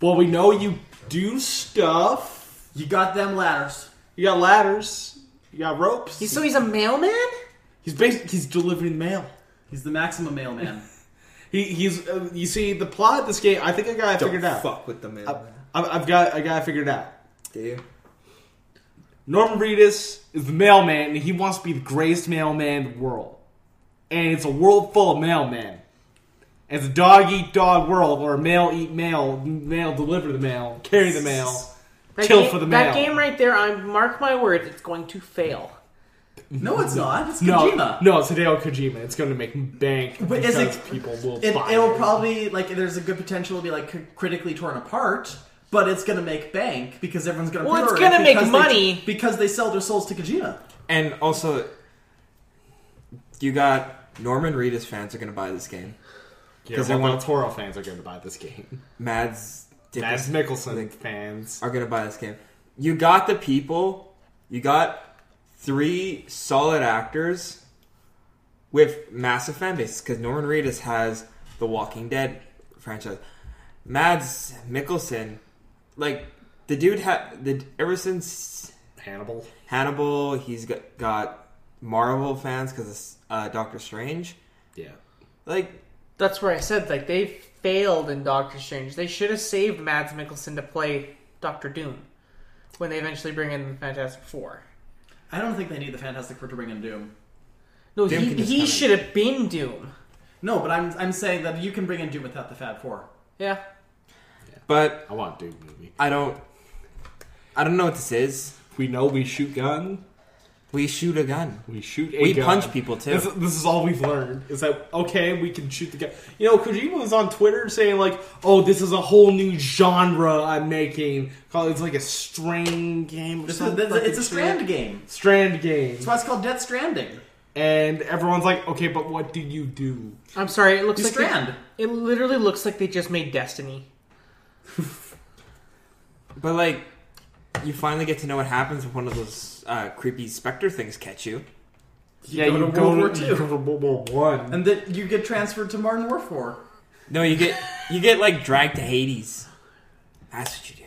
Well, we know you do stuff.
You got them ladders.
You got ladders. You got ropes.
He's, so he's a mailman?
he's basically he's delivering mail.
He's the maximum mailman.
He, he's uh, you see the plot of this game. I think I got it figured out.
fuck with the man.
I, I've I've got I got it figured out.
do you?
Norman Reedus is the mailman, and he wants to be the greatest mailman in the world. And it's a world full of mailmen. And It's a dog eat dog world, or a mail eat mail, mail deliver the mail, carry the mail,
That
till
ga-
for the mail.
That game right there, I mark my words, it's going to fail.
no, it's not. It's
no,
Kojima.
no, it's Hideo Kojima. It's going to make bank
But is
because
it-
people will
It,
buy
it'll
it.
probably like there's a good potential to be like c- critically torn apart, but it's gonna make bank because everyone's gonna.
Well, it's
pre-order it
gonna make
because they-
money.
because they sell their souls to Kojima.
And also, you got Norman Reedus fans are gonna buy this game.
Yeah,
'cause they
well,
want-
Del Toro fans are going to buy this game.
Mads, Dickinson
Mads Mikkelsen
like,
fans.
are gonna buy this game. You got the people. You got three solid actors with massive fan bases because Norman Reedus has the Walking Dead franchise. Mads Mikkelsen, like the dude had the ever since
Hannibal.
Hannibal, he's got, got Marvel fans because it's uh, Doctor Strange.
Yeah.
Like
That's where I said like they failed in Doctor Strange. They should have saved Mads Mikkelsen to play Doctor Doom when they eventually bring in the Fantastic Four.
I don't think they need the Fantastic Four to bring in Doom.
No,
Doom can
he,
just
he
come in.
should have been Doom.
No, but I'm I'm saying that you can bring in Doom without the Fab Four.
Yeah.
But
I want Dude movie.
I don't. I don't know what this is.
We know we shoot gun.
We shoot a gun.
We shoot. A
We
gun.
punch people too.
This, this is all we've learned is that okay, we can shoot the gun. You know, Kojima was on Twitter saying like, "Oh, this is a whole new genre I'm making. Call it's like a string game. Or
It's,
some
a- it's a-
fucking
it's a
shit.
strand game.
Strand game.
That's why it's called Death Stranding.
And everyone's like, "Okay, but what do you do?"
I'm sorry, it looks
You
like
strand.
They, it literally looks like they just made Destiny.
But like, you finally get to know what happens if one of those uh, creepy specter things catch you.
yeah,
go to World War
you
Two.
go to World War One.
And then you get transferred to Modern Warfare.
No, you get you get like dragged to Hades. That's what you do.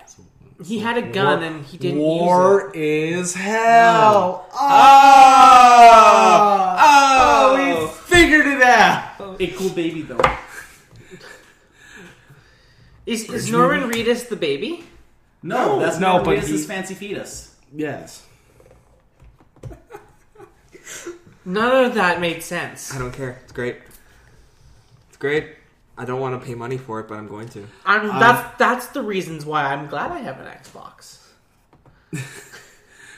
He had a gun
War-
and he didn't use it.
War is hell.
Oh,
Oh, we figured it out.
A cool baby though.
Is, is Norman Reedus the baby?
No,
No,
that's
no,
no,
but
but
he-
his fancy fetus.
Yes.
None of that made sense.
I don't care. It's great. It's great. I don't want to pay money for it, but I'm going to.
I'm, that's that's the reasons why I'm glad I have an Xbox.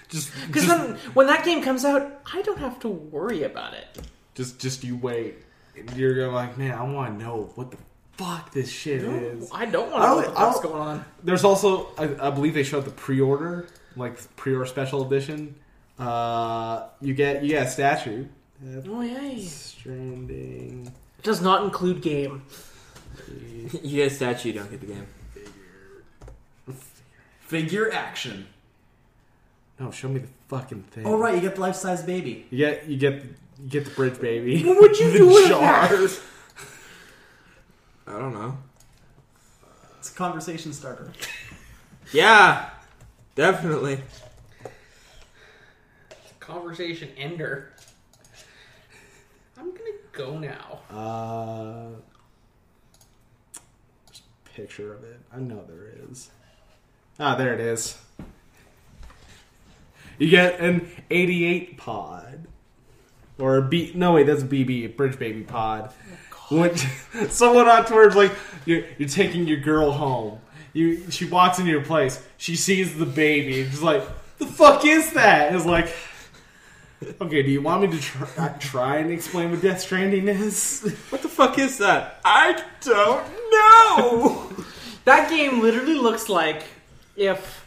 Just,
Because
just,
then when that game comes out, I don't have to worry about it.
just, just you wait. And you're gonna like, man, I want to know what the fuck this shit is.
I don't
I don't-
want to know
I
what's
don't-
going on.
There's also, I, I believe they showed the pre-order like pre-order special edition, uh, you get you get a statue. Death
Oh yay!
Stranding
Does not include game.
you get a statue, you don't get the game.
Figure action.
No, show me the fucking thing.
Oh right, you get the life size baby.
You get you get you get the bridge baby.
What would you
The
do with
jar.
that?
I don't know.
It's a conversation starter.
Yeah, definitely.
Conversation ender. I'm gonna go now.
Uh, there's a picture of it. I know there is. Ah, there it is. You get an 88 pod. Or a B. No, wait, that's a BB, a Bridge Baby pod. Which someone on Twitter's like, you're, you're taking your girl home. You, she walks into your place. She sees the baby. and She's like, the fuck is that? It's like, okay, do you want me to try, try and explain what Death Stranding is?
What the fuck is that? I don't know.
That game literally looks like if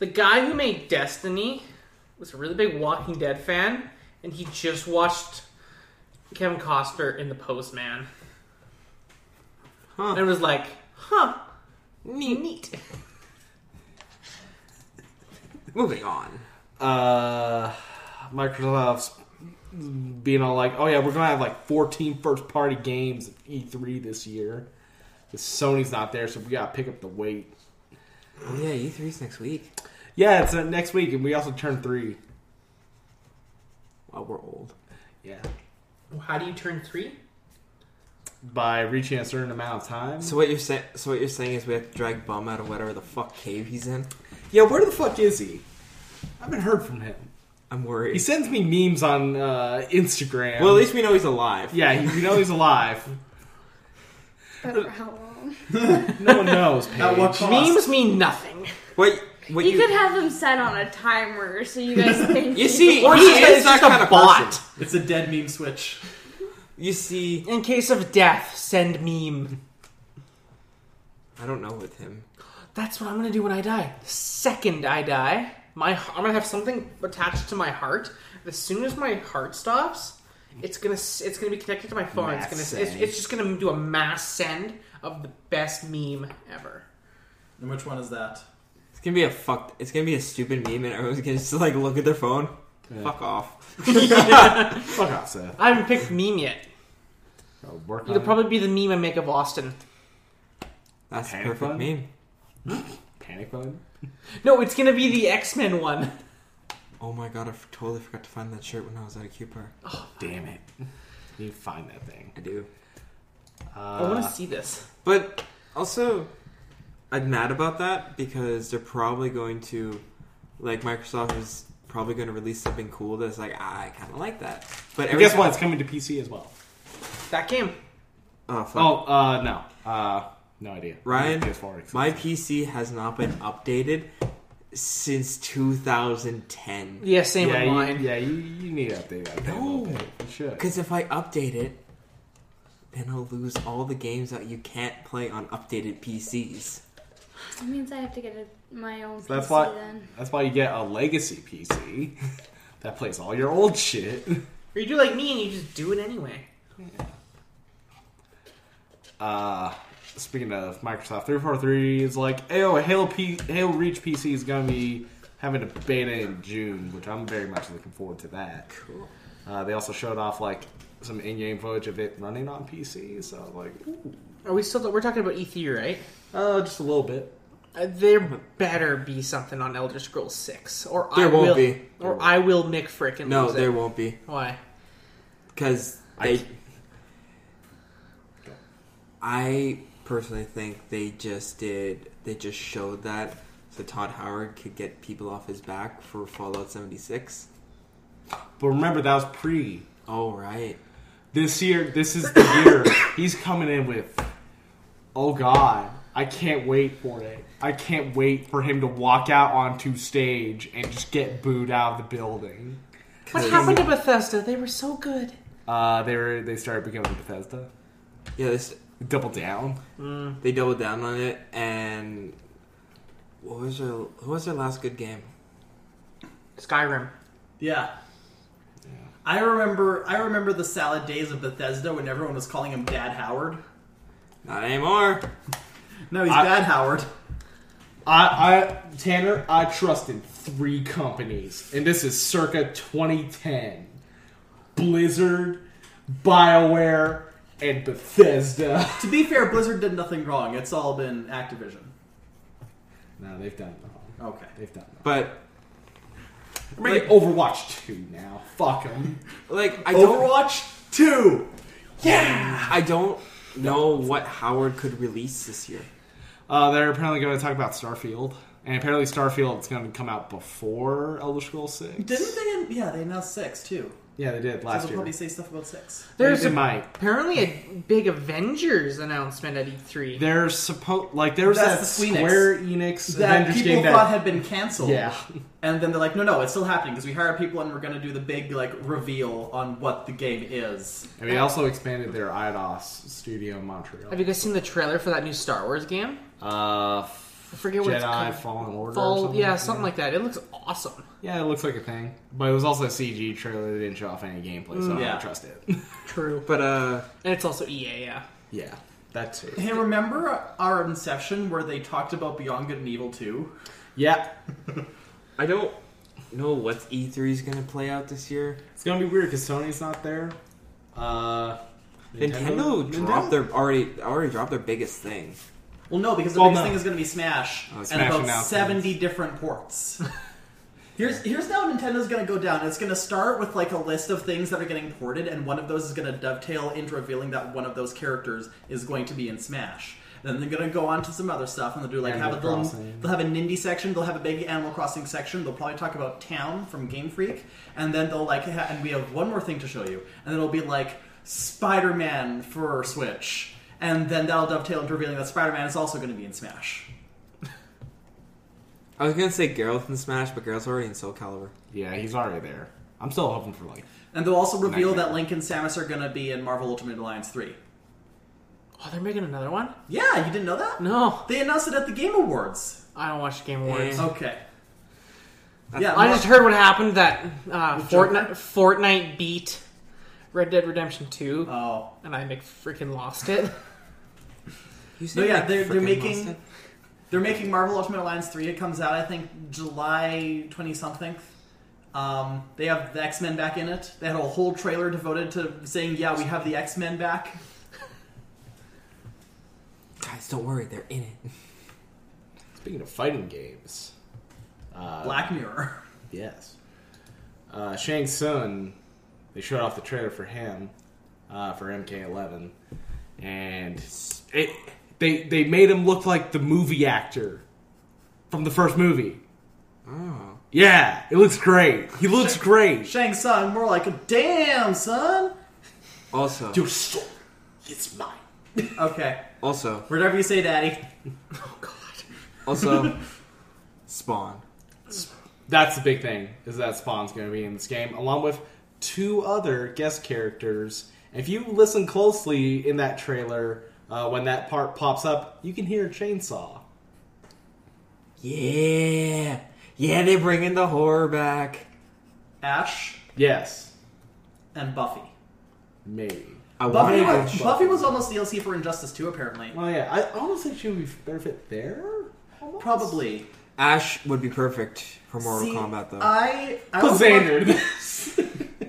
the guy who made Destiny was a really big Walking Dead fan and he just watched Kevin Costner in The Postman.
Huh.
And was like, huh, neat. neat.
Moving on.
uh, Microsoft's being all like, "Oh yeah, we're gonna have like 14 first party games at E3 this year." 'Cause Sony's not there, so we gotta pick up the weight.
Oh yeah, E3's next week.
Yeah, it's uh, next week, and we also turn three.
Wow, we're old.
Yeah,
How do you turn three?
by reaching a certain amount of time.
So
So
what you're saying? So what you're saying is we have to drag Bum out of whatever the fuck cave he's in.
yeah, where the fuck is he? I haven't heard from him.
I'm
He
worried.
sends me memes on uh, Instagram.
well, at least we know he's alive.
yeah, he- we know he's alive.
But for how long?
No one knows.
At what
Paige.
cost?
Memes mean nothing.
What? What
You,
you?
could have them set on a timer so you guys think.
you see, he
Or he's just-
is
he's
that
just a
kind of
bot.
person.
It's a dead meme switch.
You see,
In case of death, send meme.
I don't know with him.
That's what I'm gonna do when I die. The second I die, my I'm gonna have something attached to my heart. As soon as my heart stops, it's gonna s- it's gonna be connected to my phone.
Mass
it's gonna it's,
send.
it's just gonna do a mass send of the best meme ever.
And which one is that?
It's gonna be a fucked. It's gonna be a stupid meme, and everyone's gonna just like look at their phone. Fuck off.
Fuck off, Seth.
I haven't picked meme yet.
I'll Oh, work on
It'll
it.
probably be the meme I make of Austin.
That's the
Panic
perfect
button?
meme.
panic mode.
No, it's gonna be the X Men one.
Oh my god, I f- totally forgot to find that shirt when I was at a Q bar.
Oh.
Damn it! You find that thing. Uh,
I do.
I want to see this.
But also, I'm mad about that because they're probably going to, like, Microsoft is probably going to release something cool that's like, ah, I kind of like that. But
And
every
guess what? It's coming to PC as well.
That game.
Oh, fuck.
Oh, uh, no. Uh, no idea.
Ryan,
PS4.
my PC has not been updated since 2010.
Yeah, same
yeah,
with mine.
you, yeah, you, you need to update that thing a little
No.
bit. You should.
Because if I update it, then I'll lose all the games that you can't play on updated PCs.
It means I have to get a, my own
So that's
PC
why.
then.
That's why you get a legacy PC that plays all your old shit.
Or you do like me and you just do it anyway.
Uh, speaking of Microsoft, three four three is like, hey, oh, Halo P- Halo Reach PC is gonna be having a beta in June, which I'm very much looking forward to that.
Cool.
Uh, they also showed off like some in-game footage of it running on PC, so like, ooh.
Are we still? We're talking about E3, right?
uh, just a little bit.
Uh, There better be something on Elder Scrolls Six, or I
There won't
will,
be.
or I will Mick frickin'
No,
lose it.
there won't be.
Why?
Because
I-
they. I personally think they just did. They just showed that so Todd Howard could get people off his back for Fallout 76.
But remember, that was pre.
Oh, right.
This year, this is the year he's coming in with. Oh God, I can't wait for it. I can't wait for him to walk out onto stage and just get booed out of the building.
What
Cause-
happened to Bethesda? They were so good.
Uh, they were they started becoming Bethesda.
Yeah, this,
Double down.
they doubled down on it, and What was their What was their last good game?
Skyrim.
Yeah. I remember I remember the salad days of Bethesda when everyone was calling him Dad Howard.
Not anymore.
No, he's
I-
Dad Howard.
I, I Tanner, I trust in three companies, and this is circa 2010: Blizzard, Bioware, and Bethesda.
To be fair, Blizzard did nothing wrong. It's all been Activision.
no, they've done it wrong.
Okay.
They've done it.
But
wrong. Like, Overwatch 2 now. Fuck them.
like I don't
Overwatch 2!
I don't know what Howard could release this year.
Uh, they're apparently going to talk about Starfield, and apparently Starfield's going to come out before Elder Scrolls 6.
Didn't they? Yeah, they announced 6 too.
Yeah, they did
So
last
they'll
year.
probably say stuff about 6.
There's
They
a-
might.
apparently a big Avengers announcement at E E3.
They're supposed like there was
That's
that
the Squeenix.
Square Enix
That
Avengers
people
game that
thought had been canceled.
yeah.
And then they're like, no, no, it's still happening because we hired people and we're going to do the big, like, reveal on what the game is.
And they also expanded their IDOS studio in Montreal.
Have you guys seen the trailer for that new Star Wars game?
Uh,
I forget what it's
Jedi
called.
Fallen Order. or
Fall,
something
yeah,
like that.
something like that. It looks awesome.
Yeah, it looks like a thing, but it was also a CG trailer. They didn't show off any gameplay,
Mm.
so I
yeah.
don't trust it.
True,
But uh,
and it's also EA. Yeah,
yeah, that too.
Hey, remember our Inception where they talked about Beyond Good and Evil 2?
Yeah,
I don't know what E3 is gonna play out this year.
it's gonna be weird because Sony's not there. Uh,
Nintendo, dropped their already already dropped their biggest thing.
Well, no, because the
Well,
biggest
no.
thing is going to be Smash,
Oh,
and
Smash
about
announcements.
seventy different ports. here's here's how Nintendo's going to go down. It's going to start with like a list of things that are getting ported, and one of those is going to dovetail into revealing that one of those characters is going to be in Smash. Then they're going to go on to some other stuff, and they'll do like
Animal
have a little,
Crossing.
they'll have a Nindy section, they'll have a big Animal Crossing section. They'll probably talk about Town from Game Freak, and then they'll like, ha- and we have one more thing to show you, and then it'll be like Spider Man for Switch, and then that'll dovetail into revealing that Spider Man is also going to be in Smash.
I was gonna say Geralt in Smash, but Geralt's already in Soul Calibur.
Yeah, he's already there. I'm still hoping for like.
And they'll also reveal
Nightmare.
that Link and Samus are going to be in Marvel Ultimate Alliance three.
Oh, they're making another one?
Yeah, you didn't know that?
No,
They announced it at the Game Awards.
I don't watch Game Awards.
Eh.
Okay. Yeah,
I just heard what happened that uh,
Joker?
Fortnite, Fortnite beat Red Dead Redemption 2,
Oh,
and I Mc freaking lost it.
You
No, yeah, they're- they're
frickin'
making-
lost it.
They're making Marvel Ultimate Alliance 3. It comes out, I think, July 20 something. Um, they have the X Men back in it. They had a whole trailer devoted to saying, yeah, we have the X Men back.
guys. Don't worry, they're in it.
Speaking of fighting games, uh,
Black Mirror.
Yes. Uh, Shang Tsung, they showed off the trailer for him, uh, for MK11, and it, they they made him look like the movie actor from the first movie.
Oh,
Yeah, it looks great. He looks great.
Shang Tsung, more like, damn, son!
also,
Your soul is mine.
Okay.
also,
Whatever you say, Daddy.
also, Spawn.
That's the big thing is that Spawn's going to be in this game, along with two other guest characters. If you listen closely in that trailer, uh, when that part pops up, you can hear a chainsaw.
Yeah, yeah, they're bringing the horror back.
Ash
Yes,
and Buffy.
maybe.
I
Buffy
wanna
was,
go-
Buffy was almost DLC for Injustice 2, apparently.
Well, Oh, yeah, I almost think she would be better fit there.
Probably.
Ash would be perfect for Mortal
See,
Kombat though.
I. I would, love,
Xander. Uh, this.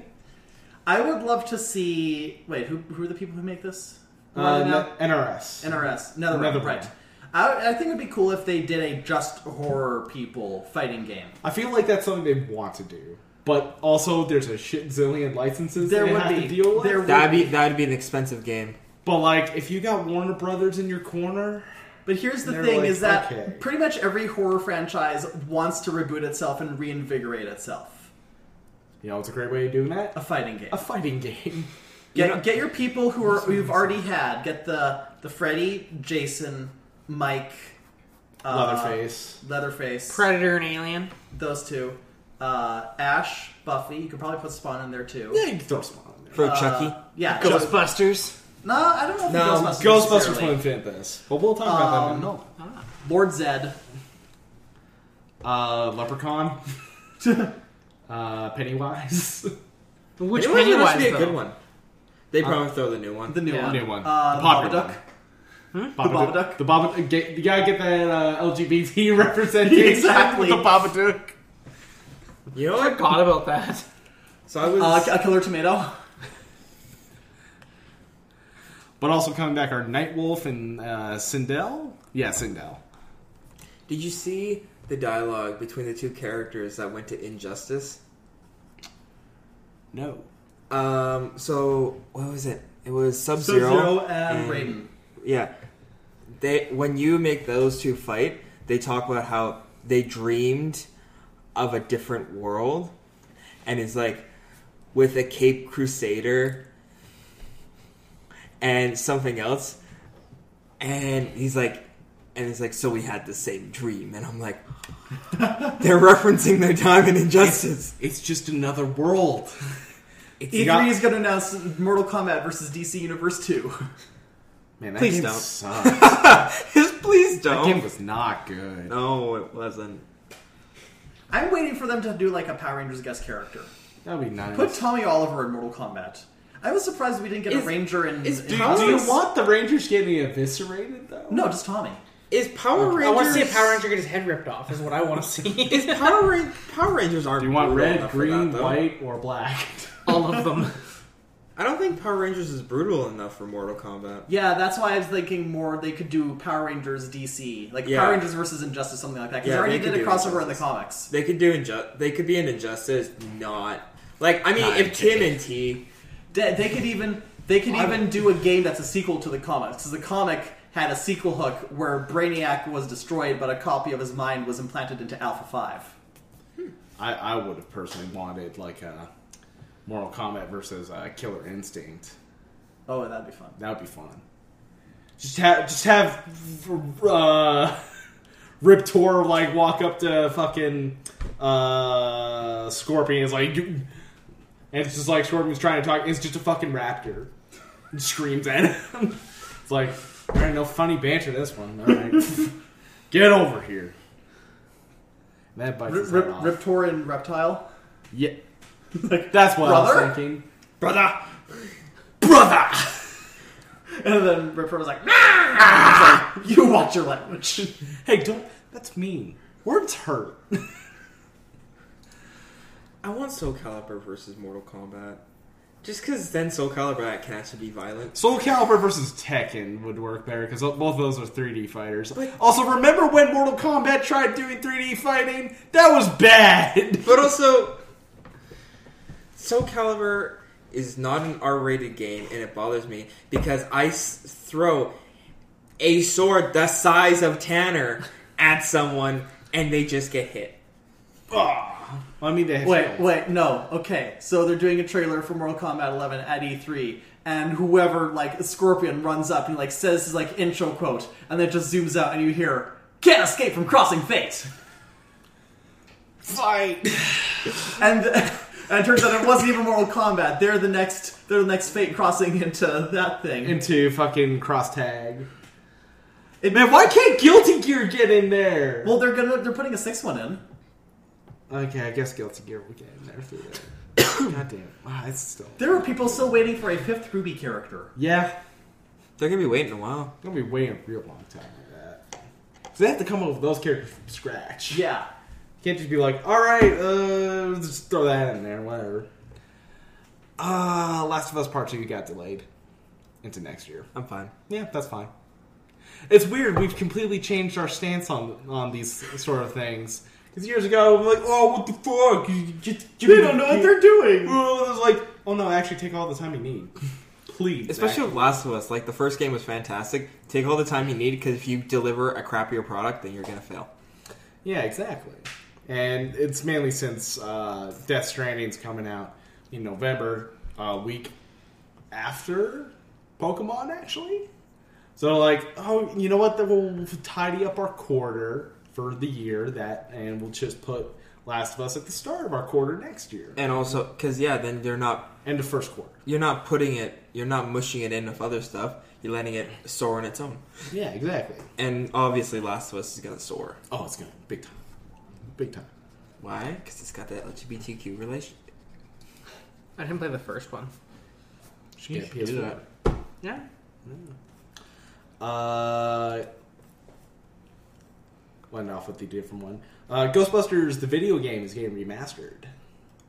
I would love to see. Wait, who, who are the people who make this? Who are
Uh,
they now?
N- NRS.
NRS, Netherrealm,
Another
right?
brand.
I, I think it'd be cool if they did a just horror people fighting game.
I feel like that's something they want to do, but also there's a shit zillion licenses
There
they
would
have
be.
to deal with.
There would-
that'd be that'd be an expensive game.
But like, if you got Warner Brothers in your corner,
But here's the
They're
thing:
like,
is that
okay.
pretty much every horror franchise wants to reboot itself and reinvigorate itself.
you know, it's a great way of doing that.
A fighting game.
A fighting game.
Get,
You know-
get your people who are who you've already had. Get the the Freddy, Jason, Mike, uh,
Leatherface.
Leatherface,
Predator and Alien.
those two, uh, Ash, Buffy. You could probably put Spawn in there too.
Yeah, you can throw Spawn in there.
For
Uh,
Chucky,
yeah, Chucky.
Ghostbusters.
No, I don't know. If
No,
Ghostbusters.
Ghostbusters
necessarily.
Uh, won't fit this, but we'll talk about that in a
Um,
moment.
Ah.
Lord Zed.
Uh, Leprechaun. uh, Pennywise.
Which
Pennywise would
Pennywise
actually be a
though?
good one. They probably throw the new one.
The new
Yeah.
one.
New one.
Uh,
The
Bobaduck.
Babadook. The Babadook. Get, you gotta get that uh, LGBT representation.
Exactly.
The Babadook.
You know
I
what?
forgot about that.
So I was.
Uh, a killer tomato.
But also coming back are Nightwolf and uh, Sindel. Yeah, Sindel.
did you see the dialogue between the two characters that went to Injustice?
No.
Um. So what was it? It was Sub
Sub-Zero
Zero
and Raiden.
Yeah. They when you make those two fight, they talk about how they dreamed of a different world, and it's like with a Cape Crusader and something else, and he's like, and it's like, so we had the same dream, and I'm like, they're referencing their time in Injustice.
It's just another world.
E3
got-
E is going to announce Mortal Kombat versus DC Universe 2.
Man, that
Please
game
don't.
sucked.
Please
That game
don't.
was not good.
No, it wasn't.
I'm waiting for them to do like a Power Rangers guest character.
That'd be nice.
Put Tommy Oliver in Mortal Kombat. I was surprised we didn't get
Is-
a Ranger in.
is
in
do,
Power
do you
Rangers-
want the Rangers getting eviscerated though?
No, just Tommy.
Is Power Rangers?
I want to see a Power Ranger get his head ripped off. Is what I want to see.
Power, Ran- Power Rangers aren't.
Do you want
brutal
red,
enough for
green,
that, though.
white, or black?
All of them.
I don't think Power Rangers is brutal enough for Mortal Kombat.
Yeah, that's why I was thinking more they could do Power Rangers DC. Like
Yeah.
Power Rangers versus Injustice, something like that. Because
Yeah,
they already
they could
did a
do
crossover in the
Injustice.
comics.
They could do inju- They could be an injustice. Not like I mean,
Not
if Tim and T.
They, they could even they could even do a game that's a sequel to the comics. Because the comic had a sequel hook where Brainiac was destroyed, but a copy of his mind was implanted into Alpha 5.
I, I would have personally wanted like a Mortal Kombat versus uh, Killer Instinct.
Oh, that'd be fun.
That would be fun. Just have just have uh, Rip Tor like walk up to fucking uh, Scorpion is like, "You-" and it's just like Scorpion's trying to talk. It's just a fucking raptor. And screams at him. It's like there ain't no funny banter this one. All right, get over here. That bites
Rip,
his
Rip,
head off.
Riptor and Reptile.
Yeah. That's what I
Brother?
was thinking. Brother! Brother!
And then Ripper was like, "Nah!" It's like, you watch your language.
Hey, don't. That's mean. Words hurt.
I want Soul Calibur versus Mortal Kombat. Just because then Soul Calibur can actually be violent.
Soul Calibur versus Tekken would work better because both of those are 3D fighters. also, remember when Mortal Kombat tried doing 3D fighting? That was bad.
But also, Soul Calibur is not an R-rated game, and it bothers me because I s- throw a sword the size of Tanner at someone, and they just get hit.
Ugh. I mean, they
Wait, wait, no. Okay, so they're doing a trailer for Mortal Kombat 11 at E3, and whoever, like, Scorpion runs up and, like, says his, like, intro quote, and then it just zooms out, and you hear, Can't escape from crossing fate!
Fight.
And, and it turns out it wasn't even Mortal Kombat. They're the next, they're the next fate crossing into that thing.
Into fucking cross tag. Man, why can't Guilty Gear get in there?
well, they're gonna, they're putting a sixth one in.
Okay, I guess Guilty Gear will get in there through that. God damn. Wow, it's still.
There are people still waiting for a fifth Ruby character.
Yeah,
They're gonna be waiting a while.
gonna be waiting a real long time for that. So they have to come up with those characters from scratch.
Yeah.
Can't just be like, all right, uh, just throw that in there, whatever. Uh, Last of Us Part Two got delayed into next year.
I'm fine.
Yeah, that's fine. It's weird. We've completely changed our stance on on these sort of things. Because years ago, we're like, oh, what the fuck? You- you- you- you-
They don't know what they're doing!
Oh, there's like, oh no, actually, take all the time you need, please.
Especially with Last of Us, like the first game was fantastic. Take all the time you need because if you deliver a crappier product, then you're gonna fail.
Yeah, exactly. And it's mainly since uh, Death Stranding's coming out in November, a week after Pokemon, actually. So like, oh, you know what? Then we'll tidy up our quarter for the year that, and we'll just put Last of Us at the start of our quarter next year
And also, because yeah, then you're not
and the first quarter.
you're not putting it, you're not mushing it in with other stuff. You're letting it soar on its own.
Yeah, exactly.
And obviously, Last of Us is gonna soar.
Oh, it's gonna big time. big time.
Why? Because it's got that LGBTQ relation.
I didn't play the first one.
Should get a
You should do
PS4.
Yeah.
Uh, went off with the different one. Uh, Ghostbusters, the video game, is getting remastered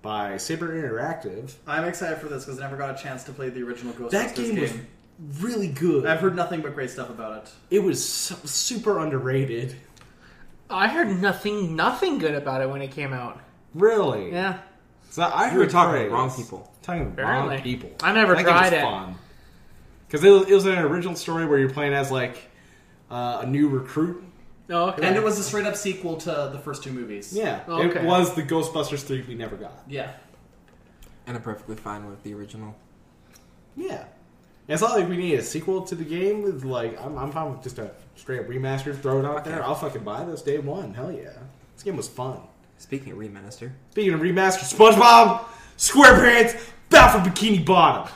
by Saber Interactive.
I'm excited for this because I never got a chance to play the original Ghostbusters
That game,
game.
was really good.
I've heard nothing but great stuff about it.
it was su- super underrated.
I heard nothing, nothing good about it when it came out.
Really?
Yeah.
So I
You were
heard
talking to
praise.
the wrong people.
Talking to the
Apparently.
wrong people.
I never
That
tried
game was
it.
fun. Because it was, it was an original story where you're playing as like uh, a new recruit.
Oh, okay.
And it was a straight up sequel to the first two movies.
Yeah,
Oh, Okay.
it was the Ghostbusters three we never got.
Yeah.
And I'm perfectly fine with the original.
Yeah, it's not like we need a sequel to the game. With like, I'm, I'm fine with just a straight up remaster. Throw it out
Okay.
there. I'll fucking buy this day one. Hell yeah, this game was fun.
Speaking of remaster,
Speaking of remastered, SpongeBob SquarePants Battle for Bikini Bottom.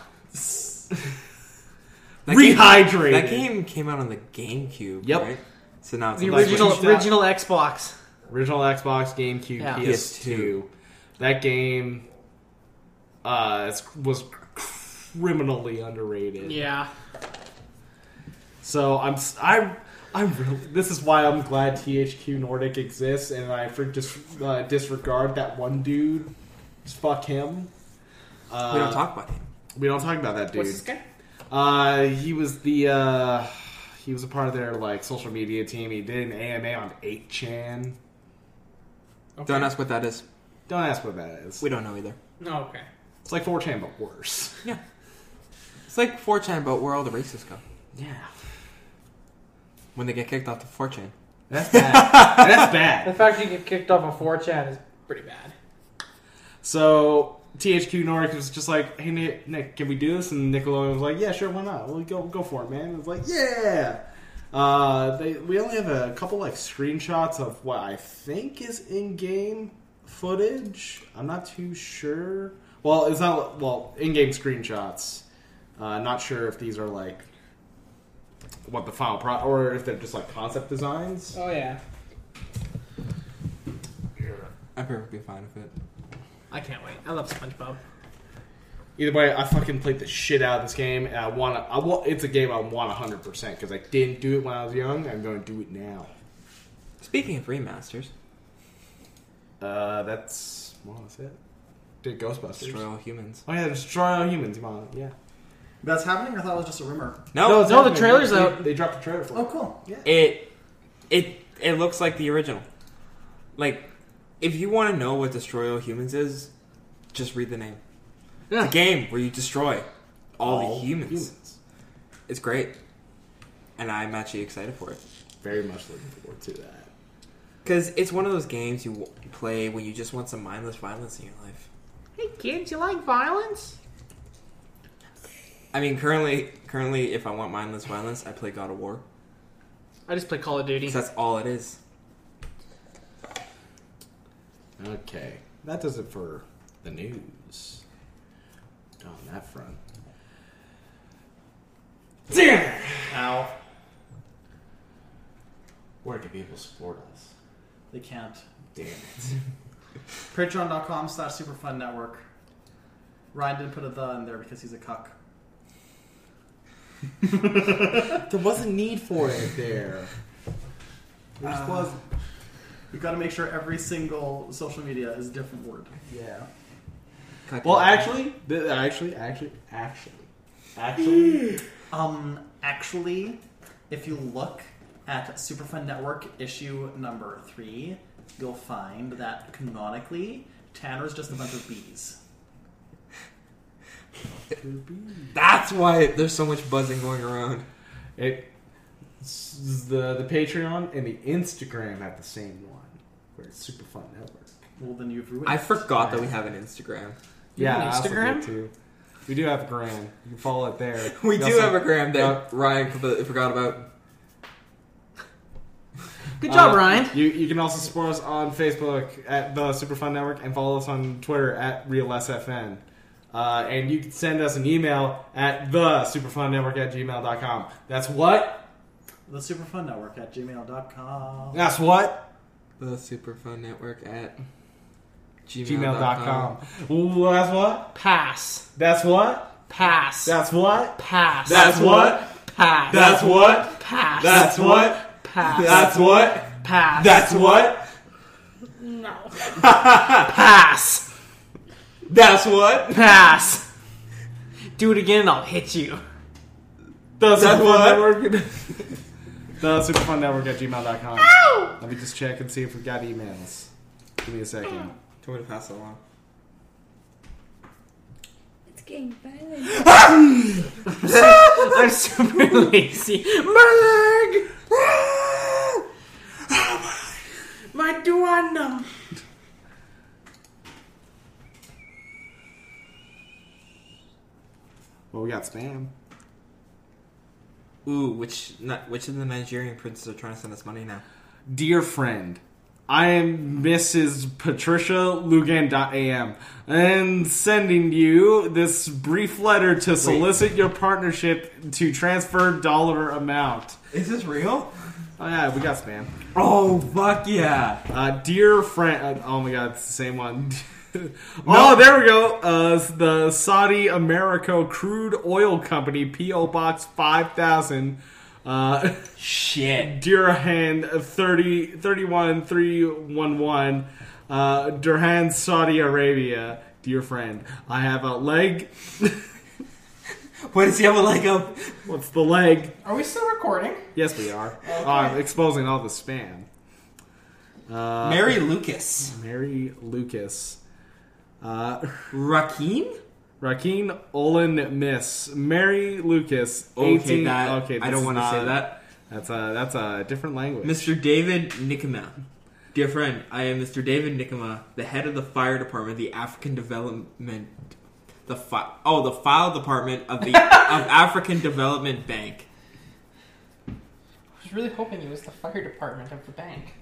that
Rehydrated.
Game, that game came out on the GameCube.
Yep.
Right? So now it's
the
on the
original
Switch.
changed that.
original Xbox.
Original Xbox, GameCube,
Yeah.
PS2. That game uh, it's- was criminally underrated.
Yeah.
So I'm s- I'm I'm really this is why I'm glad THQ Nordic exists and I for dis, uh, disregard that one dude. Just fuck him. Uh,
we don't talk about him.
We don't talk about that dude.
What's this guy?
Uh, he was the uh, he was a part of their like social media team. He did an AMA on 8chan.
Don't ask what that is.
Don't ask what that is.
We don't know either.
Oh, okay.
It's like 4chan but worse.
Yeah. It's like 4chan, but where all the racists go
Yeah.
when they get kicked off to 4chan.
That's bad. That's bad.
The fact you get kicked off a 4chan is pretty bad.
So THQ Nordic was just like, "Hey Nick, Nick, can we do this?" And Nickelodeon was like, "Yeah, sure, why not? Well, go go for it, man." It was like, "Yeah." Uh, they we only have a couple like screenshots of what I think is in game footage. I'm not too sure. Well, it's not well in game screenshots. Uh, not sure if these are like what the final pro or if they're just like concept designs.
Oh yeah.
I'm perfectly fine with it.
I can't wait. I love SpongeBob.
Either way, I fucking played the shit out of this game, and I want to. I want. It's a game I want hundred percent because I didn't do it when I was young. I'm going to do it now.
Speaking of remasters,
Uh, that's well, that's it. Did Ghostbusters?
destroy all humans.
Oh yeah, destroy all humans. Come on, yeah.
That's happening? I thought it was just a rumor.
No,
No, it's- the
happening.
trailer's
They-
out.
They dropped the trailer for it.
Oh, cool.
it it it looks like the original. Like, if you want to know what destroy all humans is, just read the name.
Yeah.
It's a game where you destroy all, Oh, the humans.
humans.
It's great, and I'm actually excited for it
Very much looking forward to that.
because it's one of those games you w- play when you just want some mindless violence in your life.
Hey kids, you like violence?
I mean, currently, currently, if I want mindless violence, I play God of War.
I just play Call of Duty.
'Cause that's all it is.
Okay, that does it for the news on that front. Damn.
Ow.
Where can people support us?
They can't.
Damn it.
Patreon.com slash Superfund Network. Ryan didn't put a the in there because he's a cuck.
There wasn't need for it there. There just
Uh,
wasn't.
We've got to make sure every single social media is a different word.
Yeah.
Cut
Well,
that.
actually, th- actually, actually, actually, actually,
Um, actually, if you look at Superfund Network issue number three, you'll find that canonically, Tanner's just a bunch of bees.
that's why there's so much buzzing going around.
it s- the the Patreon and the Instagram have the same one. Where it's super fun network.
Well, then you've ruined.
I
it.
forgot that we have an Instagram.
You have an
I also do
Instagram?
too. We do have a gram. You can follow it there.
We do
also-
have a gram that Ryan completely forgot about.
Good job,
Uh,
Ryan.
You, you can also support us on Facebook at the Superfund Network and follow us on Twitter at RealSFN. Uh, and you can send us an email at the Superfund Network at gmail.com. That's what?
the Superfund Network at gmail.com.
That's what?
the Superfund Network at
Gmail.com. Ooh, that's what?
Pass.
That's what?
Pass.
That's what?
Pass.
That's what?
Pass.
That's what?
Pass.
That's what?
Pass.
That's what?
Pass.
That's what?
No.
Pass.
That's what?
Pass. Do it again and I'll hit you.
The
That's
Superfund
what?
Network. The Superfund Network at gmail.com. Let me just check and see if we got emails. Give me a second.
Do you want me to pass it along?
It's getting violent.
I'm super lazy. My leg! My duanum!
Well, we got spam.
Ooh, which not, which of the Nigerian princes are trying to send us money now?
Dear friend, I am Mrs. Patricia Lugan.am and sending you this brief letter to solicit your partnership to transfer dollar amount.
Is this real?
Oh, yeah, we got spam.
Oh fuck yeah!
Uh, dear friend, uh, oh my god, it's the same one. Oh, there we go. Uh, the Saudi America Crude Oil Company, P.O. Box 5000. Uh,
Shit.
Durhan 30, 31, 311, uh, Durhan, Saudi Arabia. Dear friend, I have a leg.
What does he have a leg up?
What's the leg?
Are we still recording?
Yes, we are. Oh, I'm exposing all the spam. Uh,
Mary Lucas.
Mary Lucas. Uh,
Rakim?
Rakeen Olin Miss. Mary Lucas. 18 okay,
I
this
don't
is
want to
not-
say that.
That's a, that's a different language.
Mr. David Nickema. Dear friend, I am Mr. David Nickema, the head of the fire department, the African Development, the fi- oh, the file department of the of African Development Bank.
I was really hoping it was the fire department of the bank.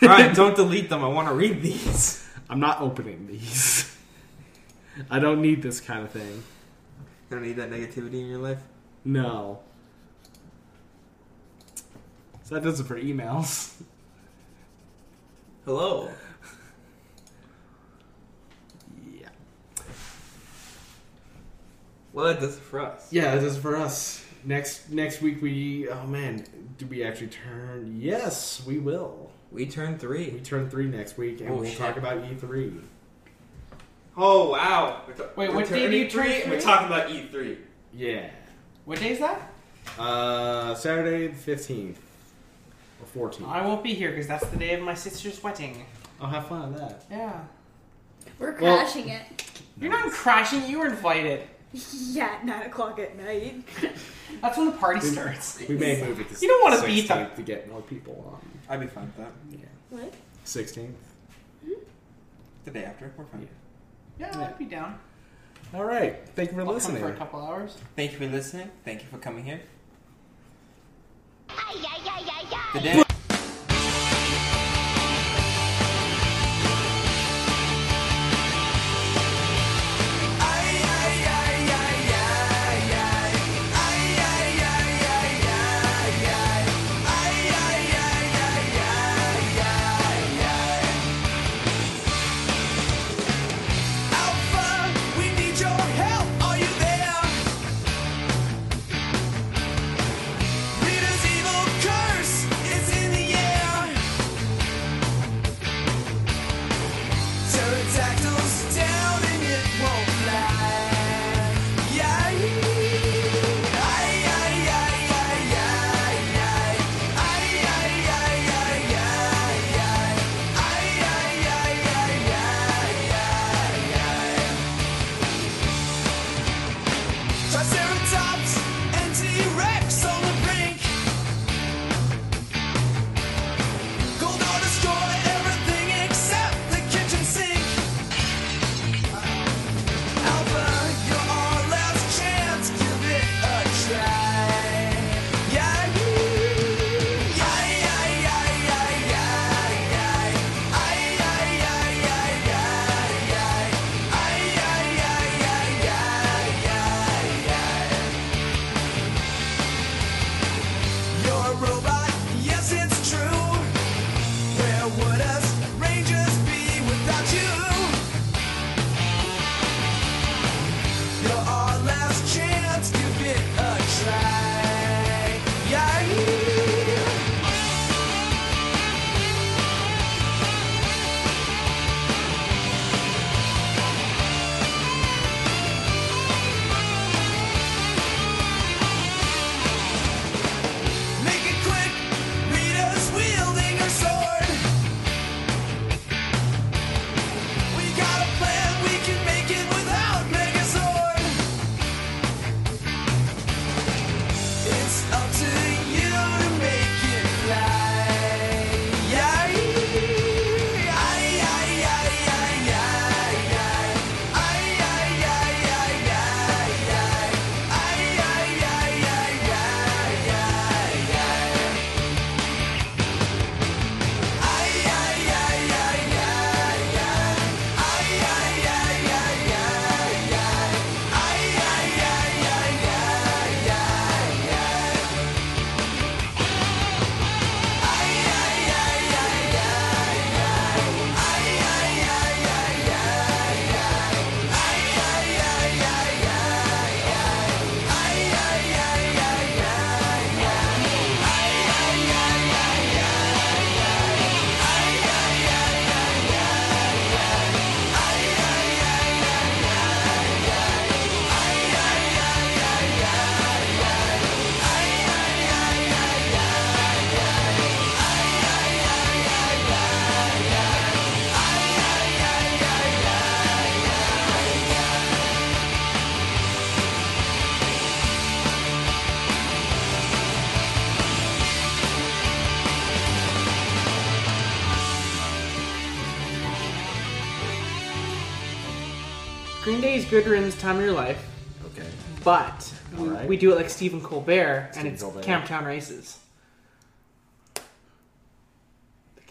All right, don't delete them. I want to read these.
I'm not opening these. I don't need this kind of thing.
You don't need that negativity in your life.
No. So that does it for emails.
Hello.
Yeah.
Well, that does it for us.
Yeah, that does it for us. Next next week we oh man, do we actually turn yes, we will.
We turned
We
three.
turn three next week and
Oh,
we'll
shit.
talk about E three.
Oh wow. We're t-
Wait,
we're
what day do you
turning
turn three?
We're talking about E three.
Yeah.
What day is that?
Uh Saturday the fifteenth. Or fourteenth.
I won't be here because that's the day of my sister's wedding.
I'll have fun with that.
Yeah.
We're
Well-
crashing it.
You're not crashing, you were invited.
Yeah, at 9 o'clock at night.
That's when the party starts.
We may move it to
You don't wanna beat
16th
them.
to get more people on.
I'd be fine with that.
Yeah.
What?
Sixteenth.
The day after, we're fine.
Yeah, I'd be down.
All right. Thank you for
I'll come
listening.
for a couple hours.
Thank you for listening. Thank you for coming here.
Ay, ay, ay, ay, ay.
The day.
Alpha, we need your help. Are you there? Leader's evil curse is in the
Green Day is good riddance time of your life,
Okay.
but we,
Alright.
we do it like Stephen Colbert, and it's
Colbert.
Camptown Races. The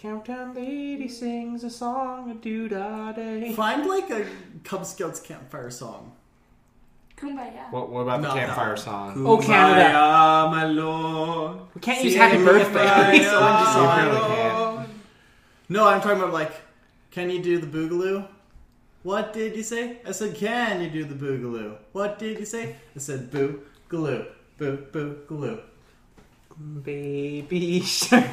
Camptown lady sings a song, a doo da day.
Find like a Cub Scouts campfire song.
Kumbaya.
What, what about
No,
the campfire
no.
song? Uh,
Oh, Canada.
Kumbaya, my lord.
We can't use Happy Birthday.
It's a windy song.
You really can.
No, I'm talking about like, can you do the boogaloo? What did you say? I said, can you do the boogaloo? What did you say? I said, boo galoo, boo boo galoo.
Baby Shark.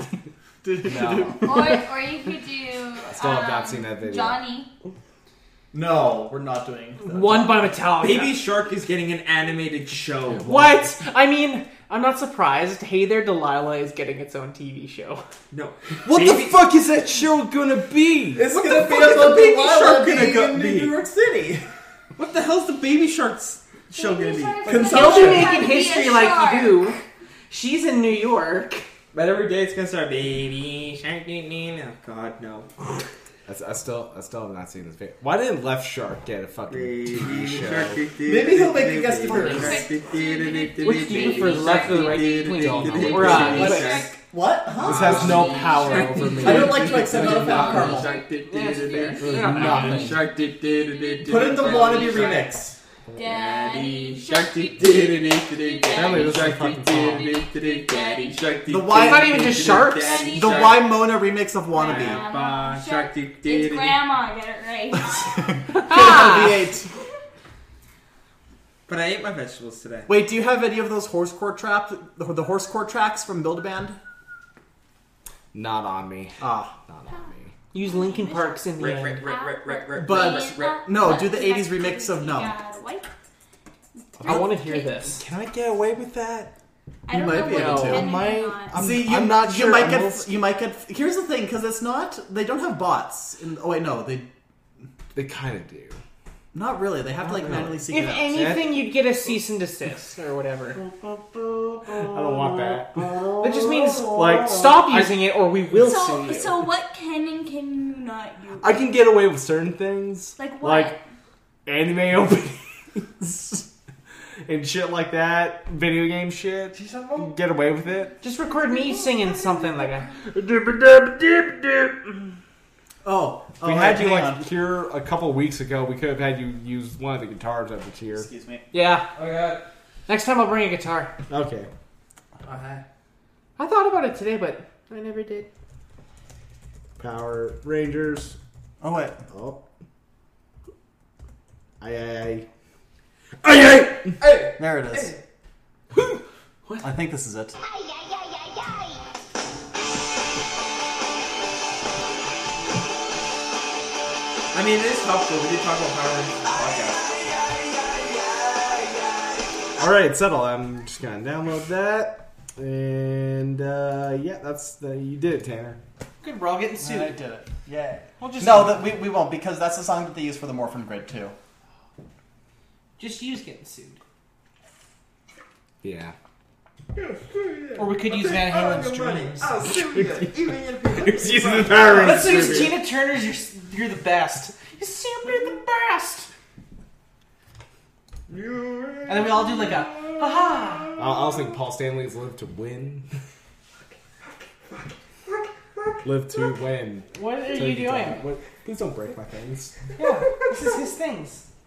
No.
or, or you could do.
still have not
um,
seen that video.
Johnny.
no, we're not doing that.
One by Metallica.
Baby Shark is getting an animated show.
What? I mean, I'm not surprised. Hey There Delilah is getting its own TV show.
No. What the fuck is that show gonna be?
It's gonna
the fuck is the Baby Shark gonna
being
go-
in
be?
New York City.
What the hell's the Baby Shark's show
Baby
gonna be?
Shark is
You'll
gonna
be
be
making
a
history like
shark.
you do. She's in New York.
But every day it's gonna start Baby Shark. dee, dee, dee." Oh God, no.
I, I still, I still have not seen this video. Why didn't Left Shark get a fucking TV show?
Maybe he'll make a guest appearance.
Which do you prefer, the left or the right? Between
Baby
or
Baby
uh,
Shark.
What? Huh?
This has no power over me.
I don't like to accept out of caramel.
Nothing.
Shark. Put
Put in
in
the wannabe remix.
Daddy Shark.
Apparently this is a fucking song.
Daddy
Shark.
The why-
It's not even just sharks.
Daddy
The
Shark.
Why Mona remix of wannabe.
Grandma
Grandpa
Shark.
Shark.
It's grandma. Get it right.
Ah!
V8.
But I ate my vegetables today.
Wait, do you have any of those horse court trap, the, the horse court tracks from Build a Band?
Not on me.
Ah,
Not on me.
Use Linkin Park's in the
Right, right,
end.
right, right, right, right.
But-
right, right.
no, do the 80s remix of Numb.
I want to hear this.
Can I get away with that?
I don't
might
know
be
what
able
it's
to.
gonna
Am I-
be on.
I'm-
see, you,
not
you
sure.
might
I'm
get,
most-
you might get. Here's the thing, because it's not. They don't have bots. In, oh wait, no, they
They kind of do.
not really. They have to like
really.
manually seek
If
it out.
anything, you'd get a cease and desist or whatever.
I don't want that.
That just means
Like,
stop using it, or we will sue
So,
you.
so what can and can you not use?
I can get away with certain things.
Like what?
Like anime openings and shit like that, video game shit. Get away with it.
just record me singing something like a.
Oh, oh,
we
wait,
had you
hang
like
on.
here a couple weeks ago. We could have had you use one of the guitars up the tier.
Excuse me.
Yeah.
Oh God.
Next time I'll bring a guitar.
Okay.
Oh,
Okay.
I thought about it today, but I never did.
Power Rangers.
Oh wait.
Oh. Aye aye aye. Aye aye.
Hey.
There it is. I think this is it.
I mean, it is helpful. We did talk about Power Rangers podcast.
All right, settle. I'm just gonna download that. And uh, yeah, that's the you did it, Tanner.
Good, we're all getting sued.
I did it. Yeah.
We'll just
No, that we, we won't because that's the song that they use for the Morphin Grid too.
just use getting sued,
Yeah.
or we could use Van Halen's dreams.
Oh, Syria.
He's using the Power
Let's
Rangers.
use Tina Turner's. You're, you're the best. You simply the best. And then we all do like a ha ha.
I'll, I'll sing Paul Stanley's "Live to Win." Live to win.
What are
So
you
can
doing?
talk. What- Please don't break my things.
Yeah, this is his things.